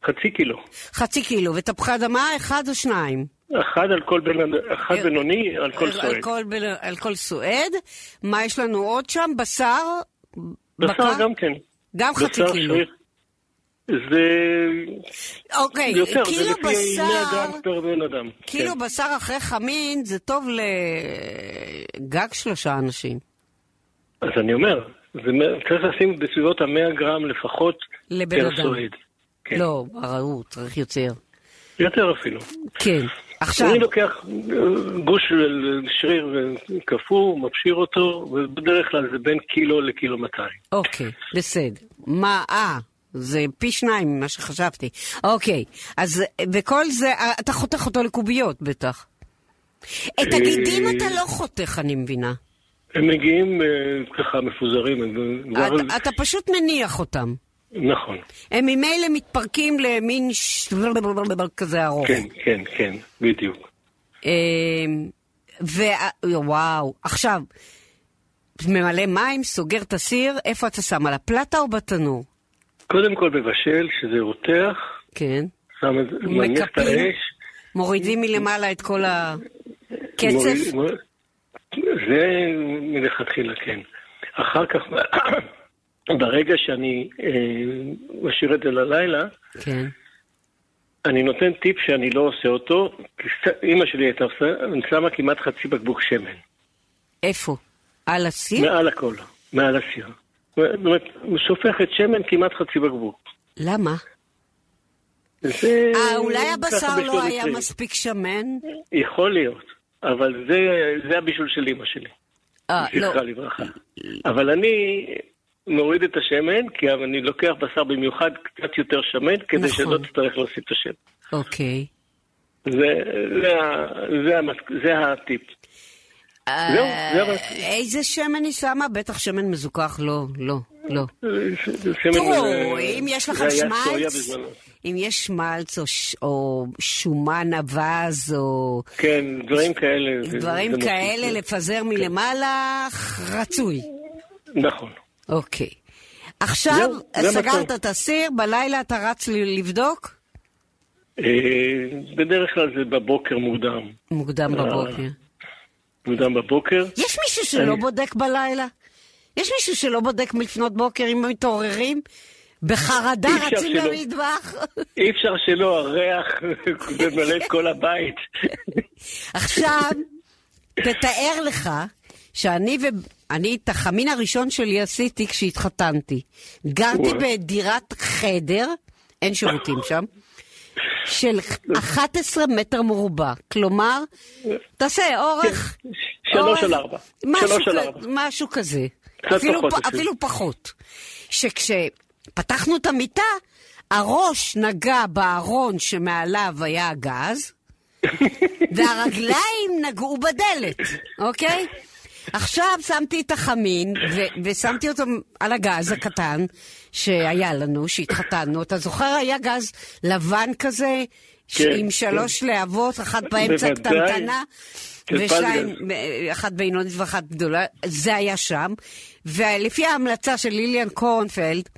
Speaker 5: חצי קילו.
Speaker 2: חצי קילו, ותפוחי אדמה, אחד או שניים.
Speaker 5: אחד על כל בן- אחד
Speaker 2: אה,
Speaker 5: בינוני, על כל
Speaker 2: על-
Speaker 5: סועד.
Speaker 2: על כל בל- על כל סועד. מה יש לנו עוד שם? בשר?
Speaker 5: בשר
Speaker 2: בקר?
Speaker 5: גם כן.
Speaker 2: גם חצי
Speaker 5: בשר
Speaker 2: קילו.
Speaker 5: שריר. זה
Speaker 2: אוקיי,
Speaker 5: יותר, זה
Speaker 2: קילו
Speaker 5: לפי 100
Speaker 2: בשר, כאילו
Speaker 5: גרם פר בן אדם.
Speaker 2: קילו
Speaker 5: כן.
Speaker 2: בשר אחרי חמין זה טוב לגג שלושה אנשים.
Speaker 5: אז אני אומר, זה מ- צריך לשים בסביבות ה-100 גרם לפחות
Speaker 2: לבן
Speaker 5: פר
Speaker 2: אדם.
Speaker 5: סועד. כן.
Speaker 2: לא, ראו, צריך יותר.
Speaker 5: יותר אפילו.
Speaker 2: כן. עכשיו,
Speaker 5: אני לוקח אה, גוש של שריר אה, קפוא, מפשיר אותו, ובדרך כלל זה בין קילו לקילו 200.
Speaker 2: אוקיי, בסדר. מה, אה, זה פי שניים ממה שחשבתי. אוקיי, אז וכל זה, אה, אתה חותך אותו לקוביות בטח. את הגידים
Speaker 5: אה,
Speaker 2: אתה לא חותך, אני מבינה.
Speaker 5: הם מגיעים אה, ככה מפוזרים. הם אה, כבר-
Speaker 2: אתה- אתה פשוט מניח אותם.
Speaker 5: נכון.
Speaker 2: הם ממילא מתפרקים למין ש- כזה ארוך.
Speaker 5: כן, כן, כן, בדיוק.
Speaker 2: אמ, ו- וואו, עכשיו, ממלא מים, סוגר את הסיר, איפה אתה שם? על הפלטה או בתנור?
Speaker 5: קודם כל מבשל, שזה רותח,
Speaker 2: כן.
Speaker 5: שם את זה, מניח את
Speaker 2: מקפים.
Speaker 5: האש.
Speaker 2: מורידים מלמעלה את כל הקצף?
Speaker 5: מוריד- מוריד- כאילו, זה מלכתחילה כן. אחר כך, ברגע שאני אה, משאיר את זה ללילה,
Speaker 2: כן.
Speaker 5: אני נותן טיפ שאני לא עושה אותו, כי ס- אימא שלי הייתה עושה- שמה כמעט חצי בקבוק שמן.
Speaker 2: איפה? על הסיר?
Speaker 5: מעל הכל, מעל הסיר. זאת אומרת, שופכת שמן כמעט חצי בקבוק.
Speaker 2: למה?
Speaker 5: זה...
Speaker 2: אה, אולי
Speaker 5: ככה
Speaker 2: הבשר
Speaker 5: בשביל
Speaker 2: לא היה
Speaker 5: מקרים.
Speaker 2: מספיק שמן?
Speaker 5: יכול להיות, אבל זה, זה הבישול של אימא שלי,
Speaker 2: אה, לא.
Speaker 5: זכרה לברכה. אבל אני מוריד את השמן, כי אני לוקח בשר במיוחד קצת יותר שמן, כדי
Speaker 2: נכון.
Speaker 5: שלא תצטרך להוסיף את השמן.
Speaker 2: אוקיי.
Speaker 5: זה, זה, ה- זה, המס- זה הטיפ. זהו, זה
Speaker 2: אה,
Speaker 5: המס-
Speaker 2: איזה שמן היא שמה? בטח שמן מזוכח, לא, לא, לא.
Speaker 5: זה שמן,
Speaker 2: תראו,
Speaker 5: אה,
Speaker 2: אם יש
Speaker 5: זה
Speaker 2: לכם
Speaker 5: היה סויה
Speaker 2: שמלץ,
Speaker 5: בזמנו.
Speaker 2: אם יש שמלץ או ש- או שומן אווז או
Speaker 5: כן, דברים כאלה. זה-
Speaker 2: דברים
Speaker 5: זה מוסיף. כן.
Speaker 2: כאלה, לפזר מלמעלה, רצוי.
Speaker 5: נכון.
Speaker 2: אוקיי. עכשיו
Speaker 5: זהו, זה המצב.
Speaker 2: סגרת את הסיר, בלילה אתה רץ ל- לבדוק?
Speaker 5: אה, בדרך כלל זה בבוקר מוקדם.
Speaker 2: מוקדם בבוקר.
Speaker 5: מוקדם בבוקר.
Speaker 2: יש מישהו שלא
Speaker 5: לא. אני-
Speaker 2: בודק בלילה? יש מישהו שלא בודק מלפנות בוקר אם הם מתעוררים? בחרדה
Speaker 5: אי אפשר
Speaker 2: רצים
Speaker 5: שלא.
Speaker 2: למטבח?
Speaker 5: אי אפשר שלא, הריח ממלא את כל הבית.
Speaker 2: עכשיו, תתאר לך שאני ו... אני את החמין הראשון שלי עשיתי כשהתחתנתי. גרתי
Speaker 5: וואו.
Speaker 2: בדירת חדר, אין שירותים שם, של 11 מטר מרובע. כלומר, תעשה אורך...
Speaker 5: כן, שלוש
Speaker 2: אורך-
Speaker 5: על ארבע.
Speaker 2: משהו
Speaker 5: שלוש על
Speaker 2: כ-
Speaker 5: ארבע.
Speaker 2: משהו כזה.
Speaker 5: קצת
Speaker 2: אפילו,
Speaker 5: פחות
Speaker 2: פ...
Speaker 5: אפילו.
Speaker 2: אפילו פחות. שכשפתחנו את המיטה, הראש נגע בארון שמעליו היה הגז, והרגליים נגעו בדלת, אוקיי? עכשיו שמתי את החמין, ו- ושמתי אותו על הגז הקטן שהיה לנו, שהתחתנו. אתה זוכר, היה גז לבן כזה, ש-
Speaker 5: כן,
Speaker 2: עם
Speaker 5: כן.
Speaker 2: שלוש להבות, אחת באמצע
Speaker 5: בוודאי. כן,
Speaker 2: קטנטנה,
Speaker 5: של
Speaker 2: ושתיים, אה, אחת בינונית ואחת גדולה, זה היה שם. ולפי ההמלצה של ליליאן קורנפלד,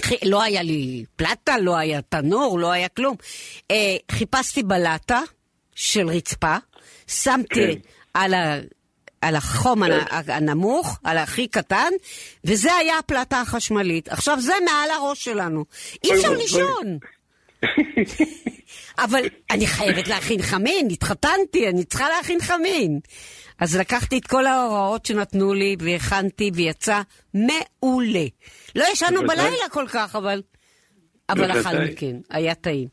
Speaker 2: חי- לא היה לי פלטה, לא היה תנור, לא היה כלום. אה, חיפשתי בלטה של רצפה, שמתי
Speaker 5: כן.
Speaker 2: על, ה, על החום הנ, הנמוך, על הכי קטן, וזה היה הפלטה החשמלית. עכשיו, זה מעל הראש שלנו. אי
Speaker 5: אוי
Speaker 2: אפשר
Speaker 5: ואבוי.
Speaker 2: לישון. אבל אני חייבת להכין חמין, התחתנתי, אני צריכה להכין חמין. אז לקחתי את כל ההוראות שנתנו לי, והכנתי, ויצא מעולה. לא ישנו
Speaker 5: בוודאי.
Speaker 2: בלילה כל כך, אבל... אבל
Speaker 5: בוודאי.
Speaker 2: אכלנו, כן, היה טעים.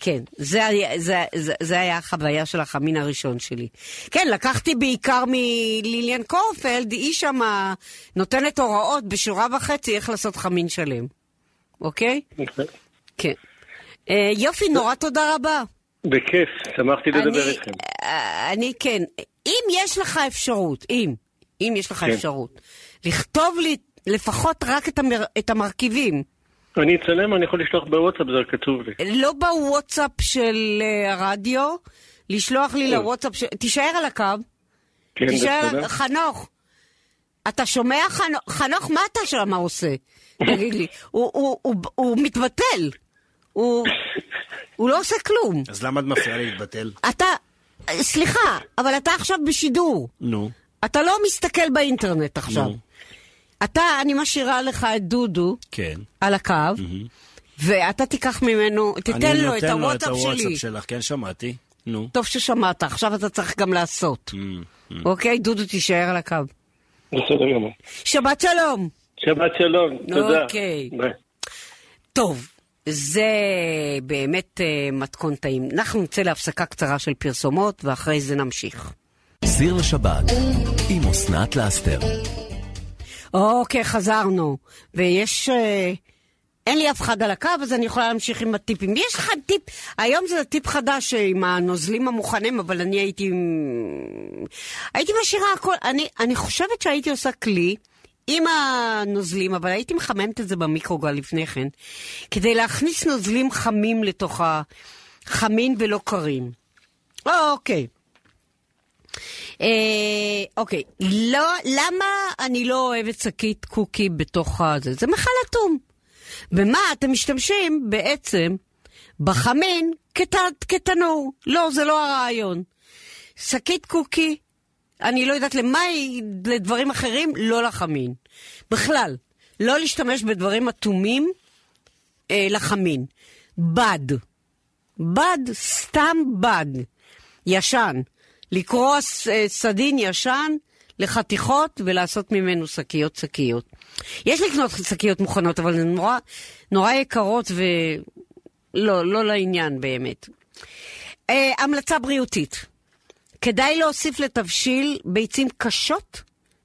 Speaker 2: כן, זה, היה- זה, זה, זה היה החוויה של החמין הראשון שלי. כן, לקחתי בעיקר מליליאן קורפלד, היא שמה נותנת הוראות בשורה וחצי איך לעשות חמין שלם, אוקיי? כן. אה, יופי, נורא תודה רבה.
Speaker 5: בכיף, שמחתי לדבר איתכם.
Speaker 2: אה, אני כן. אם יש לך אפשרות, אם, אם יש לך
Speaker 5: כן.
Speaker 2: אפשרות, לכתוב לי לפחות רק את, המר, את המרכיבים,
Speaker 5: אני אצלם, אני יכול לשלוח בוואטסאפ, זה כתוב לי.
Speaker 2: לא בוואטסאפ של אה, הרדיו, לשלוח לי לוואטסאפ, ש... תישאר על הקו,
Speaker 5: כן,
Speaker 2: תישאר,
Speaker 5: בסדר?
Speaker 2: חנוך. אתה שומע, חנוך, חנוך, מה אתה שם עושה? תגיד לי. הוא, הוא, הוא, הוא מתבטל. הוא, הוא לא עושה כלום.
Speaker 3: אז למה את מפריעה לי להתבטל?
Speaker 2: אתה, אה, סליחה, אבל אתה עכשיו בשידור.
Speaker 3: נו.
Speaker 2: אתה לא מסתכל באינטרנט עכשיו.
Speaker 3: נו.
Speaker 2: אתה, אני משאירה לך את דודו
Speaker 3: כן.
Speaker 2: על הקו, ואתה תיקח ממנו, תיתן
Speaker 3: אני
Speaker 2: לו את
Speaker 3: נותן
Speaker 2: הוואטסאפ שלי.
Speaker 3: הוואטסאפ שלך, כן, שמעתי. נו.
Speaker 2: טוב ששמעת, עכשיו אתה צריך גם לעשות.
Speaker 3: אמ, אמ.
Speaker 2: אוקיי, דודו, תישאר על הקו.
Speaker 5: בסדר גמור.
Speaker 2: שבת שלום!
Speaker 5: שבת שלום, תודה.
Speaker 2: אוקיי.
Speaker 5: ביי.
Speaker 2: טוב, זה באמת אה, מתכון טעים. אנחנו נצא להפסקה קצרה של פרסומות, ואחרי זה נמשיך.
Speaker 1: סיר לשבת עם אסנת לאסתר.
Speaker 2: אוקיי, חזרנו. ויש אה, אין לי אף אחד על הקו, אז אני יכולה להמשיך עם הטיפים. יש לך טיפ, היום זה טיפ חדש אה, עם הנוזלים המוכנים, אבל אני הייתי... עם- הייתי משאירה הכל, אני, אני חושבת שהייתי עושה כלי. עם הנוזלים, אבל הייתי מחממת את זה במיקרוגל לפני כן, כדי להכניס נוזלים חמים לתוך החמין ולא קרים. אוקיי. אה, אוקיי, לא, למה אני לא אוהבת שקית קוקי בתוך הזה? זה מכל אטום. במה אתם משתמשים בעצם בחמין כת, כתנור? לא, זה לא הרעיון. שקית קוקי, אני לא יודעת למה היא, לדברים אחרים, לא לחמין. בכלל, לא להשתמש בדברים אטומים אה, לחמין. בד. בד, סתם בד. ישן. לקרוע ס- אה, סדין ישן לחתיכות ולעשות ממנו שקיות שקיות. יש לקנות שקיות מוכנות, אבל הן נורא, נורא יקרות ולא לא לעניין באמת. אה, המלצה בריאותית. כדאי להוסיף לתבשיל ביצים קשות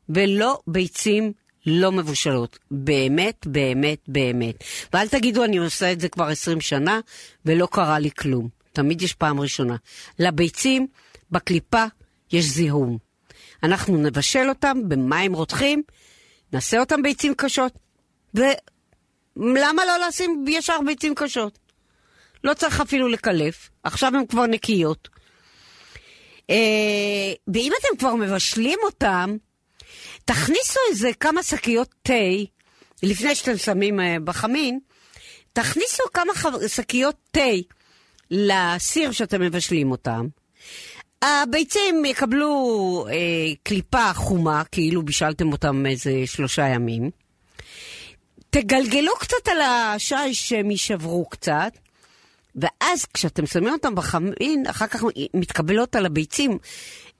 Speaker 2: ולא ביצים לא מבושלות. באמת, באמת, באמת. ואל תגידו, אני עושה את זה כבר 20 שנה ולא קרה לי כלום. תמיד יש פעם ראשונה. לביצים, בקליפה, יש זיהום. אנחנו נבשל אותם במים רותחים, נעשה אותם ביצים קשות. ולמה לא לשים ישר ביצים קשות? לא צריך אפילו לקלף, עכשיו הן כבר נקיות. אה, ואם אתם כבר מבשלים אותם, תכניסו איזה כמה שקיות תה, לפני שאתם שמים אה, בחמין, תכניסו כמה ח- שקיות תה לסיר שאתם מבשלים אותם. הביצים יקבלו אה, קליפה חומה, כאילו בישלתם אותם איזה שלושה ימים. תגלגלו קצת על השיש שהם יישברו קצת, ואז כשאתם שמים אותם בחמין, אחר כך מתקבלות על הביצים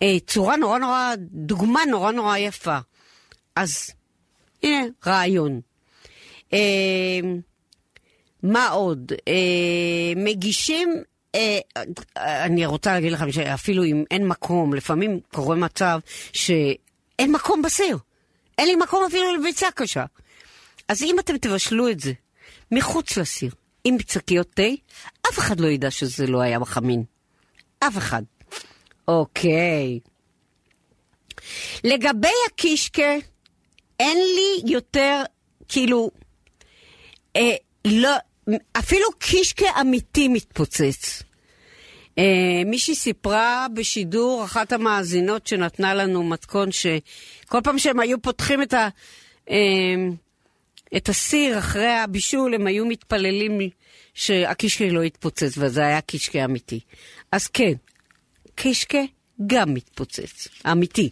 Speaker 2: אה, צורה נורא נורא, דוגמה נורא נורא יפה. אז הנה, רעיון. אה, מה עוד? אה, מגישים, אה, אה, אני רוצה להגיד לכם שאפילו אם אין מקום, לפעמים קורה מצב שאין מקום בסיר. אין לי מקום אפילו לביצה קשה. אז אם אתם תבשלו את זה מחוץ לסיר, עם שקיות תה, אף אחד לא ידע שזה לא היה בחמין. אף אחד. אוקיי. לגבי הקישקה, אין לי יותר, כאילו, אה, לא, אפילו קישקה אמיתי מתפוצץ. אה, מישהי סיפרה בשידור, אחת המאזינות שנתנה לנו מתכון, שכל פעם שהם היו פותחים את ה... אה, את הסיר אחרי הבישול, הם היו מתפללים שהקישקה לא יתפוצץ, וזה היה קישקה אמיתי. אז כן, קישקה גם מתפוצץ, אמיתי.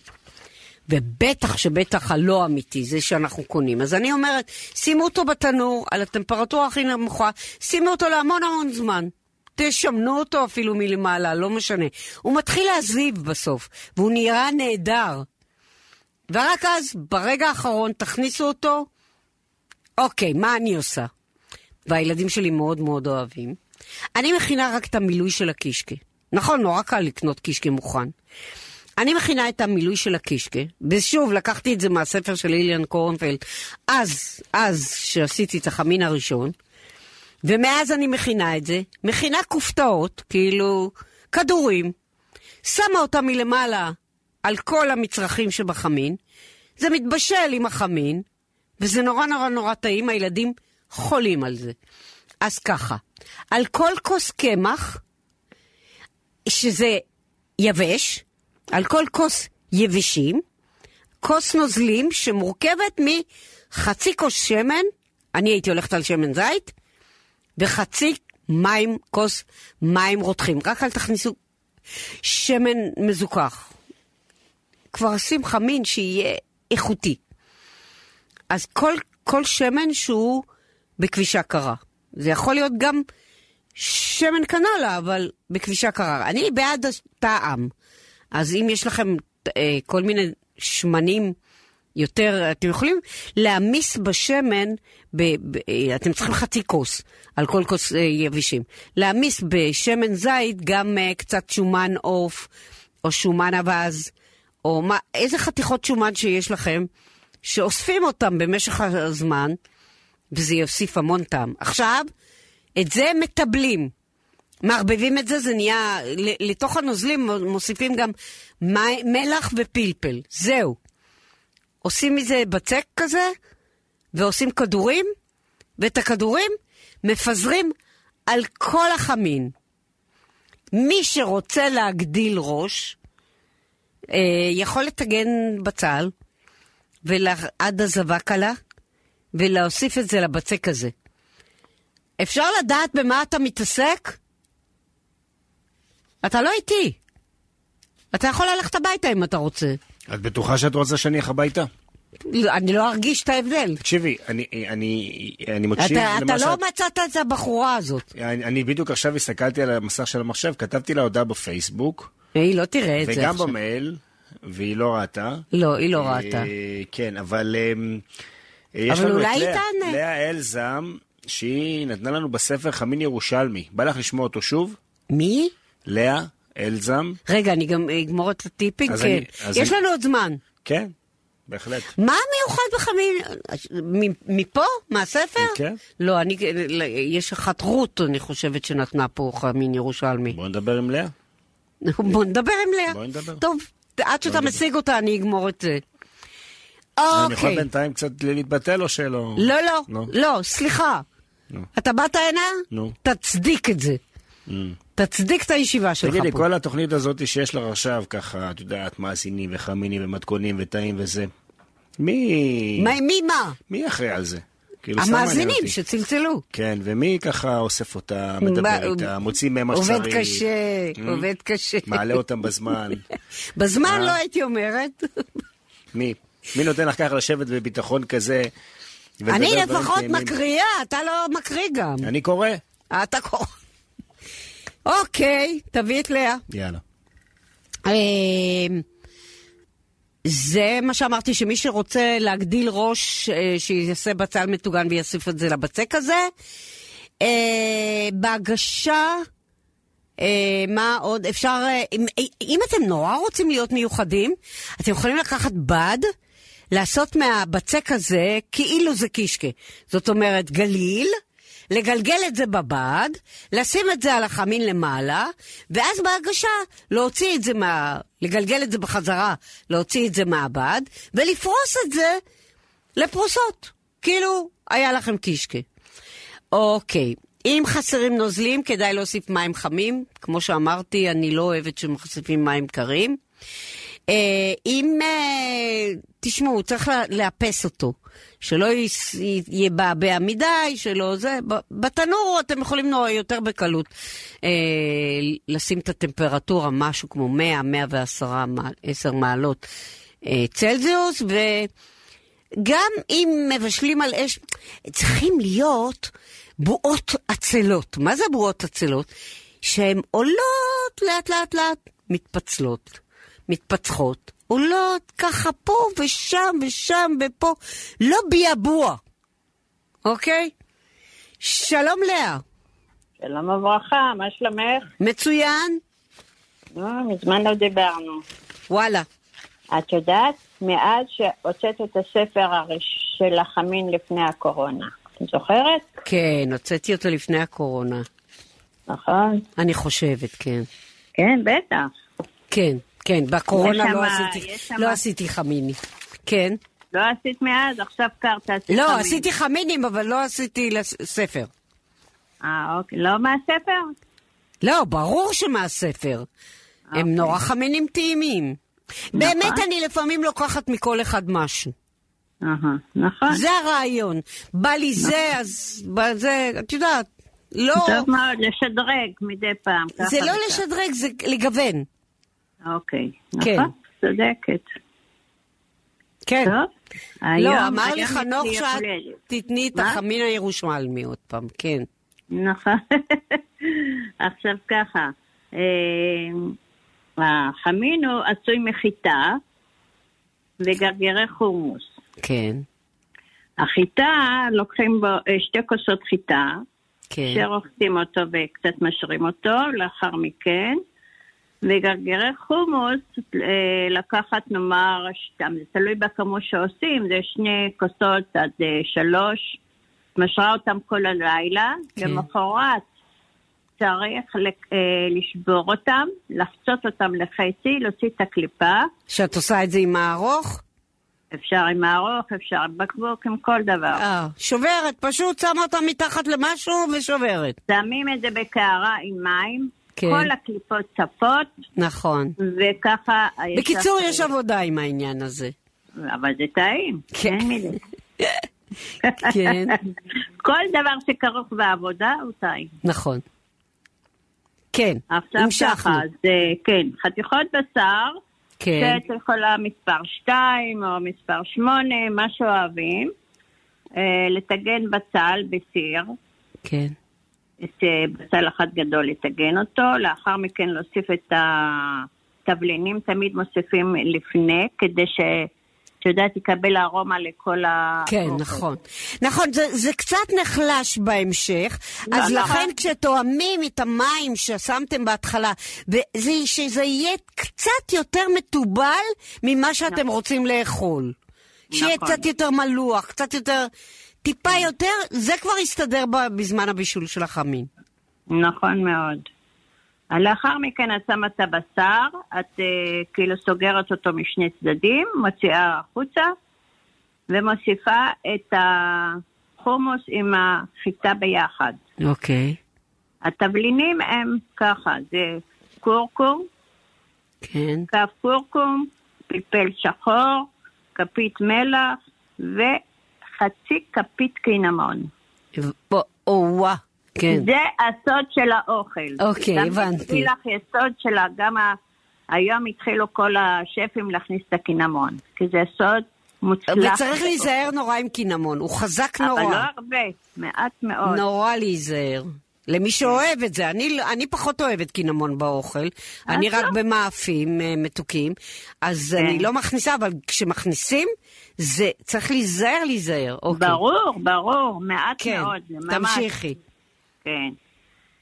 Speaker 2: ובטח שבטח הלא אמיתי, זה שאנחנו קונים. אז אני אומרת, שימו אותו בתנור, על הטמפרטורה הכי נמוכה, שימו אותו להמון המון זמן. תשמנו אותו אפילו מלמעלה, לא משנה. הוא מתחיל להזיב בסוף, והוא נראה נהדר. ורק אז, ברגע האחרון, תכניסו אותו, אוקיי, מה אני עושה? והילדים שלי מאוד מאוד אוהבים. אני מכינה רק את המילוי של הקישקה. נכון, נורא קל לקנות קישקה מוכן. אני מכינה את המילוי של הקישקה, ושוב, לקחתי את זה מהספר של איליאן קורנפלד, אז, אז, שעשיתי את החמין הראשון, ומאז אני מכינה את זה, מכינה כופתאות, כאילו, כדורים, שמה אותה מלמעלה על כל המצרכים שבחמין, זה מתבשל עם החמין, וזה נורא נורא נורא טעים, הילדים חולים על זה. אז ככה, על כל כוס קמח, שזה יבש, על כל כוס יבשים, כוס נוזלים שמורכבת מחצי כוס שמן, אני הייתי הולכת על שמן זית, וחצי מים, כוס מים רותחים. רק אל תכניסו שמן מזוכח. כבר עושים חמין שיהיה איכותי. אז כל, כל שמן שהוא בכבישה קרה. זה יכול להיות גם שמן קנולה, אבל בכבישה קרה. אני בעד הטעם. אז אם יש לכם אה, כל מיני שמנים יותר, אתם יכולים להעמיס בשמן, ב, ב, אה, אתם צריכים חצי כוס על כל כוס אה, יבשים. להעמיס בשמן זית גם אה, קצת שומן עוף, או שומן אווז, או מה, איזה חתיכות שומן שיש לכם, שאוספים אותם במשך הזמן, וזה יוסיף המון טעם. עכשיו, את זה מטבלים. מערבבים את זה, זה נהיה, ל- לתוך הנוזלים מוסיפים גם מי- מלח ופלפל, זהו. עושים מזה בצק כזה, ועושים כדורים, ואת הכדורים מפזרים על כל החמין. מי שרוצה להגדיל ראש, אה, יכול לטגן בצל, ול- עד הזבה קלה, ולהוסיף את זה לבצק הזה. אפשר לדעת במה אתה מתעסק? אתה לא איתי. אתה יכול ללכת הביתה אם אתה רוצה.
Speaker 3: את בטוחה שאת רוצה שאני אלך הביתה?
Speaker 2: לא, אני לא ארגיש את ההבדל.
Speaker 3: תקשיבי, אני, אני, אני מקשיב
Speaker 2: אתה,
Speaker 3: למה
Speaker 2: אתה לא
Speaker 3: שאת...
Speaker 2: מצאת את הבחורה הזאת.
Speaker 3: אני, אני בדיוק עכשיו הסתכלתי על המסך של המחשב, כתבתי לה הודעה בפייסבוק,
Speaker 2: היא לא תראה את זה
Speaker 3: וגם
Speaker 2: עכשיו.
Speaker 3: במייל, והיא לא ראתה.
Speaker 2: לא, היא לא ראתה.
Speaker 3: אה, כן, אבל... אמ, אה, יש
Speaker 2: אבל
Speaker 3: לנו
Speaker 2: אולי
Speaker 3: את
Speaker 2: היא
Speaker 3: לאה,
Speaker 2: תענה.
Speaker 3: לאה אלזם, שהיא נתנה לנו בספר חמין ירושלמי. בא לך לשמוע אותו שוב?
Speaker 2: מי?
Speaker 3: לאה אלזם,
Speaker 2: רגע, אני גם אגמור את הטיפינג.
Speaker 3: אז
Speaker 2: כן.
Speaker 3: אני- אז
Speaker 2: יש
Speaker 3: אני-
Speaker 2: לנו עוד זמן.
Speaker 3: כן, בהחלט.
Speaker 2: מה המיוחד בחמין? מ- מפה? מהספר?
Speaker 3: כן.
Speaker 2: לא, אני, יש אחת רות, אני חושבת, שנתנה פה חמין ירושלמי.
Speaker 3: בואו נדבר עם לאה.
Speaker 2: בוא נדבר עם לאה.
Speaker 3: בואי נדבר.
Speaker 2: טוב, עד שאתה משיג אותה, אני אגמור את זה.
Speaker 3: אני יכול
Speaker 2: אוקיי.
Speaker 3: בינתיים קצת להתבטל או שלא?
Speaker 2: לא, לא,
Speaker 3: אוקיי. נו.
Speaker 2: לא, סליחה.
Speaker 3: נו.
Speaker 2: אתה באת הנה?
Speaker 3: נו.
Speaker 2: תצדיק את זה.
Speaker 3: Mm.
Speaker 2: תצדיק את הישיבה שלך
Speaker 3: תגידי,
Speaker 2: פה.
Speaker 3: כל התוכנית הזאת שיש לך עכשיו, ככה, את יודעת, מאזינים וחמינים ומתכונים וטעים וזה, מי...
Speaker 2: מה- מי מה?
Speaker 3: מי אחראי על זה? כאילו, סתם מעניין
Speaker 2: המאזינים
Speaker 3: אותי.
Speaker 2: שצלצלו.
Speaker 3: כן, ומי ככה אוסף אותה, מדבר
Speaker 2: ב-
Speaker 3: איתה, מוציא מהם מה שצריך. Mm?
Speaker 2: עובד קשה, עובד קשה.
Speaker 3: מעלה אותם בזמן.
Speaker 2: בזמן
Speaker 3: אה?
Speaker 2: לא הייתי אומרת.
Speaker 3: מי? מי נותן לך ככה לשבת בביטחון כזה? ולדבר
Speaker 2: אני
Speaker 3: דברים
Speaker 2: לפחות
Speaker 3: נעימים?
Speaker 2: מקריאה, אתה לא מקריא גם. אה,
Speaker 3: אני קורא?
Speaker 2: אתה קורא. אוקיי, תביא את לאה.
Speaker 3: יאללה.
Speaker 2: אמ, זה מה שאמרתי, שמי שרוצה להגדיל ראש, אה, שיעשה בצל מטוגן ויוסיף את זה לבצק הזה. אה, בהגשה, אה, מה עוד? אפשר... אה, אם, אה, אם אתם נורא רוצים להיות מיוחדים, אתם יכולים לקחת בד, לעשות מהבצק הזה כאילו זה קישקה. זאת אומרת, גליל. לגלגל את זה בבד, לשים את זה על החמין למעלה, ואז בהגשה להוציא את זה מה... לגלגל את זה בחזרה, להוציא את זה מהבד, ולפרוס את זה לפרוסות. כאילו, היה לכם קישקה. אוקיי. אם חסרים נוזלים, כדאי להוסיף מים חמים. כמו שאמרתי, אני לא אוהבת שמחשיפים מים קרים. אה, אם, אה, תשמעו, צריך לה- לאפס אותו. שלא יס- י- יבעבע מדי, שלא זה. ב- בתנור אתם יכולים נורא יותר בקלות אה, לשים את הטמפרטורה, משהו כמו 100, 110 מעל- 10 מעלות אה, צלזיוס, ו... גם אם מבשלים על אש, צריכים להיות בועות עצלות. מה זה בועות עצלות? שהן עולות לאט לאט לאט, מתפצלות, מתפצחות, עולות ככה פה ושם ושם ופה, לא ביעבוע, אוקיי? שלום לאה,
Speaker 8: שלום וברכה, מה שלומך?
Speaker 2: מצוין,
Speaker 8: נו, מזמן לא דיברנו.
Speaker 2: וואלה.
Speaker 8: את יודעת, מאז שהוצאת את הספר הראש- של החמין לפני הקורונה. את זוכרת?
Speaker 2: כן, הוצאתי אותו לפני הקורונה,
Speaker 8: נכון.
Speaker 2: אני חושבת, כן.
Speaker 8: כן, בטח.
Speaker 2: כן, כן, בקורונה לא,
Speaker 8: יש שמה-
Speaker 2: עשיתי,
Speaker 8: יש שמה-
Speaker 2: לא עשיתי חמיני. כן.
Speaker 8: לא עשית מאז, עכשיו כבר תעשי
Speaker 2: לא,
Speaker 8: חמין.
Speaker 2: עשיתי חמינים, אבל לא עשיתי לס- ספר.
Speaker 8: אה, אוקיי. לא מהספר?
Speaker 2: לא, ברור שמהספר.
Speaker 8: אה, אוקיי.
Speaker 2: הם נורא חמינים טעימים.
Speaker 8: נכון.
Speaker 2: באמת, אני לפעמים לוקחת מכל אחד משהו.
Speaker 8: אהה, נכון.
Speaker 2: זה הרעיון. בא לי זה, אז בא זה, את יודעת, לא...
Speaker 8: טוב מאוד, לשדרג מדי פעם.
Speaker 2: זה
Speaker 8: ככה
Speaker 2: לא
Speaker 8: וככה.
Speaker 2: לשדרג, זה לגוון.
Speaker 8: אוקיי.
Speaker 2: כן.
Speaker 8: נכון, צודקת.
Speaker 2: כן.
Speaker 8: טוב.
Speaker 2: לא,
Speaker 8: היום-
Speaker 2: אמר לי
Speaker 8: היום
Speaker 2: חנוך
Speaker 8: אצלי
Speaker 2: שאת
Speaker 8: הכוללת.
Speaker 2: תתני את
Speaker 8: מה?
Speaker 2: החמין הירושלמי עוד פעם, כן.
Speaker 8: נכון. עכשיו ככה, אה, החמין הוא עשוי מחיטה וגרגירי חומוס.
Speaker 2: כן,
Speaker 8: החיטה, לוקחים בו אה, שתי כוסות חיטה,
Speaker 2: כן.
Speaker 8: שרוחצים אותו וקצת משרים אותו, לאחר מכן. וגרגירי חומוס, אה, לקחת נאמר, שתם, זה תלוי בכמות שעושים, זה שני כוסות עד אה, שלוש משרה אותם כל הלילה,
Speaker 2: אוקיי.
Speaker 9: כן.
Speaker 8: למחרת צריך לק- אה, לשבור אותם, לחצות אותם לחצי, להוציא את הקליפה.
Speaker 2: שאת עושה את זה עם הארוך?
Speaker 8: אפשר עם הארוך, אפשר עם בקבוק, עם כל דבר.
Speaker 2: אה, שוברת, פשוט שמה אותה מתחת למשהו ושוברת.
Speaker 8: שמים את זה בקערה עם מים,
Speaker 2: כן.
Speaker 8: כל הקליפות צפות,
Speaker 2: נכון.
Speaker 8: וככה...
Speaker 2: בקיצור, יש עבודה עם העניין הזה.
Speaker 8: אבל זה טעים.
Speaker 2: כן. כן.
Speaker 8: כל דבר שכרוך בעבודה הוא טעים.
Speaker 2: נכון. כן,
Speaker 8: עכשיו
Speaker 2: המשכנו.
Speaker 8: ככה, אז אה, כן, חתיכות בשר,
Speaker 2: כן.
Speaker 8: שאת יכולה מספר 2 או מספר 8, מה שאוהבים, אה, לטגן בצל בסיר,
Speaker 2: כן.
Speaker 8: את אה, בצל אחד גדול לטגן אותו, לאחר מכן להוסיף את התבלינים, תמיד מוסיפים לפני, כדי ש... את יודעת, יקבל ארומה לכל ה...
Speaker 2: כן, נכון. נכון, זה, זה קצת נחלש בהמשך,
Speaker 8: לא,
Speaker 2: אז
Speaker 8: נכון.
Speaker 2: לכן כשתואמים את המים ששמתם בהתחלה, וזה, שזה יהיה קצת יותר מתובל ממה שאתם רוצים לאכול. שיהיה
Speaker 8: נכון. כן.
Speaker 2: קצת יותר מלוח, קצת יותר, טיפה יותר, זה כבר יסתדר ב- בזמן הבישול של החמין.
Speaker 8: נכון מאוד. לאחר מכן את שמה את הבשר, את אה, כאילו סוגרת אותו משני צדדים, מוציאה החוצה, ומוסיפה את החומוס עם החיטה ביחד.
Speaker 2: אוקיי,
Speaker 8: התבלינים הם ככה, זה קורקום,
Speaker 2: כן.
Speaker 8: כף קורקום, פלפל שחור, כפית מלח וחצי כפית קינמון.
Speaker 2: או-אה, כן.
Speaker 8: זה הסוד של האוכל.
Speaker 2: אוקיי,
Speaker 8: גם
Speaker 2: הבנתי.
Speaker 8: הביא לך יסוד של ה- גם ה... היום התחילו כל השפים להכניס את הקינמון, כי זה סוד מוצלח.
Speaker 2: וצריך להיזהר נורא עם קינמון, הוא חזק נורא.
Speaker 8: אבל לא הרבה, מעט מאוד.
Speaker 2: נורא להיזהר.
Speaker 8: כן.
Speaker 2: למי שאוהב את זה, אני, לא- אני פחות אוהבת קינמון באוכל,
Speaker 8: אה,
Speaker 2: אני
Speaker 8: לא?
Speaker 2: רק במאפים אה, מתוקים, אז
Speaker 8: כן.
Speaker 2: אני לא מכניסה, אבל כשמכניסים, זה צריך להיזהר, להיזהר. אוקיי.
Speaker 8: ברור, ברור, מעט
Speaker 2: כן,
Speaker 8: מאוד. זה ממש-
Speaker 2: תמשיכי.
Speaker 8: כן.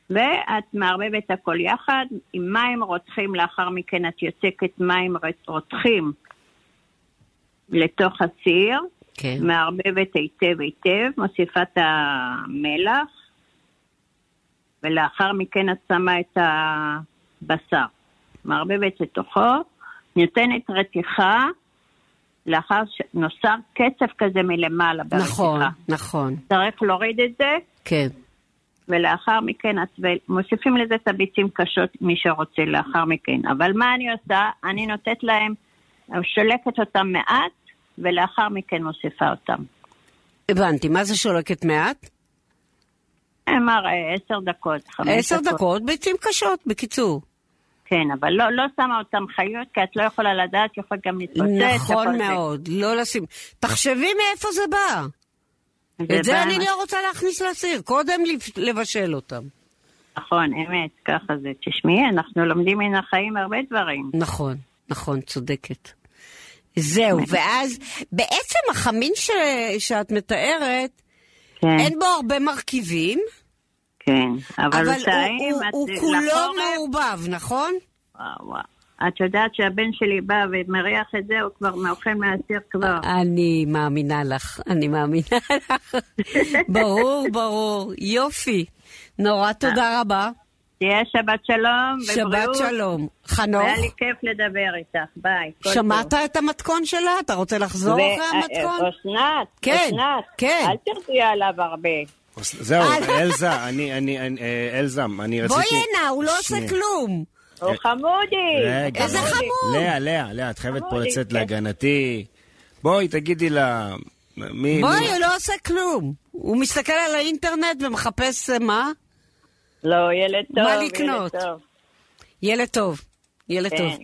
Speaker 8: ואת מערבבת הכל יחד, עם מים רותחים, לאחר מכן את יוצקת מים רט- רותחים לתוך הסיר,
Speaker 2: כן.
Speaker 8: מערבבת היטב היטב, מוסיפה את המלח, ולאחר מכן את שמה את הבשר. מערבבת לתוכו, נותנת רתיחה, לאחר שנוסר קצף כזה מלמעלה ברתיחה.
Speaker 2: נכון, נכון,
Speaker 8: צריך להוריד את זה,
Speaker 2: כן.
Speaker 8: ולאחר מכן את מוסיפים לזה את הביצים קשות, מי שרוצה לאחר מכן. אבל מה אני עושה? אני נותנת להם, שולקת אותם מעט, ולאחר מכן מוסיפה אותם.
Speaker 2: הבנתי, מה זה שולקת מעט?
Speaker 8: אמר אה, עשר דקות, חמש דקות.
Speaker 2: עשר דקות, ביצים קשות, בקיצור.
Speaker 8: כן, אבל לא, לא שמה אותם חיות, כי את לא יכולה לדעת, יכול גם להתפוצץ.
Speaker 2: נכון
Speaker 8: יכול זה.
Speaker 2: מאוד, לא לשים... תחשבי מאיפה זה בא.
Speaker 8: זה
Speaker 2: את זה
Speaker 8: בא
Speaker 2: אני
Speaker 8: מה-
Speaker 2: לא רוצה להכניס לסיר, קודם לפ- לבשל אותם.
Speaker 8: נכון, אמת, ככה זה. תשמעי, אנחנו לומדים מן החיים הרבה דברים.
Speaker 2: נכון, נכון, צודקת. זהו, ואז בעצם החמין ש... שאת מתארת,
Speaker 8: כן.
Speaker 2: אין בו הרבה מרכיבים,
Speaker 8: כן, אבל,
Speaker 2: אבל,
Speaker 8: הוא
Speaker 2: הוא,
Speaker 8: טעים,
Speaker 2: הוא,
Speaker 8: את-
Speaker 2: הוא כולו
Speaker 8: לחורף-
Speaker 2: מעורבב, נכון?
Speaker 8: וואו, וואו. את יודעת שהבן שלי בא ומריח את זה, הוא כבר מאוכל מהסיר כבר.
Speaker 2: אה. אני מאמינה לך, אני מאמינה לך. ברור, ברור. יופי. נורא
Speaker 8: אה,
Speaker 2: תודה רבה.
Speaker 8: תהיה שבת שלום
Speaker 2: שבת
Speaker 8: ובריאות.
Speaker 2: שלום. חנוך,
Speaker 8: היה לי כיף לדבר איתך, ביי. כל
Speaker 2: שמעת
Speaker 8: טוב.
Speaker 2: את המתכון שלה? אתה רוצה לחזור
Speaker 8: ו- אה,
Speaker 2: אחרי המתכון?
Speaker 8: אסנת,
Speaker 2: כן,
Speaker 8: אסנת,
Speaker 2: כן.
Speaker 8: אל תרדי עליו הרבה.
Speaker 3: אה,
Speaker 2: אה,
Speaker 3: זהו, אלזה, אני, אני, אני, אה, אלזם, אני רציתי...
Speaker 2: לא. בואי הנה, הוא לא עושה
Speaker 3: שנייה.
Speaker 2: כלום.
Speaker 8: הוא חמודי.
Speaker 3: רגע,
Speaker 2: איזה
Speaker 3: לאה,
Speaker 2: חמוד.
Speaker 3: לאה, לאה, לאה, את חייבת פה
Speaker 8: חמודי,
Speaker 3: לצאת
Speaker 8: כן.
Speaker 3: להגנתי. בואי, תגידי לה... מי... מי-
Speaker 2: בואי, הוא לא עושה כלום. הוא מסתכל על האינטרנט ומחפש אה, מה?
Speaker 8: לא, ילד טוב.
Speaker 2: מה
Speaker 8: ילד
Speaker 2: לקנות?
Speaker 8: טוב.
Speaker 2: ילד טוב. ילד
Speaker 8: כן.
Speaker 2: טוב.
Speaker 3: את יודעת,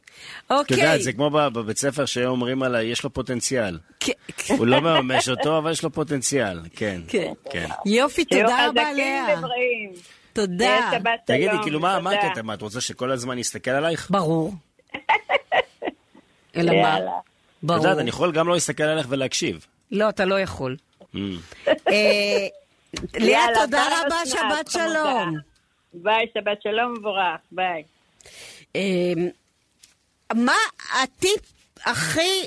Speaker 2: אוקיי.
Speaker 3: זה כמו ב- בבית ספר שהיום אומרים עליי, יש לו פוטנציאל.
Speaker 2: כ- כ-
Speaker 3: הוא לא מממש אותו, אבל יש לו פוטנציאל, כן.
Speaker 2: כן.
Speaker 3: כן.
Speaker 2: יופי,
Speaker 8: שיהיו
Speaker 2: תודה רבה,
Speaker 8: חזקים
Speaker 2: לאה.
Speaker 8: ובריאים.
Speaker 2: תודה.
Speaker 8: תהיה שבת
Speaker 2: לא,
Speaker 8: שלום.
Speaker 3: תגידי, כאילו, מה מה
Speaker 8: תודה.
Speaker 3: הקטע? מה, את רוצה שכל הזמן יסתכל עלייך?
Speaker 2: ברור. אלא מה?
Speaker 8: יאללה.
Speaker 3: את
Speaker 2: ברור.
Speaker 3: יודעת, אני יכול גם לא להסתכל עלייך ולהקשיב.
Speaker 2: לא, אתה לא יכול.
Speaker 3: Mm.
Speaker 2: אה, לאה,
Speaker 8: יאללה,
Speaker 2: תודה
Speaker 8: ביי,
Speaker 2: רבה,
Speaker 8: אסנת,
Speaker 2: שבת
Speaker 8: חמודה.
Speaker 2: שלום.
Speaker 8: ביי, שבת שלום ומבורך, ביי.
Speaker 2: אמ, מה הטיפ הכי,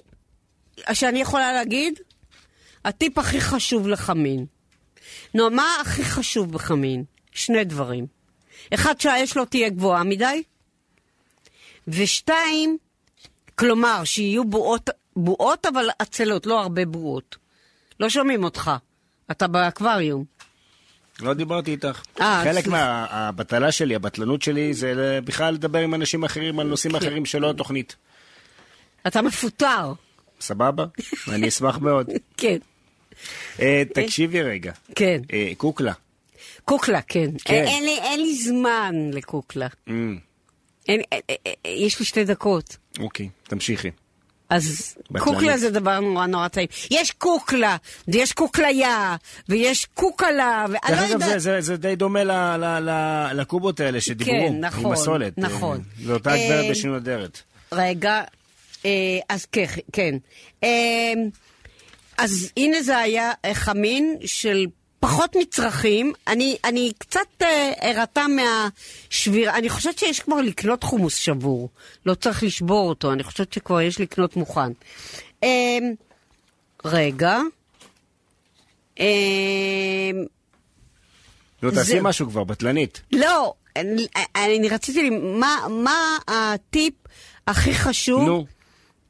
Speaker 2: שאני יכולה להגיד? הטיפ הכי חשוב לחמין. נו, מה הכי חשוב בחמין? שני דברים. אחד, שהאש לא תהיה גבוהה מדי, ושתיים, כלומר, שיהיו בועות, בועות אבל עצלות, לא הרבה בועות. לא שומעים אותך, אתה באקווריום.
Speaker 3: לא דיברתי איתך.
Speaker 2: אה,
Speaker 3: חלק
Speaker 2: סליחה.
Speaker 3: מהבטלה שלי, הבטלנות שלי, זה ל- בכלל לדבר עם אנשים אחרים על
Speaker 2: כן.
Speaker 3: נושאים אחרים שלא התוכנית.
Speaker 2: אתה מפוטר,
Speaker 3: סבבה? אני אשמח מאוד.
Speaker 2: כן.
Speaker 3: אה, תקשיבי רגע.
Speaker 2: כן.
Speaker 3: אה, קוקלה.
Speaker 2: קוקלה, כן.
Speaker 3: כן.
Speaker 2: אין, אין, לי, אין לי זמן לקוקלה.
Speaker 3: אמ,
Speaker 2: אין, אה, אין, אין, אין, יש לי שתי דקות.
Speaker 3: אוקיי, תמשיכי.
Speaker 2: אז
Speaker 3: בטלנית.
Speaker 2: קוקלה זה דבר נורא נורא טעים. יש קוקלה, ויש קוקליה, ויש קוקלה, ואני
Speaker 3: דרך
Speaker 2: לא
Speaker 3: אגב,
Speaker 2: יודעת...
Speaker 3: זה- זה- זה די דומה ל- ל- ל- לקובות האלה שדיברו.
Speaker 2: כן, נכון,
Speaker 3: עם הסולת. אה,
Speaker 2: נכון.
Speaker 3: זו אותה
Speaker 2: אה,
Speaker 3: גברת בשינוי אדרת.
Speaker 2: רגע, אה, אז כן, כן. אה, אז הנה זה היה אה, חמין של פחות מצרכים. אני, אני קצת אה, ערתה מהשביר... אני חושבת שיש כבר לקנות חומוס שבור. לא צריך לשבור אותו, אני חושבת שכבר יש לקנות מוכן. אה, רגע. אה,
Speaker 3: נו, תעשי
Speaker 2: זה-
Speaker 3: משהו כבר, בטלנית.
Speaker 2: לא, אני, אני רציתי, ל- מה, מה הטיפ הכי חשוב
Speaker 3: נו,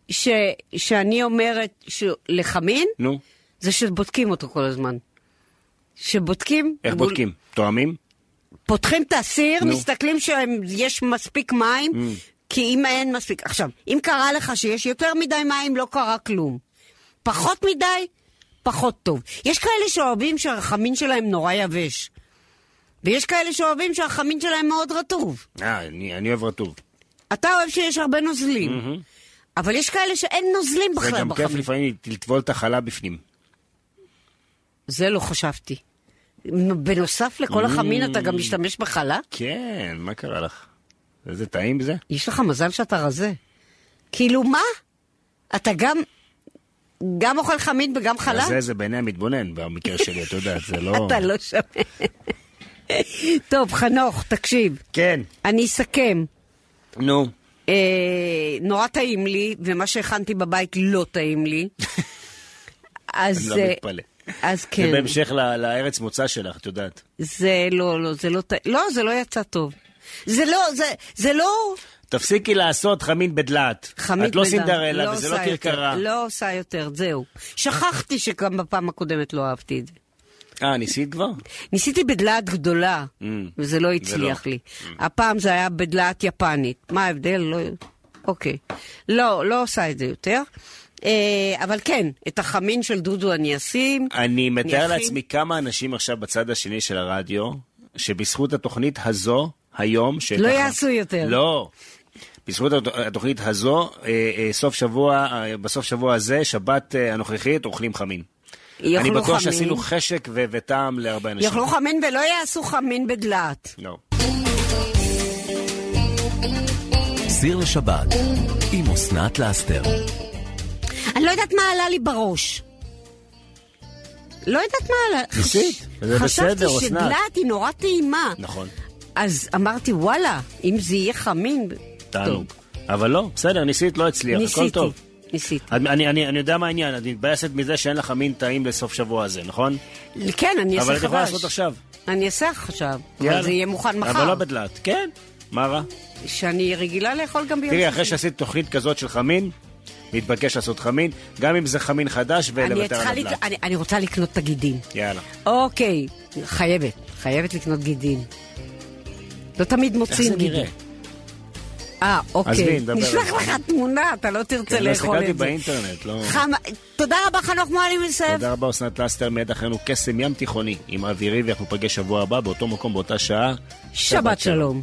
Speaker 2: ש, שאני אומרת ש- לחמין?
Speaker 3: נו.
Speaker 2: זה שבודקים אותו כל הזמן. שבודקים...
Speaker 3: איך
Speaker 2: בול-
Speaker 3: בודקים? תואמים?
Speaker 2: פותחים את הסיר,
Speaker 3: נו. Mm.
Speaker 2: מסתכלים שיש מספיק מים, כי אם אין מספיק... עכשיו, אם קרה לך שיש יותר מדי מים, לא קרה כלום. פחות מדי, פחות טוב. יש כאלה שאוהבים שהחמין שלהם נורא יבש. ויש כאלה שאוהבים שהחמין שלהם מאוד רטוב.
Speaker 3: אה, אני אני אוהב רטוב.
Speaker 2: אתה אוהב שיש הרבה נוזלים,
Speaker 3: מהמם.
Speaker 2: אבל יש כאלה שאין נוזלים
Speaker 3: זה
Speaker 2: בכלל
Speaker 3: גם כיף
Speaker 2: בחמין.
Speaker 3: לפעמים לטבול את החלה בפנים.
Speaker 2: זה לא חשבתי. בנוסף
Speaker 3: Mm.
Speaker 2: לכל החמין אתה גם משתמש בחלה?
Speaker 3: כן, מה קרה לך? איזה טעים זה?
Speaker 2: יש לך מזל שאתה רזה. כאילו מה? אתה גם, גם אוכל חמין וגם חלה?
Speaker 3: זה, זה בעיני המתבונן במקרה שלי, אתה יודע, זה לא...
Speaker 2: אתה לא שומע. טוב, חנוך, תקשיב,
Speaker 3: כן,
Speaker 2: אני אסכם.
Speaker 3: נו.
Speaker 2: אה, נורא טעים לי, ומה שהכנתי בבית לא טעים לי.
Speaker 3: אני
Speaker 2: אז...
Speaker 3: לא
Speaker 2: אה,
Speaker 3: מתפלא.
Speaker 2: אז
Speaker 3: זה
Speaker 2: כן.
Speaker 3: בהמשך ל- לארץ מוצא שלך, את יודעת.
Speaker 2: זה לא, לא, זה לא טעים. לא, זה לא יצא טוב. זה לא, זה, זה לא...
Speaker 3: תפסיקי לעשות חמין בדלעת.
Speaker 2: חמית
Speaker 3: את לא
Speaker 2: בן דן.
Speaker 3: סינדרלה וזה לא
Speaker 2: עושה יותר,
Speaker 3: כרכרה.
Speaker 2: לא עושה יותר, זהו. שכחתי שגם בפעם הקודמת לא אהבתי את זה.
Speaker 3: אה, ניסית כבר?
Speaker 2: ניסיתי בדלעת גדולה,
Speaker 3: Mm.
Speaker 2: וזה לא הצליח
Speaker 3: זה לא.
Speaker 2: לי. הפעם זה היה בדלעת יפנית. מה ההבדל? לא... אוקיי. לא, לא עושה את זה יותר. אה, אבל כן, את החמין של דודו אני אשים.
Speaker 3: אני מתאר
Speaker 2: הכי-
Speaker 3: לעצמי כמה אנשים עכשיו בצד השני של הרדיו, שבזכות התוכנית הזו, היום,
Speaker 2: לא
Speaker 3: שככה-
Speaker 2: יעשו יותר.
Speaker 3: לא. בזכות הת- התוכנית הזו, אה, אה, סוף שבוע, אה, בסוף שבוע הזה, שבת אה, הנוכחית, אוכלים חמין.
Speaker 2: יאכלו
Speaker 3: אני בטוח
Speaker 2: חמין.
Speaker 3: שעשינו חשק ו- וטעם להרבה אנשים.
Speaker 2: יאכלו חמין ולא יעשו חמין בדלעת.
Speaker 3: לא.
Speaker 1: סיר לשבת עם אסנת לאסתר.
Speaker 2: אני לא יודעת מה עלה לי בראש. לא יודעת מה עלה.
Speaker 3: ניסית,
Speaker 2: חש-
Speaker 3: זה בסדר,
Speaker 2: חשבתי
Speaker 3: אסנת.
Speaker 2: שדלעת היא נורא טעימה.
Speaker 3: נכון,
Speaker 2: אז אמרתי, וואלה, אם זה יהיה חמין...
Speaker 3: תענוג.
Speaker 2: טוב,
Speaker 3: אבל לא, בסדר, ניסית, לא הצליח, הכל
Speaker 2: ניסיתי,
Speaker 3: טוב.
Speaker 2: ניסיתי.
Speaker 3: אני, אני, אני, אני יודע מה העניין, את מתבאסת מזה שאין לך מין טעים לסוף שבוע הזה, נכון?
Speaker 2: כן, אני אעשה חדש.
Speaker 3: אבל את יכולה לעשות עכשיו.
Speaker 2: אני אעשה עכשיו, אבל
Speaker 3: יאללה.
Speaker 2: זה יהיה מוכן
Speaker 3: אבל
Speaker 2: מחר,
Speaker 3: לא בדלעת, כן, מה רע?
Speaker 2: שאני רגילה לאכול גם ביום
Speaker 3: תראי,
Speaker 2: שישי.
Speaker 3: אחרי שעשית תוכנית כזאת של חמין, מתבקש לעשות חמין, גם אם זה חמין חדש
Speaker 2: אני
Speaker 3: ולוותר
Speaker 2: צריכה
Speaker 3: על
Speaker 2: לק-
Speaker 3: הדלעת.
Speaker 2: אני- אני רוצה לקנות את הגידים.
Speaker 3: יאללה.
Speaker 2: אוקיי, חייבת, חייבת לקנות גידים. לא תמיד
Speaker 3: איך זה
Speaker 2: מוצאים
Speaker 3: נראה?
Speaker 2: גידים. אה,
Speaker 3: עזבי,
Speaker 2: אוקיי.
Speaker 3: נדבר
Speaker 2: נשלח
Speaker 3: על
Speaker 2: לך
Speaker 3: זה.
Speaker 2: תמונה, אתה לא תרצה
Speaker 3: כן, לא
Speaker 2: לאכול
Speaker 3: הסתכלתי
Speaker 2: את זה.
Speaker 3: באינטרנט, לא...
Speaker 2: חמ- תודה רבה, חנוך מועלי יוסף.
Speaker 3: תודה רבה, אסנת לסטר, מיד אחרינו קסם ים תיכוני עם אבירי, ואנחנו נפגש שבוע הבא באותו מקום, באותה שעה.
Speaker 2: שבת שלום.